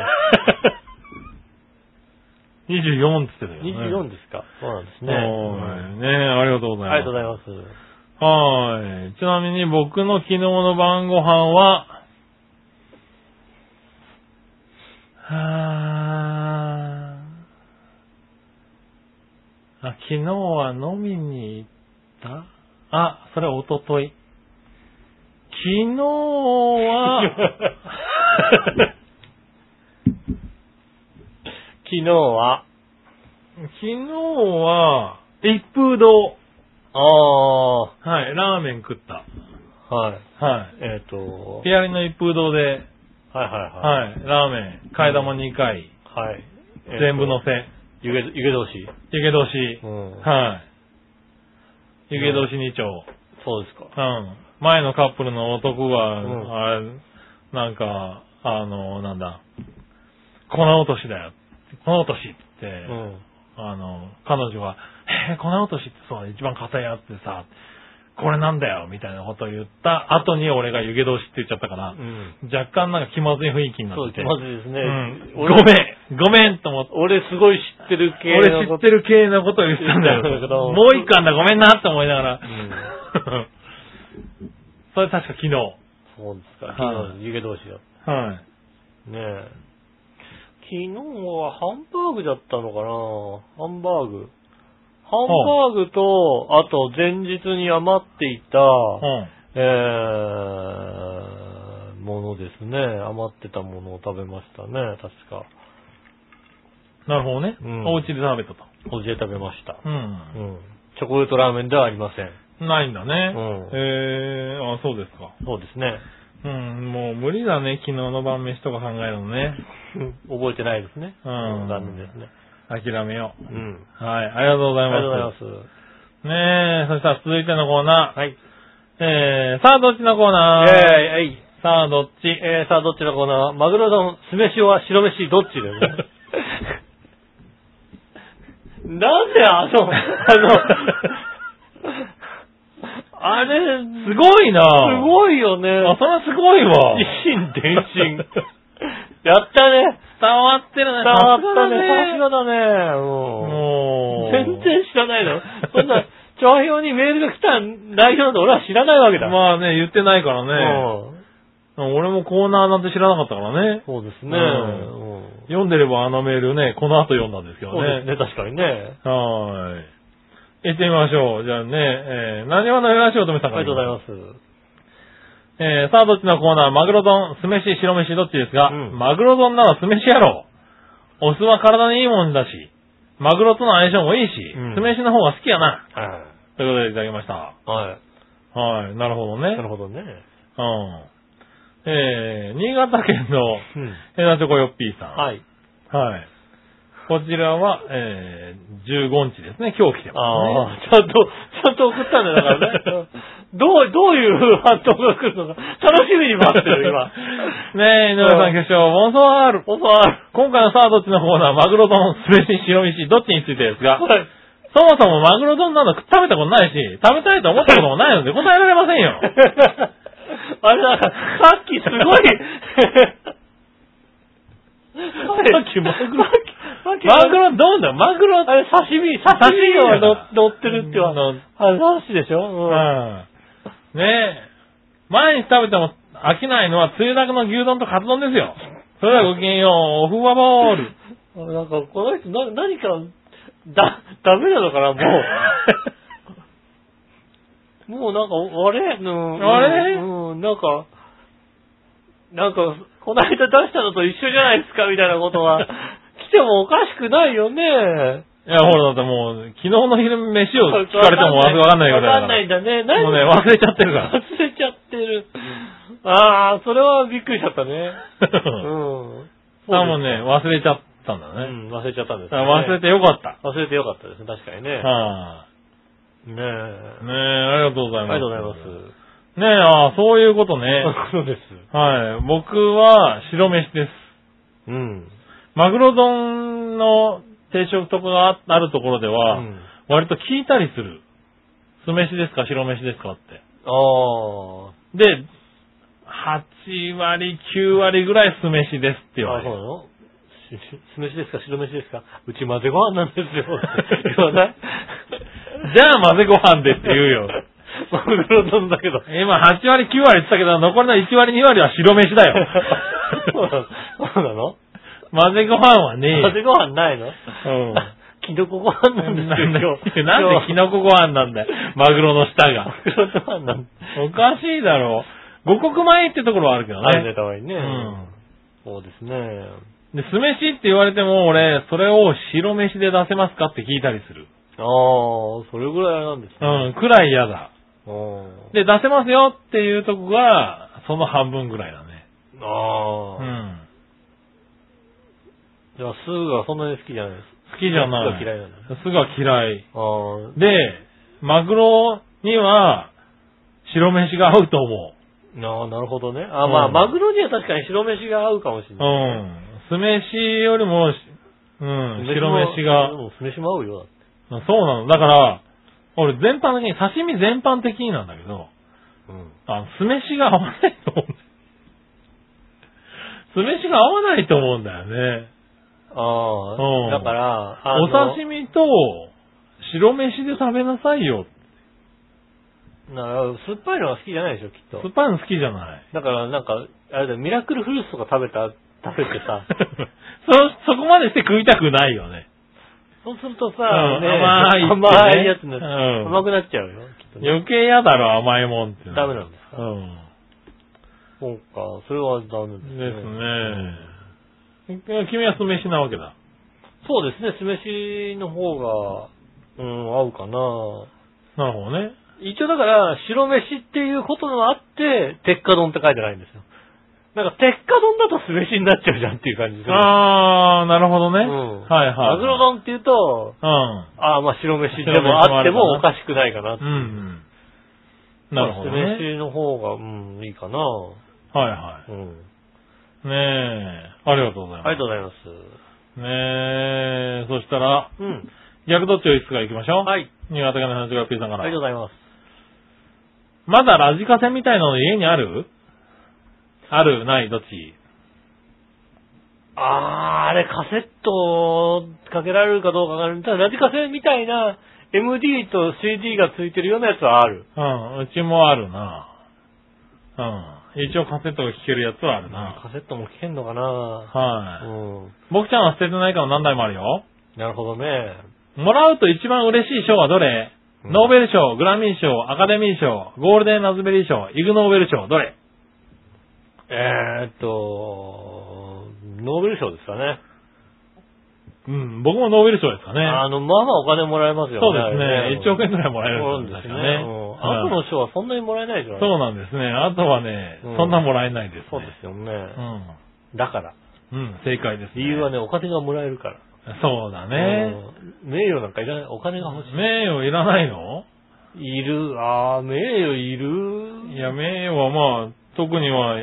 [SPEAKER 3] 24っつってたよね。
[SPEAKER 4] ね。24ですか。そうなんですね。
[SPEAKER 3] は
[SPEAKER 4] うん
[SPEAKER 3] い。ねありがとうございます。
[SPEAKER 4] ありがとうございます。
[SPEAKER 3] はい。ちなみに僕の昨日の晩ご飯は、はーあ、昨日は飲みに行ったあ、それは一昨日昨日 は、
[SPEAKER 4] 昨日は、
[SPEAKER 3] 昨日は、一風堂。
[SPEAKER 4] ああ、は
[SPEAKER 3] はい、ラーメン食った。
[SPEAKER 4] い。
[SPEAKER 3] は。
[SPEAKER 4] えっ、と、はいい
[SPEAKER 3] ピアリの一風堂で、
[SPEAKER 4] はいは
[SPEAKER 3] はい、ラーメン、替え玉2回、
[SPEAKER 4] い。はい。えーと
[SPEAKER 3] 全部乗せ、
[SPEAKER 4] 湯気、湯気
[SPEAKER 3] 湯気同士
[SPEAKER 4] 同士。う、ん。
[SPEAKER 3] はい。湯気同士2丁。
[SPEAKER 4] そうですか。
[SPEAKER 3] うん。前のカップルの男が、
[SPEAKER 4] うん
[SPEAKER 3] あれ、なんか、あの、なんだ、粉落としだよ。粉落としって、
[SPEAKER 4] うん。
[SPEAKER 3] あの、彼女が、えー、粉落としってそう、一番硬いやつでさ、これなんだよ、みたいなことを言った後に俺が湯気同士って言っちゃったから、
[SPEAKER 4] うん。
[SPEAKER 3] 若干なんか気まずい雰囲気にな
[SPEAKER 4] そう
[SPEAKER 3] ってて。
[SPEAKER 4] まずいですね。
[SPEAKER 3] うん
[SPEAKER 4] 俺
[SPEAKER 3] ごめんごめんと思って。
[SPEAKER 4] 俺すごい知ってる系
[SPEAKER 3] 俺知
[SPEAKER 4] の
[SPEAKER 3] ってる系のことを言ってたん だ
[SPEAKER 4] 言ってたんだけど
[SPEAKER 3] よ。もう一巻だ、ごめんなって思いながら。 それ確か昨日。
[SPEAKER 4] そうですか。
[SPEAKER 3] はい
[SPEAKER 4] 昨日、湯気同士だ。
[SPEAKER 3] はい。
[SPEAKER 4] ねえ。昨日はハンバーグだったのかなハンバーグ。ハンバーグと、あと前日に余っていた、
[SPEAKER 3] うん。
[SPEAKER 4] えー、ものですね。余ってたものを食べましたね、確か。
[SPEAKER 3] なるほどね。
[SPEAKER 4] うん
[SPEAKER 3] お家で食べたと。
[SPEAKER 4] おじで食べました。
[SPEAKER 3] う。
[SPEAKER 4] うんん。チョコレートラーメンではありません。
[SPEAKER 3] ないんだね。
[SPEAKER 4] うん
[SPEAKER 3] えー、あ、そうですか。
[SPEAKER 4] そうですね。
[SPEAKER 3] うん、もう無理だね、昨日の晩飯とか考えるのね。
[SPEAKER 4] 覚えてないですね。
[SPEAKER 3] うん
[SPEAKER 4] 残念ですね。
[SPEAKER 3] 諦めよう。
[SPEAKER 4] うん。
[SPEAKER 3] はい、ありがとうござ
[SPEAKER 4] あ
[SPEAKER 3] い
[SPEAKER 4] り
[SPEAKER 3] ます。
[SPEAKER 4] がとうございます。
[SPEAKER 3] ねえ、そしたら続いてのコーナー。
[SPEAKER 4] はい。
[SPEAKER 3] えー、さあどっちのコーナー
[SPEAKER 4] イェーイはい
[SPEAKER 3] さあどっち
[SPEAKER 4] えー、さあ、どっちのコーナーマグロ丼、酢飯は白飯、どっちだよ ね。なんで あの、 あの、あれ、す
[SPEAKER 3] すごいない
[SPEAKER 4] ごいよね。
[SPEAKER 3] あ、それはすごいわ。
[SPEAKER 4] 一心伝心。 やったね。
[SPEAKER 3] 伝わってるね。
[SPEAKER 4] 伝わったね。
[SPEAKER 3] さ
[SPEAKER 4] さ
[SPEAKER 3] す
[SPEAKER 4] す
[SPEAKER 3] がだ
[SPEAKER 4] がだね。もう
[SPEAKER 3] もう。
[SPEAKER 4] 全然知らないの。そ んな、長編にメールが来た内容なんて俺は知らないわけだ。
[SPEAKER 3] まあね、言ってないからね。
[SPEAKER 4] うん
[SPEAKER 3] 俺もコーナーなんて知らなかったからね。
[SPEAKER 4] そうですね。
[SPEAKER 3] うん
[SPEAKER 4] うん
[SPEAKER 3] 読んでればあのメールね、この後読んだんですけど
[SPEAKER 4] そうです
[SPEAKER 3] ね。
[SPEAKER 4] ね、確かにね。
[SPEAKER 3] はーい。行ってみましょう。じゃあね、えー、何話のよらしおとめ
[SPEAKER 4] あ
[SPEAKER 3] さんから。。
[SPEAKER 4] りがとうございますす。
[SPEAKER 3] えー、さあどっちのコーナー、マグロ丼、酢飯、白飯、どっちですが、
[SPEAKER 4] うん
[SPEAKER 3] マグロ丼なら酢飯やろ。お酢は体にいいもんだし、マグロとの相性もいいし、
[SPEAKER 4] うん
[SPEAKER 3] 酢飯の方が好きやな。
[SPEAKER 4] は
[SPEAKER 3] ということでいただきました。
[SPEAKER 4] い。はい。
[SPEAKER 3] はい、なるほどね。
[SPEAKER 4] なるほど
[SPEAKER 3] う
[SPEAKER 4] ね。
[SPEAKER 3] ん。えー、新潟県の、
[SPEAKER 4] うん。
[SPEAKER 3] えなチョコヨッピーさん。
[SPEAKER 4] はい。
[SPEAKER 3] はい。こちらは、えー、15日ですね。今日来てますね。
[SPEAKER 4] ああ、ちゃんと、ちゃんと送ったんだよだから ね。どう、どういう 反応が来るのか、楽しみに待ってる、 今。
[SPEAKER 3] ねえ、井上さん決勝、ボンソワール。
[SPEAKER 4] おさる。
[SPEAKER 3] 今回のさあどっちのコーナー、マグロ丼、酢飯、白飯、どっちについてですが、
[SPEAKER 4] はい。
[SPEAKER 3] そもそもマグロ丼など食べたことないし、食べたいと思ったこともないので答えられませんよ。
[SPEAKER 4] あれだ、さっきすごい、 さ
[SPEAKER 3] っきマグロ
[SPEAKER 4] さっき
[SPEAKER 3] マグロ丼だよ、マグロ。
[SPEAKER 4] あれ、刺身、刺身が乗ってるっていう
[SPEAKER 3] の
[SPEAKER 4] 話話でしょうん
[SPEAKER 3] うん。ねえ。毎日食べても飽きないのは、つゆだくの牛丼とカツ丼ですよ。それではごきげんよう、オフワボール。
[SPEAKER 4] あなんか、この人、な、何か、だ、ダメなのかな、 もう。もうなんか、おあれうん。
[SPEAKER 3] あれ
[SPEAKER 4] うん、なんか、なんか、この間出したのと一緒じゃないですか、みたいなこと は、来てもおかしくないよね。
[SPEAKER 3] いや、ほら、だってもう、昨日の昼飯を聞かれてもわかんない
[SPEAKER 4] わ
[SPEAKER 3] わけだか
[SPEAKER 4] かんない
[SPEAKER 3] ら。
[SPEAKER 4] んだね。何
[SPEAKER 3] もうね、忘れちゃってるから。
[SPEAKER 4] 忘れちゃってる。ああ、それはびっくりしちゃったね。うん。
[SPEAKER 3] あ、もうね、忘れちゃったんだ
[SPEAKER 4] う
[SPEAKER 3] ね。
[SPEAKER 4] ん、忘れちゃったんで
[SPEAKER 3] だ
[SPEAKER 4] す
[SPEAKER 3] か
[SPEAKER 4] ね
[SPEAKER 3] ら忘れてよかった。
[SPEAKER 4] 忘れてよかったですね、確かにね。
[SPEAKER 3] は
[SPEAKER 4] ねえ。
[SPEAKER 3] い。ねえ、ありがとうござ
[SPEAKER 4] あ
[SPEAKER 3] い
[SPEAKER 4] り
[SPEAKER 3] ます。
[SPEAKER 4] がとうございます。
[SPEAKER 3] す。ねえ、ああ、そういうことね。
[SPEAKER 4] そうです。
[SPEAKER 3] はい。僕は白飯です。
[SPEAKER 4] うん。
[SPEAKER 3] マグロ丼の定食とかがああるところでは、
[SPEAKER 4] うん
[SPEAKER 3] 割と聞いたりする。酢飯ですか白飯ですかって。
[SPEAKER 4] ああ。
[SPEAKER 3] で、8割、9割ぐらい酢飯ですって言わ
[SPEAKER 4] あ
[SPEAKER 3] れ
[SPEAKER 4] そうな
[SPEAKER 3] る。
[SPEAKER 4] のしし酢飯ですか白飯ですかうち混ぜご飯なんですよ。 言わない
[SPEAKER 3] じゃあ混ぜご飯でって言う よ。
[SPEAKER 4] マグロ丼だけ ど。
[SPEAKER 3] 今8割、9割って言ったけど、残りの1割、2割は白飯だよ。
[SPEAKER 4] そう なのそうなの
[SPEAKER 3] 混ぜご飯はねえ
[SPEAKER 4] 混ぜご飯ないの
[SPEAKER 3] うん。
[SPEAKER 4] キノコご飯な
[SPEAKER 3] なんん
[SPEAKER 4] で
[SPEAKER 3] です
[SPEAKER 4] よ、今日。
[SPEAKER 3] なんでキノコご飯なんだよ。マグロの舌が。
[SPEAKER 4] マグロご飯なん
[SPEAKER 3] おかしいだろ。五穀米ってところはあるけど
[SPEAKER 4] あるね、
[SPEAKER 3] ね。
[SPEAKER 4] たまにね。
[SPEAKER 3] うん。
[SPEAKER 4] そうですね。
[SPEAKER 3] で、酢飯って言われても、俺、それを白飯で出せますかって聞いたりする。
[SPEAKER 4] ああ、それぐらいなんですね。
[SPEAKER 3] うん、くらい嫌だ。
[SPEAKER 4] うん
[SPEAKER 3] で、出せますよっていうとこが、その半分ぐらいだね。
[SPEAKER 4] あ
[SPEAKER 3] う
[SPEAKER 4] あ。
[SPEAKER 3] ん。
[SPEAKER 4] じゃあ、スーがそんなに好きじゃないです。
[SPEAKER 3] 好きじゃない。
[SPEAKER 4] 酢が嫌いなんだ。
[SPEAKER 3] 酢が嫌い。
[SPEAKER 4] あー
[SPEAKER 3] で、マグロには、白飯が合うと思う。
[SPEAKER 4] あー、なるほどね。あーまあ、
[SPEAKER 3] うん
[SPEAKER 4] マグロには確かに白飯が合うかもしれ
[SPEAKER 3] う
[SPEAKER 4] ない。
[SPEAKER 3] ん。酢飯よりもし、うん、白飯が
[SPEAKER 4] で。も酢飯も合うよ。
[SPEAKER 3] そうなの。だから、俺全般的に、刺身全般的になんだけど、
[SPEAKER 4] うん。
[SPEAKER 3] あの酢飯が合わない と思うんだよ。酢飯が合わないと思うんだよね。
[SPEAKER 4] あ
[SPEAKER 3] うん
[SPEAKER 4] あ、だから、あ
[SPEAKER 3] お
[SPEAKER 4] の
[SPEAKER 3] 刺身と白飯で食べなさいよ。
[SPEAKER 4] な酸っぱいのが好きじゃないでしょ、きっと
[SPEAKER 3] ス。パン好きじゃない。
[SPEAKER 4] だから、なんか、あれだよ、ミラクルフルーツとか食べた、食べてさ、
[SPEAKER 3] そ、 そこまでして食いたくないよね。
[SPEAKER 4] そうするとさ、
[SPEAKER 3] うん
[SPEAKER 4] ね
[SPEAKER 3] 甘いってね
[SPEAKER 4] 甘いやつになっちゃう
[SPEAKER 3] うん
[SPEAKER 4] 甘くなっちゃうよ、きっとね。
[SPEAKER 3] 余計嫌だろ、甘いもんって。
[SPEAKER 4] ダメなんですか
[SPEAKER 3] うん。
[SPEAKER 4] そうか、それはダメですね。
[SPEAKER 3] ですね。君は酢飯なわけだ。
[SPEAKER 4] そうですね、酢飯の方が、うん、合うかな。
[SPEAKER 3] なるほどね。
[SPEAKER 4] 一応だから、白飯っていうこともあって、鉄火丼って書いてないんですよ。なんか、鉄火丼だと酢飯になっちゃうじゃんっていう感じでする
[SPEAKER 3] あー、なるほどね。
[SPEAKER 4] うん
[SPEAKER 3] はいはい。
[SPEAKER 4] マグロ丼っていうと、
[SPEAKER 3] うん。
[SPEAKER 4] ああ、まあ白飯でもあってもおかしくないかなって
[SPEAKER 3] う。
[SPEAKER 4] いうん
[SPEAKER 3] なるほどね。
[SPEAKER 4] 酢飯の方が、うん、いいかな。
[SPEAKER 3] はいは
[SPEAKER 4] うん。
[SPEAKER 3] い。ねえ、ありがとうございます。
[SPEAKER 4] ありがとうございます。
[SPEAKER 3] ねえ、そしたら、
[SPEAKER 4] うん。
[SPEAKER 3] 逆どっちをいつか行きましょう。
[SPEAKER 4] はい。
[SPEAKER 3] 新潟県の話が P さんか
[SPEAKER 4] あ
[SPEAKER 3] ら。
[SPEAKER 4] りがとうございます。
[SPEAKER 3] まだラジカセみたいなの家にあるあるないどっち
[SPEAKER 4] ああ、あれカセットかけられるかどうかがある。ただ、ラジカセみたいな MD と CD がついてるようなやつはある。
[SPEAKER 3] うん、うちもあるな。うん。一応カセットが聴けるやつはあるな。
[SPEAKER 4] カセットも聞けんのかなう
[SPEAKER 3] はい。
[SPEAKER 4] ん。
[SPEAKER 3] 僕ちゃんは捨ててないから何台もあるよ。
[SPEAKER 4] なるほどね。
[SPEAKER 3] もらうと一番嬉しい賞はどれ、
[SPEAKER 4] うん
[SPEAKER 3] ノーベル賞、グラミー賞、アカデミー賞、ゴールデンラズベリー賞、イグノーベル賞、どれ
[SPEAKER 4] えーっと、ノーベル賞ですかね。
[SPEAKER 3] うん、僕もノーベル賞ですかね。
[SPEAKER 4] あの、まあまあお金もらえますよね。
[SPEAKER 3] そうです
[SPEAKER 4] あれ
[SPEAKER 3] ね。1億円くらいもらえる
[SPEAKER 4] そうんで
[SPEAKER 3] です
[SPEAKER 4] す
[SPEAKER 3] よ
[SPEAKER 4] ね。
[SPEAKER 3] ね。
[SPEAKER 4] うんあと
[SPEAKER 3] うん
[SPEAKER 4] の賞はそんなにもらえないじゃない
[SPEAKER 3] そうなんですね。あとはね、
[SPEAKER 4] うん
[SPEAKER 3] そんなもらえないです、ね。
[SPEAKER 4] そうですよね。
[SPEAKER 3] うん。
[SPEAKER 4] だから。
[SPEAKER 3] うん、正解です、
[SPEAKER 4] 理由はね、お金がもらえるから。
[SPEAKER 3] そうだね。
[SPEAKER 4] うん名誉なんかいらない。お金が欲し
[SPEAKER 3] 名誉いらないの
[SPEAKER 4] い。いる。あー、名誉いる。
[SPEAKER 3] いや、名誉はまあ、特には、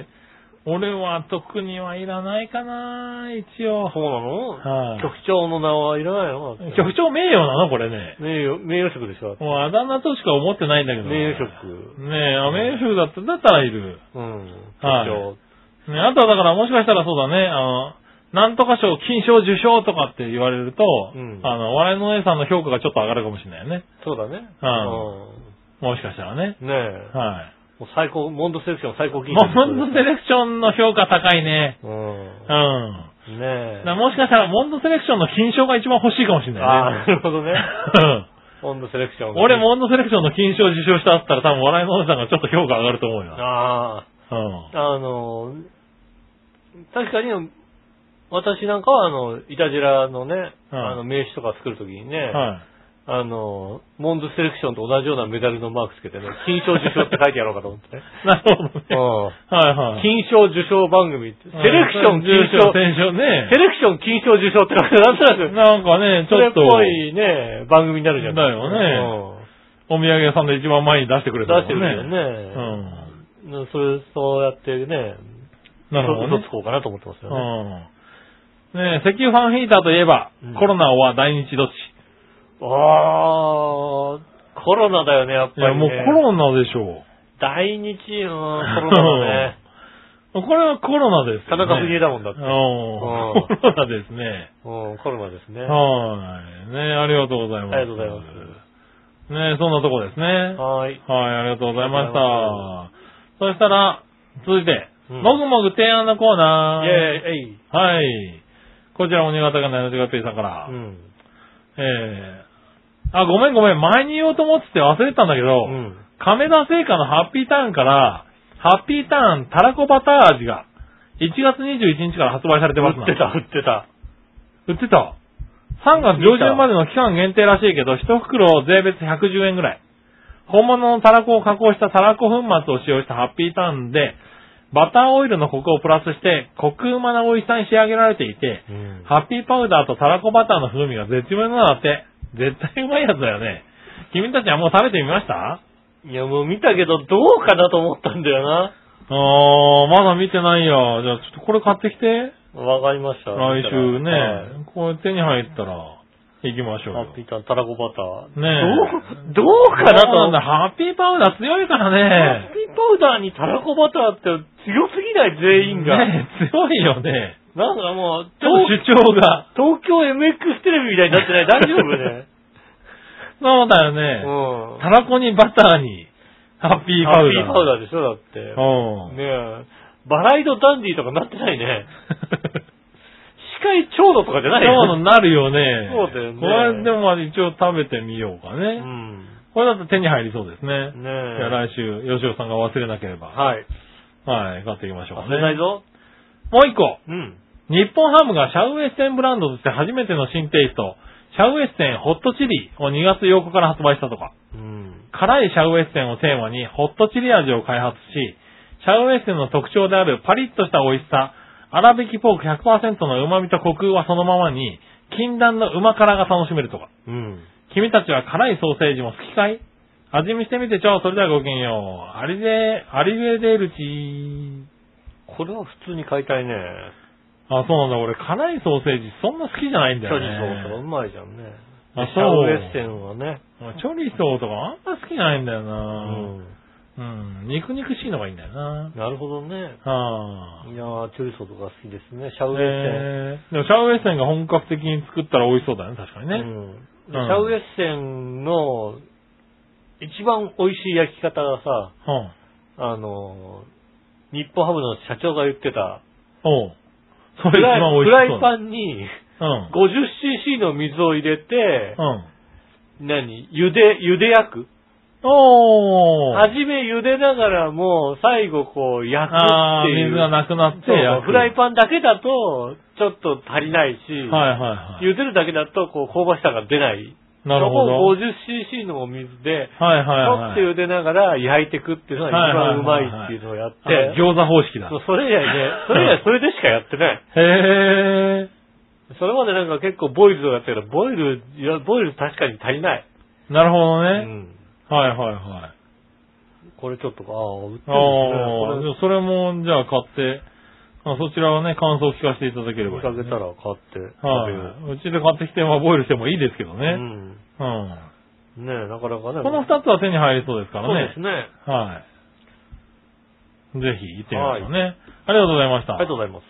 [SPEAKER 3] 俺は特にはいらないかな、一応。
[SPEAKER 4] そうなの、
[SPEAKER 3] はい
[SPEAKER 4] 局長の名はいらないの
[SPEAKER 3] 局長名誉なのこれね。
[SPEAKER 4] 名誉、名誉職でしょ。
[SPEAKER 3] もうあだ名としか思ってないんだけど。
[SPEAKER 4] 名誉職。
[SPEAKER 3] ねえ、あ名誉職だっただったらいる。
[SPEAKER 4] うん。局
[SPEAKER 3] はい
[SPEAKER 4] 長。
[SPEAKER 3] ね、あとはだからもしかしたらそうだね、あの、なんとか賞、金賞受賞とかって言われると、
[SPEAKER 4] うん
[SPEAKER 3] あの、笑いのお姉さんの評価がちょっと上がるかもしれないよね。
[SPEAKER 4] そうだね。
[SPEAKER 3] うんもしかしたらね。
[SPEAKER 4] うん。ねえ。
[SPEAKER 3] は
[SPEAKER 4] もう最高、モンドセレクション最
[SPEAKER 3] い。
[SPEAKER 4] 高金
[SPEAKER 3] モ
[SPEAKER 4] 賞
[SPEAKER 3] ンドセレクションの評価高いね。うん。だ
[SPEAKER 4] う
[SPEAKER 3] か
[SPEAKER 4] ん。ねえ。
[SPEAKER 3] らもしかしたらモンドセレクションの金賞が一番欲しいかもしれ
[SPEAKER 4] ああ
[SPEAKER 3] な
[SPEAKER 4] ー、なるほ どね
[SPEAKER 3] いね。。うん
[SPEAKER 4] モンドセレクション。
[SPEAKER 3] 俺。モンドセレクションの金賞受賞したって言ったら多分笑いのお姉さんがちょっと評価上がると思うよ。
[SPEAKER 4] あ
[SPEAKER 3] うん
[SPEAKER 4] あ、あの、確かに、私なんかは、あの、イタジラのね、
[SPEAKER 3] うん
[SPEAKER 4] あの、名刺とか作るときにね、
[SPEAKER 3] はい。
[SPEAKER 4] あの、モンドセレクションと同じようなメダルのマークつけてね、金賞受賞って書いてやろうかと思ってね。
[SPEAKER 3] なるほどね。
[SPEAKER 4] う
[SPEAKER 3] はいは
[SPEAKER 4] ん。
[SPEAKER 3] い。
[SPEAKER 4] 金賞受賞番組って、セレクション金
[SPEAKER 3] 受賞、
[SPEAKER 4] 賞、セ
[SPEAKER 3] 選賞ね。
[SPEAKER 4] レクション金賞受賞って書いてなんとな
[SPEAKER 3] な
[SPEAKER 4] く、
[SPEAKER 3] んかね、ち
[SPEAKER 4] それ
[SPEAKER 3] ょっ
[SPEAKER 4] っ
[SPEAKER 3] と、
[SPEAKER 4] ぽいね、番組になるじゃん。
[SPEAKER 3] だよ
[SPEAKER 4] ね。
[SPEAKER 3] お土産屋さんで一番前に出してく
[SPEAKER 4] 出
[SPEAKER 3] れた
[SPEAKER 4] してくれ
[SPEAKER 3] よ
[SPEAKER 4] るよね。うん。それ、そうやってね、
[SPEAKER 3] うん。なるほど
[SPEAKER 4] 嘘
[SPEAKER 3] ね
[SPEAKER 4] つ。こうかなと思ってますよね。
[SPEAKER 3] うん。ねえ石油ファンヒーターといえば、
[SPEAKER 4] うん
[SPEAKER 3] コロナは大日どっち
[SPEAKER 4] ああ、コロナだよね、やっぱ
[SPEAKER 3] い
[SPEAKER 4] り、ね。
[SPEAKER 3] や、もうコロナでしょ
[SPEAKER 4] 大日、うん、コロナだね。
[SPEAKER 3] う。これはコロナです、ね。
[SPEAKER 4] 田中不江だもんだっ
[SPEAKER 3] うん
[SPEAKER 4] て。。
[SPEAKER 3] コロナですね。
[SPEAKER 4] うん、コロナですね。
[SPEAKER 3] はい。ねえありがとうございます。。
[SPEAKER 4] ありがとうございます
[SPEAKER 3] ねえそんなとこですね。は
[SPEAKER 4] はーい。
[SPEAKER 3] い、ありがとうございまし
[SPEAKER 4] あ
[SPEAKER 3] た。そしたら、続いて、
[SPEAKER 4] うん
[SPEAKER 3] もぐもぐ提案のコー
[SPEAKER 4] イ
[SPEAKER 3] ナー。
[SPEAKER 4] ェーイ、えい。
[SPEAKER 3] はい。こちらも新潟県の七月ペイさんから。
[SPEAKER 4] うん。
[SPEAKER 3] えー、あ、ごめんごめん。前に言おうと思ってて忘れてたんだけど、
[SPEAKER 4] うん。
[SPEAKER 3] 亀田製菓のハッピーターンから、ハッピーターンたらこバター味が、1月21日から発売されてます
[SPEAKER 4] 売
[SPEAKER 3] な
[SPEAKER 4] ってた、売ってた。
[SPEAKER 3] 売ってた。3月上旬までの期間限定らしいけど、1袋税別110円ぐらい。本物のたらこを加工したたらこ粉末を使用したハッピーターンで、バターオイルのコクをプラスして、コクうまな美味しさに仕上げられていて、
[SPEAKER 4] うん
[SPEAKER 3] ハッピーパウダーとたらこバターの風味が絶妙なんだって。絶対うまいやつだよね。君たちはもう食べてみました
[SPEAKER 4] いや、もう見たけど、どうかなと思ったんだよな。
[SPEAKER 3] あー、まだ見てないよ。じゃあちょっとこれ買ってきて。
[SPEAKER 4] わかりました。
[SPEAKER 3] 来週ね、
[SPEAKER 4] はい
[SPEAKER 3] これ手に入ったら、行きましょう
[SPEAKER 4] ハ
[SPEAKER 3] よ
[SPEAKER 4] ッピーターン、たらこバター。
[SPEAKER 3] ね
[SPEAKER 4] どう、どうかなと
[SPEAKER 3] そう
[SPEAKER 4] 思
[SPEAKER 3] なんだ、ハッピーパウダー強いから
[SPEAKER 4] ハ
[SPEAKER 3] ね
[SPEAKER 4] ッ。ピーパウダーにたらこバターって強すぎない全員が。
[SPEAKER 3] ね強いよね。
[SPEAKER 4] なんだもう、
[SPEAKER 3] ちょっと主張が。
[SPEAKER 4] 東京 MX テレビみたいにな ってない大丈夫ね。
[SPEAKER 3] そうだよ
[SPEAKER 4] う
[SPEAKER 3] ね。
[SPEAKER 4] ん。
[SPEAKER 3] たらこにバターに、ハッピーパウダー。
[SPEAKER 4] ハッピーパウダーでしょ、だって。
[SPEAKER 3] うん。
[SPEAKER 4] ねえ。バライドダンディーとかなってないね。視界長度とかじゃな い
[SPEAKER 3] そうになるよね。
[SPEAKER 4] そうだよね
[SPEAKER 3] これでも一応食べてみようか
[SPEAKER 4] う
[SPEAKER 3] ね。
[SPEAKER 4] ん。
[SPEAKER 3] これだと手に入りそうですね。
[SPEAKER 4] ね
[SPEAKER 3] じゃあ
[SPEAKER 4] え。
[SPEAKER 3] 来週、吉尾さんが忘れなければ。
[SPEAKER 4] はい。
[SPEAKER 3] はい、買っていきましょうか
[SPEAKER 4] 忘
[SPEAKER 3] ね。
[SPEAKER 4] れないぞ。
[SPEAKER 3] もう一個。
[SPEAKER 4] うん。
[SPEAKER 3] 日本ハムがシャウエッセンブランドとして初めての新テイスト、シャウエッセンホットチリを2月8日から発売したとか、
[SPEAKER 4] うん。
[SPEAKER 3] 辛いシャウエッセンをテーマにホットチリ味を開発し、シャウエッセンの特徴であるパリッとした美味しさ、粗挽きポーク100%の旨味とコクはそのままに、禁断の旨辛が楽しめるとか、
[SPEAKER 4] うん。
[SPEAKER 3] 君たちは辛いソーセージも好きかい味見してみてちょう、それではごきげんよう。アリゼ、アリゼデルチー。
[SPEAKER 4] これは普通に買いたいね。
[SPEAKER 3] あ、そうなんだ。俺、辛いソーセージそんな好きじゃないん
[SPEAKER 4] チ
[SPEAKER 3] だ
[SPEAKER 4] ャ
[SPEAKER 3] よ
[SPEAKER 4] リ
[SPEAKER 3] ね。
[SPEAKER 4] ソーとかうまいじゃんね。
[SPEAKER 3] あ
[SPEAKER 4] シャ
[SPEAKER 3] そう
[SPEAKER 4] ウエッセンはね。
[SPEAKER 3] チョリソーとかあんま好きじゃないんだよ
[SPEAKER 4] う
[SPEAKER 3] な、
[SPEAKER 4] ん。
[SPEAKER 3] うん、肉肉しいのがいいんだよな
[SPEAKER 4] なるほどね。
[SPEAKER 3] はい
[SPEAKER 4] やー、チョリソーとか好きですね。シャウエッ
[SPEAKER 3] えー、でもシャウエッセンが本格的に作ったら美味しそうだね、確かに
[SPEAKER 4] セン。
[SPEAKER 3] ね。
[SPEAKER 4] うんでシ
[SPEAKER 3] うん
[SPEAKER 4] ャウエッセンの一番美味しい焼き方がさ、
[SPEAKER 3] うん。
[SPEAKER 4] あのー、日本ハムの社長が言ってた、
[SPEAKER 3] おうそ
[SPEAKER 4] フ
[SPEAKER 3] れ一
[SPEAKER 4] ライ
[SPEAKER 3] 番美味
[SPEAKER 4] フ
[SPEAKER 3] し
[SPEAKER 4] ラ
[SPEAKER 3] そうだ。
[SPEAKER 4] イパンに
[SPEAKER 3] うん。
[SPEAKER 4] 50cc の水を入れて、
[SPEAKER 3] うん。
[SPEAKER 4] 何茹で、茹で焼く。
[SPEAKER 3] おー
[SPEAKER 4] はじめ茹でながらも、最後こう焼くっ
[SPEAKER 3] あー
[SPEAKER 4] ていう。
[SPEAKER 3] 水がなくなって
[SPEAKER 4] そう
[SPEAKER 3] 焼く
[SPEAKER 4] フライパンだけだと、ちょっと足りないし、
[SPEAKER 3] はいはいは
[SPEAKER 4] 茹でるだけだと、こう、香ばしさが出ない。
[SPEAKER 3] い。なるほど。はい
[SPEAKER 4] そこを 50cc のお水で、
[SPEAKER 3] はい
[SPEAKER 4] ち
[SPEAKER 3] は
[SPEAKER 4] ょっ
[SPEAKER 3] い。
[SPEAKER 4] と茹でながら焼いてくっていうのが一番うまいっていうのをやって、
[SPEAKER 3] あ餃子方式だ
[SPEAKER 4] そ。うそれ以来 ね、それ以来それでしかやってない。
[SPEAKER 3] へ
[SPEAKER 4] それまでなんか結構ボイルとかやったけど、ボイル、いや、ボイル確かに足りない。
[SPEAKER 3] ー。なるほど
[SPEAKER 4] う
[SPEAKER 3] ね。
[SPEAKER 4] ん。
[SPEAKER 3] はいはいはい。
[SPEAKER 4] これちょっと、ああ、売ってるんですね。
[SPEAKER 3] ああ、じゃ
[SPEAKER 4] こ
[SPEAKER 3] あそれも、じゃあ買って、あそちらはね、感想を聞かせていただけ
[SPEAKER 4] れ
[SPEAKER 3] ればい
[SPEAKER 4] 見
[SPEAKER 3] いですね、
[SPEAKER 4] かけたら買って食べ
[SPEAKER 3] はい、
[SPEAKER 4] よ
[SPEAKER 3] うちで買ってきて、まあ、ボイルしてもいいですけど
[SPEAKER 4] う。
[SPEAKER 3] ね。うん。
[SPEAKER 4] うん。ねえ、なかなかね。
[SPEAKER 3] この二つは手に入りそうですから
[SPEAKER 4] そうで
[SPEAKER 3] ね
[SPEAKER 4] す。ね。
[SPEAKER 3] はい。ぜひ行ってみましょうね。ありがとうございました。
[SPEAKER 4] ありがとうございます。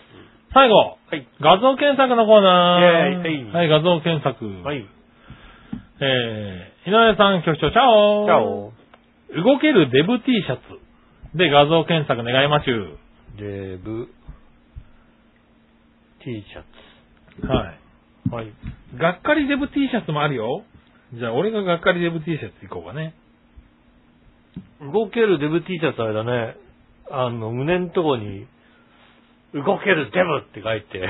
[SPEAKER 3] 最後、
[SPEAKER 4] はい。
[SPEAKER 3] 画像検索のコーナー。
[SPEAKER 4] イェーイ
[SPEAKER 3] はい、画像検索。
[SPEAKER 4] はい。
[SPEAKER 3] えー、井上さん局長、チャオ
[SPEAKER 4] じゃあ、お
[SPEAKER 3] 動けるデブ T シャツで画像検索願いまちゅう。
[SPEAKER 4] デブ、T シャ
[SPEAKER 3] はい。
[SPEAKER 4] ツ。はい。
[SPEAKER 3] がっかりデブ T シャツもあるよ。じゃあ、俺ががっかりデブ T シャツ行こうかね。
[SPEAKER 4] 動けるデブ T シャツあれだね。あの、胸のとこに、動けるデブって書いて、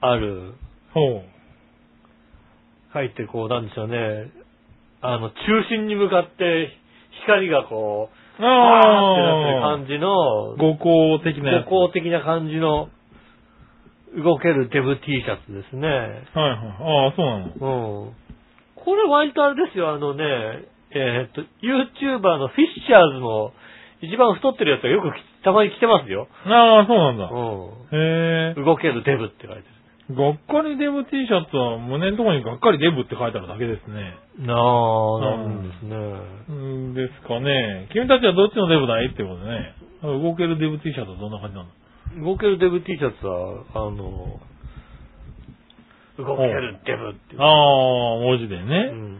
[SPEAKER 4] ある。
[SPEAKER 3] ほう。
[SPEAKER 4] 書いてこう、なんでしょうね。あの、中心に向かって、光がこう、
[SPEAKER 3] あ
[SPEAKER 4] あ
[SPEAKER 3] あ
[SPEAKER 4] ーってなってる感じの、
[SPEAKER 3] 五行的なやつ。
[SPEAKER 4] 歩行的な感じの、動けるデブ T シャツですね。
[SPEAKER 3] はいはい。ああ、そうなの。
[SPEAKER 4] うん。これ割とあれですよ、あのね、えーっと、YouTuber のフィッシャーズの一番太ってるやつがよく着たまに着てますよ。
[SPEAKER 3] ああ、そうなんだ。
[SPEAKER 4] う
[SPEAKER 3] へ
[SPEAKER 4] ん。動けるデブって書いて
[SPEAKER 3] え。がっかりデブ T シャツは胸のところにがっかりデブって書いてあるだけですね。
[SPEAKER 4] る。なあ
[SPEAKER 3] なん
[SPEAKER 4] ですね。
[SPEAKER 3] うんですかね。君たちはどっちのデブだいってことね。動けるデブ T シャツはどんな感じなの
[SPEAKER 4] 動けるデブ T シャツは、あの、動けるデブっていう。
[SPEAKER 3] ああ、文字で
[SPEAKER 4] う
[SPEAKER 3] ね。
[SPEAKER 4] ん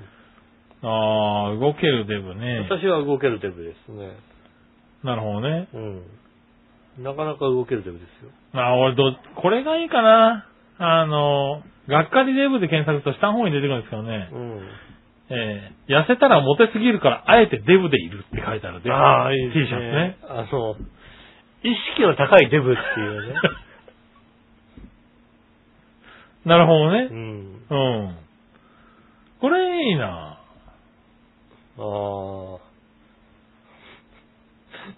[SPEAKER 3] ああ、動けるデブね。
[SPEAKER 4] 私は動けるデブですね。
[SPEAKER 3] なるほどね。
[SPEAKER 4] うん。なかなか動けるデブですよ。
[SPEAKER 3] まあ、俺ど、これがいいかな。あの、がっかりデブで検索すると下の方に出てくるんですけどね。
[SPEAKER 4] うん。
[SPEAKER 3] えー痩せたらモテすぎるから、あえてデブでいるって書いてあるデブ
[SPEAKER 4] ああ、いいです
[SPEAKER 3] T
[SPEAKER 4] ね。
[SPEAKER 3] シャツね。。
[SPEAKER 4] あの、意識の高いデブっていう ね。
[SPEAKER 3] なるほど
[SPEAKER 4] う
[SPEAKER 3] ね。
[SPEAKER 4] ん。
[SPEAKER 3] うん。これいいな
[SPEAKER 4] ああ。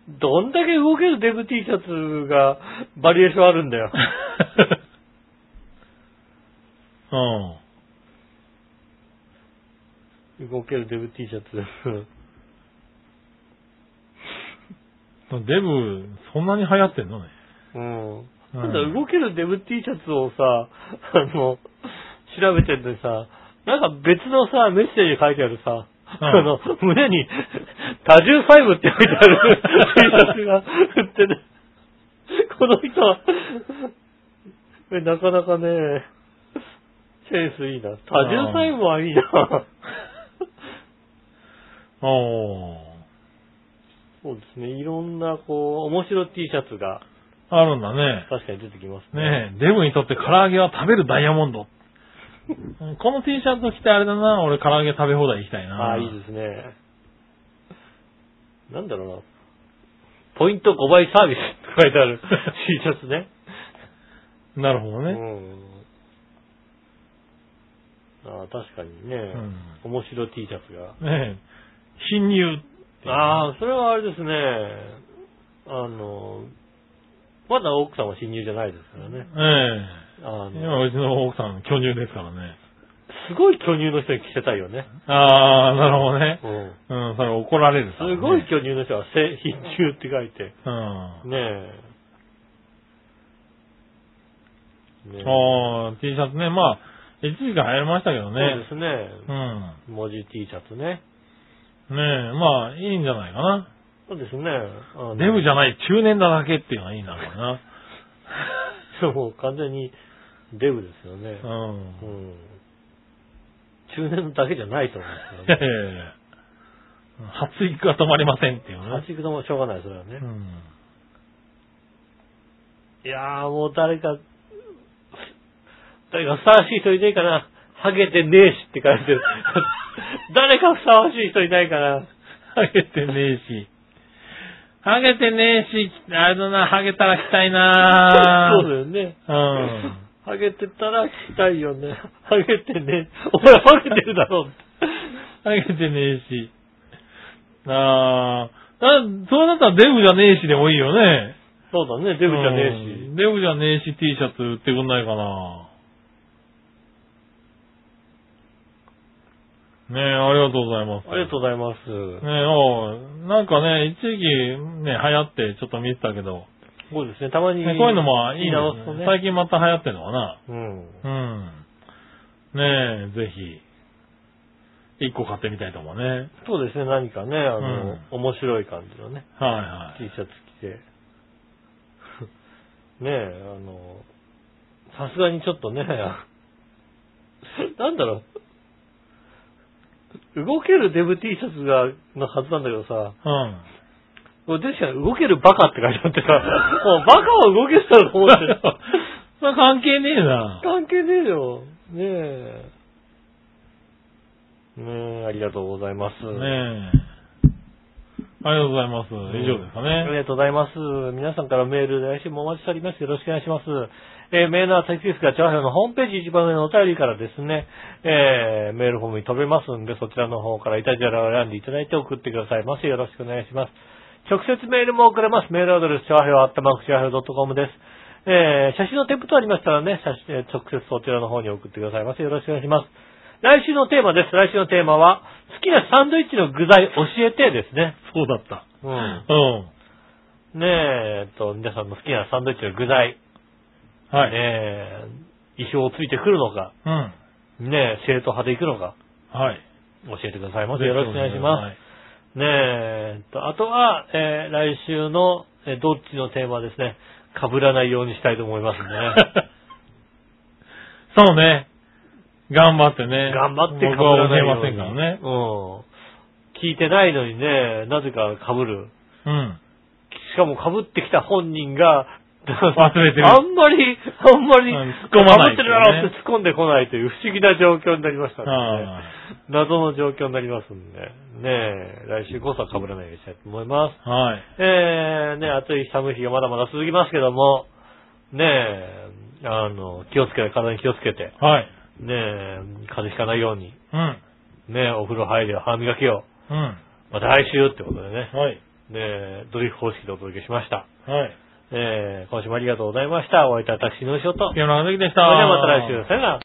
[SPEAKER 4] どんだけ動けるデブ T シャツがバリエーションあるんだよ。
[SPEAKER 3] うん。
[SPEAKER 4] 動けるデブ T シャツ。
[SPEAKER 3] デブ、そんなに流行ってんのね。
[SPEAKER 4] うん。
[SPEAKER 3] うん
[SPEAKER 4] なんだ、動けるデブ T シャツをさ、あの、調べてんのにさ、なんか別のさ、メッセージ書いてあるさ、
[SPEAKER 3] うん
[SPEAKER 4] あの、胸に、多重細部って書いてある T シャツが売ってる。この人は、えなかなかね、センスいいな。多重細胞はいいな。
[SPEAKER 3] おー。
[SPEAKER 4] そうですね。いろんな、こう、面白 T シャツが
[SPEAKER 3] あるんだね。
[SPEAKER 4] 確かに出てきますね。
[SPEAKER 3] ねえ、デブにとって唐揚げは食べるダイヤモンド。 うんこの T シャツ着てあれだな、俺唐揚げ食べ放題行きたいな。
[SPEAKER 4] ああ、いいですね。 なんだろうな。ポイント5倍サービスって書いてあ る T シャツね。
[SPEAKER 3] なるほど
[SPEAKER 4] う
[SPEAKER 3] ね。
[SPEAKER 4] ん。ああ、確かにね。
[SPEAKER 3] ん
[SPEAKER 4] 面白 T シャツが。
[SPEAKER 3] ねえ、侵入っていう。
[SPEAKER 4] ああ、それはあれですね。あの、まだ奥さんは侵入じゃないですからね。
[SPEAKER 3] え
[SPEAKER 4] あ
[SPEAKER 3] え。
[SPEAKER 4] の、
[SPEAKER 3] 今うちの奥さん、巨乳ですからね。
[SPEAKER 4] すごい巨乳の人に着せたいよね。
[SPEAKER 3] ああ、なるほどね。
[SPEAKER 4] うん。
[SPEAKER 3] うん、それ怒られるからね、
[SPEAKER 4] すごい巨乳の人は、せ貧乳って書いて。
[SPEAKER 3] うん。
[SPEAKER 4] ねえ。ねえ
[SPEAKER 3] ああ、T シャツね。まあ、一時期流行りましたけどね。
[SPEAKER 4] そうで
[SPEAKER 3] う
[SPEAKER 4] すね。文字 T シャツ
[SPEAKER 3] ん。
[SPEAKER 4] ね。
[SPEAKER 3] ねえ、まあ、いいんじゃないかな。
[SPEAKER 4] そうですね。
[SPEAKER 3] デブじ
[SPEAKER 4] ゃ
[SPEAKER 3] ゃない、中年だだけっていうのがいいんだろうな。
[SPEAKER 4] もう完全にデブですよね。
[SPEAKER 3] うん
[SPEAKER 4] う。ん。中年だけじゃないと思うん
[SPEAKER 3] え
[SPEAKER 4] ですよね。
[SPEAKER 3] え。発育が止まりませんっていうね。
[SPEAKER 4] 8もしょうがない、それは
[SPEAKER 3] うん。
[SPEAKER 4] ね。いやーもう誰か、誰かふさわしい人いないかな。ハゲてねえしって書い てる。誰かふさわしい人いないかな。
[SPEAKER 3] ハゲてねえし。ハゲてねえし、あれだな、ハゲたら着たいな
[SPEAKER 4] そうだよね。
[SPEAKER 3] うん。
[SPEAKER 4] ハゲてたら着たいよね。ハゲてね。お前ハゲてるだろうって。
[SPEAKER 3] ハゲてねえし。あーあ、そうなったらデブじゃねえしでもいいよね。
[SPEAKER 4] そうだね、デブじゃねえ
[SPEAKER 3] う
[SPEAKER 4] し。
[SPEAKER 3] んデブじゃねえし T シャツ売ってくんないかな。ねえ、ありがとうございます。
[SPEAKER 4] ありがとうございます。
[SPEAKER 3] ねえ、おうなんかね、一時期ね、流行ってちょっと見てたけど、
[SPEAKER 4] そうですね、たまに。
[SPEAKER 3] ねこういうのもいい
[SPEAKER 4] な
[SPEAKER 3] な、
[SPEAKER 4] すとね。
[SPEAKER 3] 最近また流行ってるのかな。
[SPEAKER 4] うん。
[SPEAKER 3] うん。ねえ、ぜひ、一個買ってみたいと思うね。はい
[SPEAKER 4] そうですね、何かね、あの、
[SPEAKER 3] うん
[SPEAKER 4] 面白い感じのね、
[SPEAKER 3] は
[SPEAKER 4] T
[SPEAKER 3] い。
[SPEAKER 4] シャツ着て。 ねえ、あの、さすがにちょっとね、 なんだろう。動けるデブ T シャツが、のはずなんだけどさ、
[SPEAKER 3] うん。
[SPEAKER 4] これ確かに動けるバカって書いてあ ってさ、もうバカは動けたらと思って る
[SPEAKER 3] それ関係ねえな。
[SPEAKER 4] 関係ねえよ。ねえ。ねえ、ありがとうございます。
[SPEAKER 3] ねえ。ありがとうございます。以上ですか
[SPEAKER 4] あり
[SPEAKER 3] ね。
[SPEAKER 4] がとうございます。皆さんからメール、来週もお待ちしております。よろしくお願いします。えーメールはテキスがチャワヘアのホームページ一番上のお便りからですね、えーメールフォームに飛べますんで、そちらの方からイタジェラを選んでいただいて送ってくださいませ。よろしくお願いします。直接メールも送れます。メールアドレス、チャワヘアアットマークチャワヘア .com です。えー写真の添付とありましたらね、写真、えー直接そちらの方に送ってくださいませ。よろしくお願いします。来週のテーマです。来週のテーマは、好きなサンドイッチの具材教えてですね。
[SPEAKER 3] そうだった。
[SPEAKER 4] うん
[SPEAKER 3] うん。
[SPEAKER 4] ねえ、えっと、皆さんの好きなサンドイッチの具材、
[SPEAKER 3] はい。
[SPEAKER 4] ねえ、意表をついてくるのか、
[SPEAKER 3] うん。
[SPEAKER 4] ねえ、正統派でいくのか、
[SPEAKER 3] はい。
[SPEAKER 4] 教えてくださいませ。よろしくお願いします。
[SPEAKER 3] す。
[SPEAKER 4] ねえ、えっと、あとは、えー来週の、えーどっちのテーマですね、被らないようにしたいと思いますんでね。
[SPEAKER 3] そうね。頑張ってね。
[SPEAKER 4] 頑張って被
[SPEAKER 3] 僕は教
[SPEAKER 4] らない
[SPEAKER 3] え
[SPEAKER 4] ように。
[SPEAKER 3] ませんからね。
[SPEAKER 4] うん。聞いてないのにね、なぜか被る。
[SPEAKER 3] うん。
[SPEAKER 4] しかも被ってきた本人が、
[SPEAKER 3] 忘れてる
[SPEAKER 4] あんまり、あんまり、
[SPEAKER 3] うん突っ込まない
[SPEAKER 4] 被ってるなーって突っ込んでこないという不思議な状況になりましたんでね、
[SPEAKER 3] は
[SPEAKER 4] 謎の状況になりますんで、ねえ、来週こそは被らないようにしたいと思います。
[SPEAKER 3] い。はい。
[SPEAKER 4] えー、ね暑い日寒い日がまだまだ続きますけども、ねえ、あの、気をつけて、体に気をつけて、
[SPEAKER 3] はい。
[SPEAKER 4] ねえ、風邪ひかないように、
[SPEAKER 3] うん。
[SPEAKER 4] ねえ、お風呂入れよ、歯磨きを、
[SPEAKER 3] うん。
[SPEAKER 4] また来週ってことでね、
[SPEAKER 3] はい。
[SPEAKER 4] ねえ、ドリフ方式でお届けしました。
[SPEAKER 3] はい。
[SPEAKER 4] えー、今週もありがとうございました。お会いいたい私、井上翔と。それ
[SPEAKER 3] 清永関でした。
[SPEAKER 4] ではまた来週。さよなら。